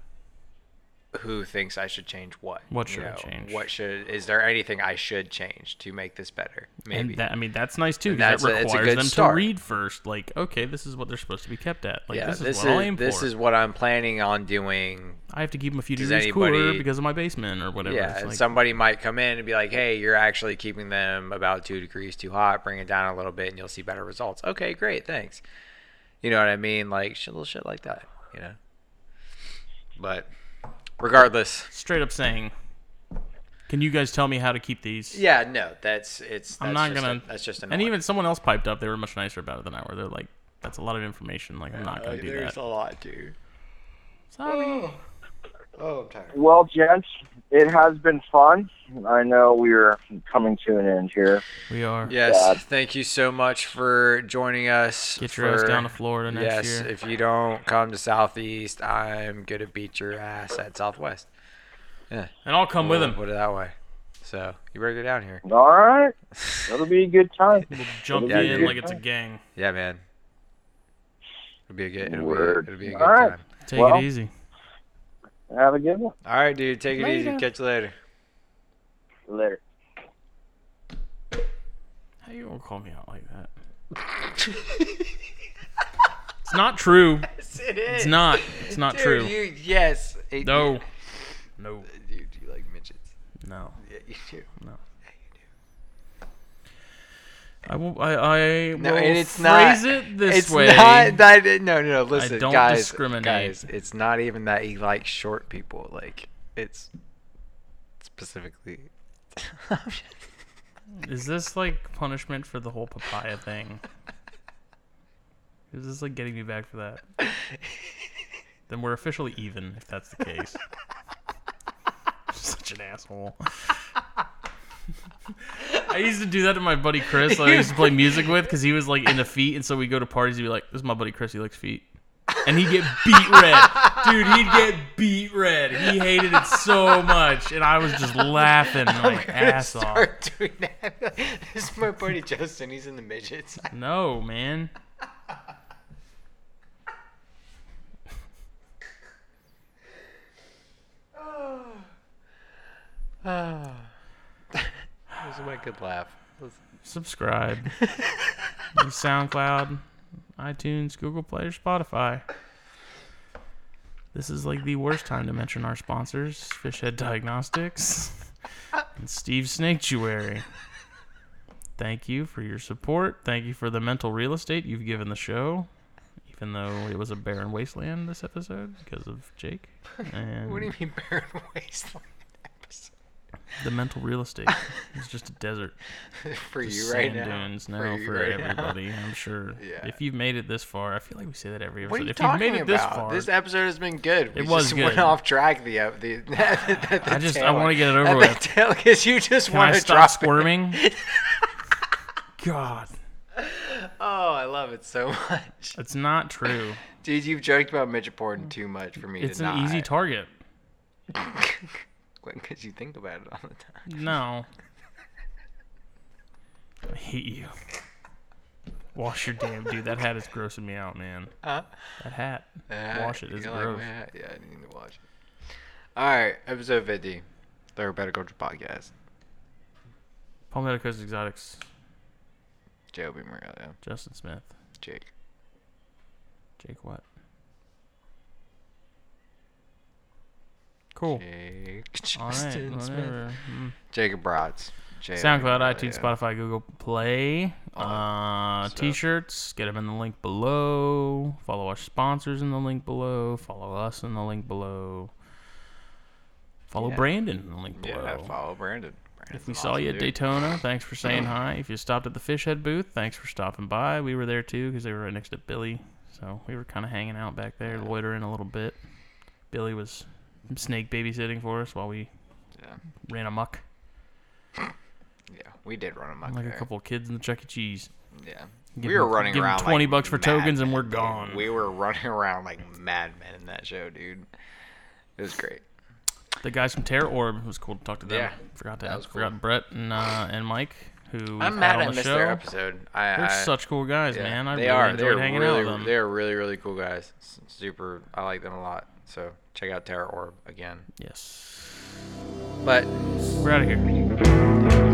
B: Who thinks I should change what?
C: What
B: You
C: should I
B: know,
C: change?
B: What should? Is there anything I should change to make this better? Maybe.
C: And that, I mean that's nice too
B: That's
C: because
B: a-
C: that
B: it's a
C: requires
B: good
C: them
B: start.
C: to read first. Like okay, this is what they're supposed to be kept at. Like
B: yeah,
C: this is what I aim
B: this
C: for.
B: is what I'm planning on doing.
C: I have to keep them a few
B: Does
C: degrees cooler
B: anybody-
C: because of my basement or whatever.
B: Yeah,
C: It's
B: and
C: like-
B: somebody might come in and be like, "Hey, you're actually keeping them about two degrees too hot. Bring it down a little bit, and you'll see better results." Okay, great, thanks. You know what I mean? Like shit, little shit like that. You know. But regardless,
C: straight up saying, "Can you guys tell me how to keep these?"
B: yeah, no, that's it's. That's
C: I'm not
B: just
C: gonna.
B: A, that's just an.
C: And even someone else piped up. They were much nicer about it than I were. They're like, "That's a lot of information. Like, I'm not gonna do
B: Oh, there's
C: that."
B: a lot, dude.
C: Sorry.
B: Oh, I'm tired.
E: Well, gents, it has been fun. I know we're coming to an end here.
C: We are.
B: Yes,
E: Yeah.
B: thank you so much for joining us.
C: Get your ass
B: for-
C: down to Florida next
B: yes,
C: year.
B: if you don't come to Southeast, I'm gonna beat your ass at Southwest.
C: and I'll come with
B: We'll
C: him.
B: Put it that way. So you better get down here.
E: All right, that'll be a good time.
C: We'll jump
E: Yeah,
C: you in
E: dude.
C: like it's a gang.
B: <laughs> Yeah, man. It'll be a good. It'll, be, a-
E: Word.
B: it'll be a good
E: All right.
B: time.
C: Take
E: Well,
C: it easy.
E: Have a good one.
B: All right, dude. Take it easy.
C: Later.
B: Catch you later.
E: Later.
C: How you gonna call me out like that? it's not true.
B: it is.
C: It's not. It's not true.
B: You, yes. It, <laughs>
C: no. No.
B: Dude, you like midgets?
C: No.
B: Yeah, you do.
C: I will. I. I
B: No,
C: will
B: and it's not.
C: phrase it this
B: it's
C: way.
B: not that. No, no, no. Listen,
C: don't
B: guys,
C: discriminate.
B: guys. It's not even that he likes short people. Like it's
C: <laughs>
B: specifically.
C: Is this like punishment for the whole papaya thing?
B: <laughs>
C: Is this like getting me back for that? Then we're officially even if that's
B: <laughs>
C: the case. Such an asshole. I used to do that to my buddy Chris. that I used
B: <laughs>
C: to play music with because he was like into feet, and so we go to parties. He'd be like, "This is my buddy Chris. He likes feet," and he'd get beat red, dude. He'd get beat red. He hated it so much, and I was
B: <laughs>
C: just laughing
B: Oh
C: my ass off.
B: start doing that. <laughs> this is my buddy Justin. He's in the midgets. <laughs>
C: No, man.
B: This is my good laugh.
C: Hmm.
B: <laughs>
C: Subscribe. on SoundCloud, iTunes, Google Play, or Spotify. This is like the worst time to mention our sponsors Fishhead Diagnostics and Steve Snaketuary. Thank you for your support. Thank you for the mental real estate you've given the show, even though it was a barren wasteland this episode because of
B: <laughs>
C: Jake. And
B: What do you mean barren wasteland <laughs> episode?
C: the mental real estate is just a desert.
B: For
C: Just
B: you right
C: sand
B: now.
C: dunes now
B: you
C: for,
B: right now.
C: everybody. I'm sure.
B: <laughs> Yeah.
C: If you've made it this far, I feel like we say that every episode.
B: What are you
C: if you've
B: talking
C: made it
B: about?
C: this far,
B: This episode has been good. We
C: It was
B: just went
C: good.
B: off track. The, ep- the, <laughs> the, the,
C: I just- I
B: tail-
C: wanna get it over
B: at the
C: with.
B: tail, Because you just
C: can I
B: want to
C: stop
B: drop it.
C: squirming? God,
B: <laughs> Oh, I love it so
C: <laughs>
B: much,
C: it's
B: <laughs>
C: not true.
B: dude. You've joked about midget porn too much for me
C: It's
B: to
C: an
B: not. <laughs>
C: easy target.
B: Because you think about it all the time.
C: No. I hate you. Wash your damn dude. That hat is grossing me out, man.
B: <laughs> Huh?
C: That hat.
B: Uh,
C: <laughs> Wash it. It's
B: you're like,
C: gross.
B: "Man, yeah, I need to wash it. All right, episode 50, Therapeutic Culture Podcast.
C: Palmetto Coast Exotics.
B: Joby Morello,
C: Justin Smith.
B: Jake.
C: Jake what? Cool.
B: Jake.
C: All right.
B: Justin Smith.
C: Whatever. Mm.
B: Jacob Bratz. Joby
C: SoundCloud,
B: Morello.
C: iTunes, Spotify, Google Play, uh,
B: stuff.
C: t-shirts. Get them in the link below. Follow our sponsors in the link below. Follow us in the link below. Follow
B: Yeah.
C: Brandon in the link below.
B: Yeah, follow Brandon.
C: if we saw you at Daytona, thanks for
B: <clears throat>
C: saying hi. If you stopped at the Fishhead booth, thanks for stopping by. We were there too because they were right next to Billy, so we were kind of hanging out back there, loitering a little bit. Billy was snake babysitting for us while we
B: Yeah.
C: ran amok
B: Yeah, we did run amok
C: like
B: there.
C: a couple of kids in the Chuck E. Cheese.
B: Yeah.
C: Give
B: we were
C: him-
B: running
C: give him
B: around
C: 20
B: like
C: bucks for tokens
B: madmen,
C: and we're
B: dude.
C: gone.
B: We were running around like madmen in that show, dude. It was great.
C: the guys from Terror Orb. It was cool to talk to them.
B: Yeah,
C: forgot to
B: that was cool.
C: forgot Brett and uh, and Mike who we've
B: I'm
C: had
B: mad
C: on
B: I
C: the
B: missed
C: show.
B: their episode. I,
C: They're
B: I,
C: such cool guys,
B: yeah,
C: man. I
B: they
C: really
B: are.
C: enjoyed
B: they're
C: hanging
B: really,
C: out with them.
B: They're really really cool guys. S- Super. I like them a lot. So check out Terror Orb again.
C: Yes,
B: But
C: we're out of here.